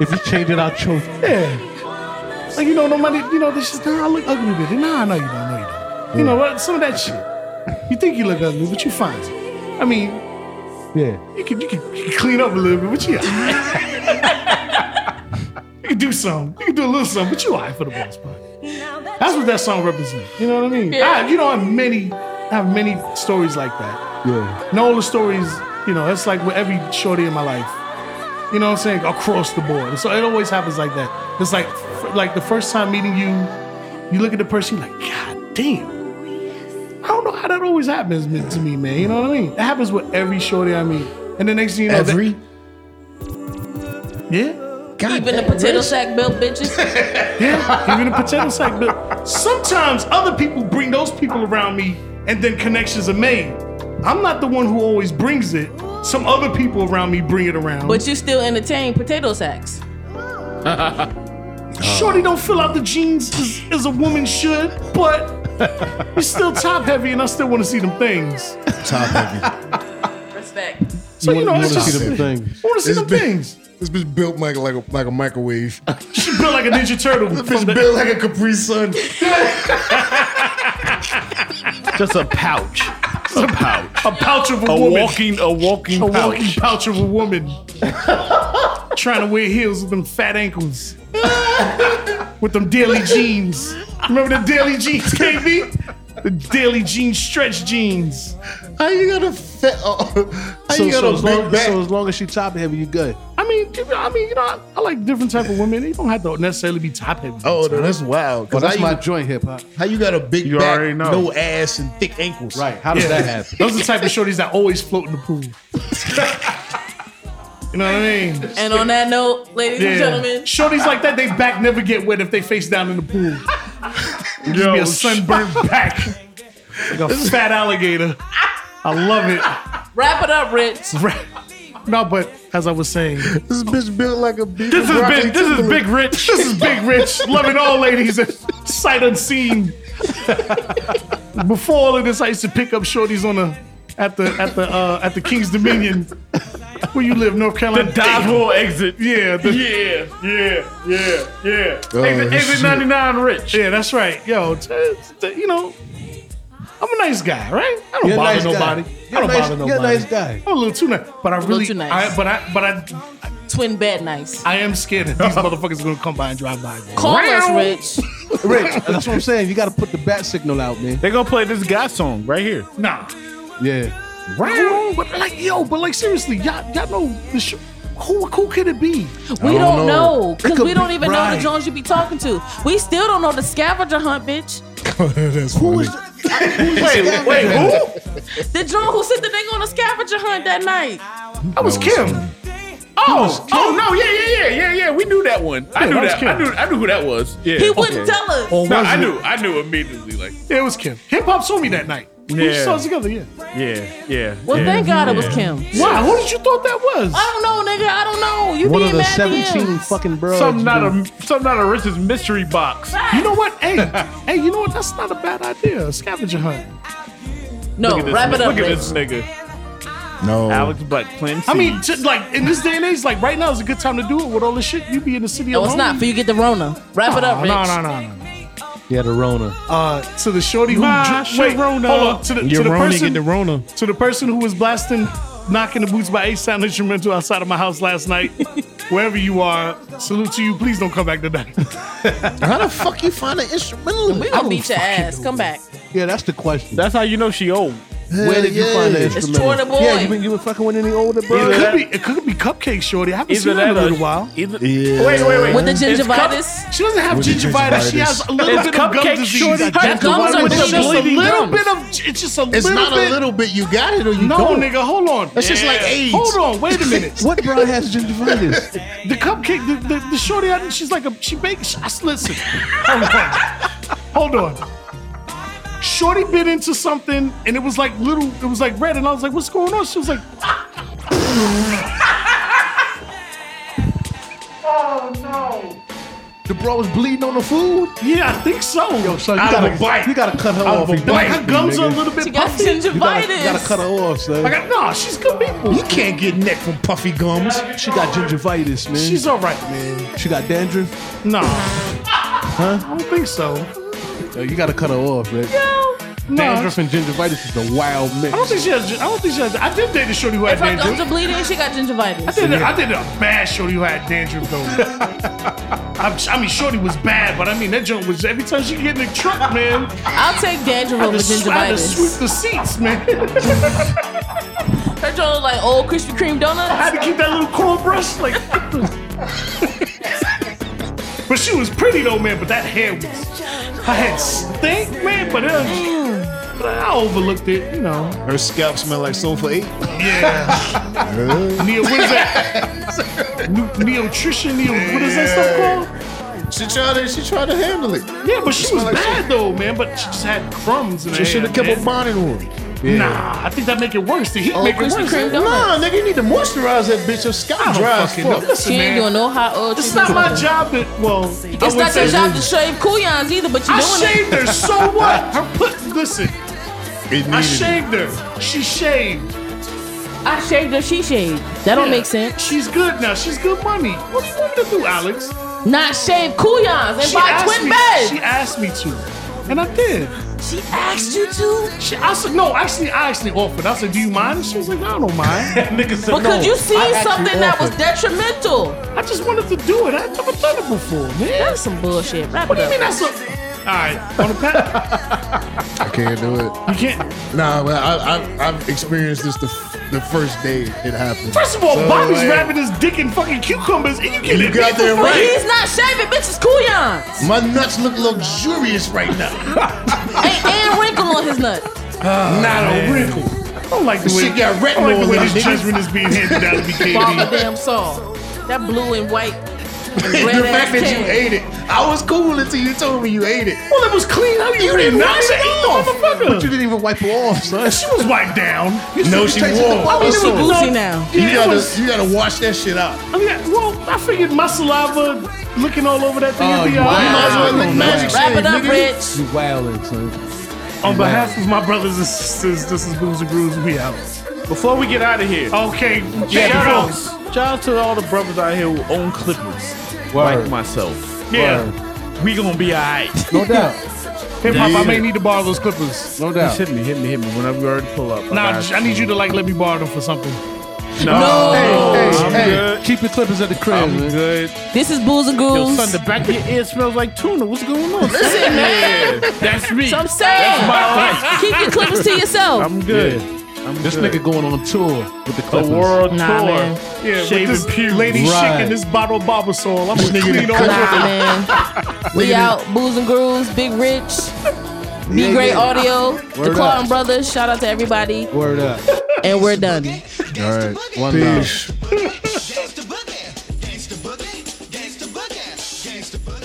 If you change it, I'll choke.
Yeah. Like you know, nobody, you know, this is nah, I look ugly with it. Nah, no, you don't, no, you don't. You know what? Some of that shit. You think you look ugly, but you fine. I mean,
Yeah.
you can you can, you can clean up a little bit, but you alright. you can do something. You can do a little something, but you alright for the most part. That's what that song represents. You know what I mean?
Yeah.
I, you know, I have many, I have many stories like that.
Yeah.
And all the stories, you know, that's like with every shorty in my life. You know what I'm saying? Across the board. So it always happens like that. It's like, like the first time meeting you, you look at the person, you're like, God damn. I don't know how that always happens to me, man. You know what I mean? It happens with every shorty I meet. And the next thing you know, that-
Every
yeah.
God
Even the
damn,
potato
Rich.
sack built bitches.
Yeah. Even a potato sack. But sometimes other people bring those people around me and then connections are made. I'm not the one who always brings it. Some other people around me bring it around.
But you still entertain potato sacks.
Shorty don't fill out the jeans as, as a woman should, but you're still top heavy and I still want to see them things.
Top heavy.
Respect.
So you,
You
know,
wanna-
it's
you wanna
just,
see them things.
I want to see
It's
them
been-
things.
This bitch built like a, like a, like a microwave. This
She built like a Ninja Turtle. from
bitch
the-
built like a Capri Sun.
Just a pouch. A pouch.
a pouch of a,
A
woman.
walking, a walking
a
pouch.
walking pouch of a woman. trying to wear heels with them fat ankles. with them daily jeans. Remember the daily jeans, KB? The daily jean stretch jeans.
How you got a fat? Oh, how
So,
you got
so
a
as
big
long,
back?
so as long as she top heavy, you good.
I mean, you know, I mean, you know, I, I like different type of women. They don't have to necessarily be top heavy.
oh, no, that's wild.
Well,
Cause
that's
how,
my
you,
joint hip hop.
how you got a big
You
back,
already know.
no ass, and thick ankles?
Right? How does that happen?
Those are the type of shorties that always float in the pool. you know what I mean?
And on that note, ladies and gentlemen,
Shorties like that, they back never get wet if they face down in the pool. Just be a sunburned back. Like a fat alligator. I love it.
wrap it up, Rich.
No, but as I was saying,
This bitch built like a big
this is big. This is big rich. This is big rich. Loving all ladies, sight unseen. Before all of this, I used to pick up shorties on the at the at the uh, at the King's Dominion, where you live, North
The
Carolina.
dive hole exit.
Yeah, the-
yeah, yeah, yeah, yeah.
Oh,
exit
shit.
exit 99 rich.
Yeah, that's right. Yo, t- t- you know, I'm a nice guy, right? I don't
You're a
bother
nice guy.
nobody. I
You're a
don't
nice-
bother nobody.
You're a nice guy.
I'm a little too nice, but I really,
too nice.
I, but I, but I,
Twin bed nice.
I am scared that these motherfuckers are gonna come by and drive by. man.
Call us, Rich.
Rich, that's what I'm saying. You got to put the bat signal out, man.
They're gonna play this guy song right here.
Nah,
Yeah.
Wrong, but like, yo, but like, seriously, y'all, y'all know the sh- who, who could it be?
We
don't
don't
know.
know because
could
we don't
be
even know
Brian.
the Jones you be talking to. We still don't know the scavenger hunt, bitch.
That's funny.
Wait, wait, who?
The Jones who sent the nigga on the scavenger hunt that night.
That was Kim.
Oh, oh no, yeah, yeah, yeah, yeah, yeah. We knew that one. I
Yeah,
knew
that was
that.
Kim.
I knew, I knew who that was. Yeah. Oh,
He wouldn't tell us.
No, I knew. I knew immediately. Like,
Yeah, it was Kim. Hip hop saw me that night. We
Yeah.
saw it together. Yeah.
yeah, yeah.
well,
yeah,
thank God
yeah.
it was Kim.
Wow, who did you thought that was?
I don't know, nigga. I don't know. You
One
being
of the
mad
17
DMs.
fucking bros.
Some not a some not a rich's mystery box.
You know what? Hey, hey, you know what? That's not a bad idea. A scavenger hunt.
No,
Look at this
wrap
nigga.
it up,
Look at
Rich.
this nigga,
No.
Alex Black. Plant
I mean, t- like in this day and age, like right now is a good time to do it with all this shit. You be in the city
No,
alone.
it's not. For you get the Rona. Wrap it up,
Oh,
Rich.
no, no, no, no, no.
Yeah, the Rona.
Uh, to the shorty who
My
dr- wait, hold
Sharona.
on. To the, to
Your
the
Rona
person,
get the Rona.
to the person who was blasting knocking the boots by ace sound instrumental outside of my house last night wherever you are salute to you please don't come back tonight
How the fuck you find an instrumental?
We gonna beat your ass. Come back.
Yeah, that's the question.
That's how you know she old.
Where did you
yeah.
find that
It's
instrumental?
Jordan Boy.
Yeah, you been, you been fucking with any older
it
bro?
could
that-
be it could be cupcake shorty i haven't
Either
seen her in
that
a
or
little while
Either, Wait, wait, wait.
With the
It's cup-
gingivitis.
she doesn't have
With the
gingivitis. She
gingivitis.
has a little
It's
bit of gum
cupcake
disease.
shorty.
I
Her
guess.
gums are
It's just a
bleeding
little
gums.
bit of. It's just a
It's
little
not
bit.
a little bit. You got it or you
No,
don't.
nigga, hold on.
That's just like AIDS.
Hold on, wait a minute.
What bro has gingivitis?
The cupcake, the, the, the shorty, I, she's like a she bakes. I listen. Hold on. Hold on. Shorty bit into something and it was like little, it was like red, and I was like, what's going on? She was like,
the bro was bleeding on the food.
yeah, I think so. Yo,
So you
Out of
gotta,
a bite.
you gotta cut her
Out
off.
of a
you
bite.
gotta-
Her gums are a
nigga.
little
She
bit
got
puffy.
You gotta, you gotta
gingivitis.
cut her off, son.
I got, nah, she's good people.
You can't get neck from puffy gums.
she got gingivitis, man.
She's all right, man.
she got dandruff.
Nah. Huh? I don't think so.
Yo, you gotta cut her off, man.
Nah.
Dandruff and gingivitis is the wild mix.
I don't think she has. I don't think she has. I did date a shorty who had
If her gums
dandruff.
are bleeding, she got
I
gingivitis.
did, I did a bad shorty who had dandruff though. I'm, I mean, shorty was bad, but I mean that joke was every time she get in the truck, man.
I'll take dandruff
I
over
had to, I had to
gingivitis.
sweep the seats, man. I
Her joint look like old Krispy Kreme donuts.
had to keep that little corn brush, like. but she was pretty though, man. But that hair was, her head stink, man. But it, but I overlooked it, you know.
Her scalp smell like sofa eight.
Neo, what is that? Nu- Nutrition, Neo, what is that stuff called?
She tried to. She tried to handle it.
Yeah, but she was
like
bad though, man. But she just had crumbs in her
She should have
hand,
kept a
man.
bonnet on.
Nah, I think that make it worse. The heat make it
Krispy
worse.
Kreme donuts.
Nah, nigga, you need to moisturize that bitch. Her
I
scalp
don't
dry as
fucking know.
fuck.
Listen,
She ain't
man.
doing no hot uh, oil.
It's
treatment.
not my job to. Well, I
It's
wouldn't
not your
say-
job to shave kuyans either, but
I
you doing it.
shaved her. So what? Her put. Listen, I
It needed it.
shaved her. She shaved.
I shaved or she shaved. That don't make sense.
She's good now. She's good money. What do you want me to do, Alex?
Not shave kuyans and buy twin
me,
beds.
she asked me to, and I did.
She asked you to?
She, I said no. Actually, I actually offered. I said, "Do you mind?" She was like, "I don't mind."
Nigga said
But could you see
I actually
something that was detrimental?
I just wanted to do it. I never done it before, man.
That's some bullshit. Wrap
What do
it
you
up.
mean that's a? All right, on the pat,
I can't do it.
you can't.
Nah, but I, I've, I've experienced this the, f- the first day it happened.
First of all,
So,
Bobby's
like,
wrapping his dick in fucking cucumbers, and you get
You
it.
got there
But
right.
he's not shaving, bitch. It's kuyans.
My nuts look luxurious right now.
Ain't and wrinkle on his nut.
not a wrinkle. I don't like the way,
shit got
I don't like
retinol
the way
in it,
this
nigga.
judgment is being handed down to me,
Mama
KB.
damn saw. That blue and white.
the
Red ass
fact that you
can.
ate it, I was cool until you told me you ate it.
Well, it was clean. How do you, didn't
wipe
knock
it
it
off.
off,
But you
motherfucker?
didn't even wipe it off, son.
She was wiped down.
No, she
tasted
won't.
the- I mean, it
She
was
boozy
no-
now.
You
Yeah, it
gotta,
was-
you gotta wash that shit out.
I mean, well, I figured my saliva looking all over that thing would be all
wow.
You might as well
right.
lick magic
Wrap
shit,
it up,
nigga.
Rich.
You wildin', son.
On behalf of my brothers and sisters, this is Booze and Grooves. We out.
Before we get out of here,
Okay,
shout
shout out.
out, shout out to all the brothers out here who own clippers, like
Word.
myself.
Yeah,
We gonna be alright.
No doubt.
hip hop. I may need to borrow those clippers.
No
Just
doubt.
hit me, hit me, hit me. Whenever you already pull up.
Nah,
got
I need you to like let me borrow them for something.
No,
Hey,
I'm
hey,
good.
Keep your clippers at the crib,
I'm
man.
good.
This is Booze and
Yo,
Grooves.
son, the back of your ear smells like tuna. What's going on? Listen, man. That's me.
So I'm saying,
my
keep your clippers to yourself.
I'm good. I'm
This
good.
nigga going on tour with the
the
Clippers.
world
Nah,
tour.
man.
Yeah, with
Shaving
this
pubes.
lady
Right.
shaking this bottle of barbasol. I'm gonna clean all
Nah,
over.
man. We out. Booze and Grooves. Big Rich. Be Great Audio. The
Word
Clawton
up.
Brothers. Shout out to everybody.
Word up.
And we're done.
All right. One love.
Peace.
Gangsta boogie, gangsta boogie, gangsta boogie, gangsta boogie.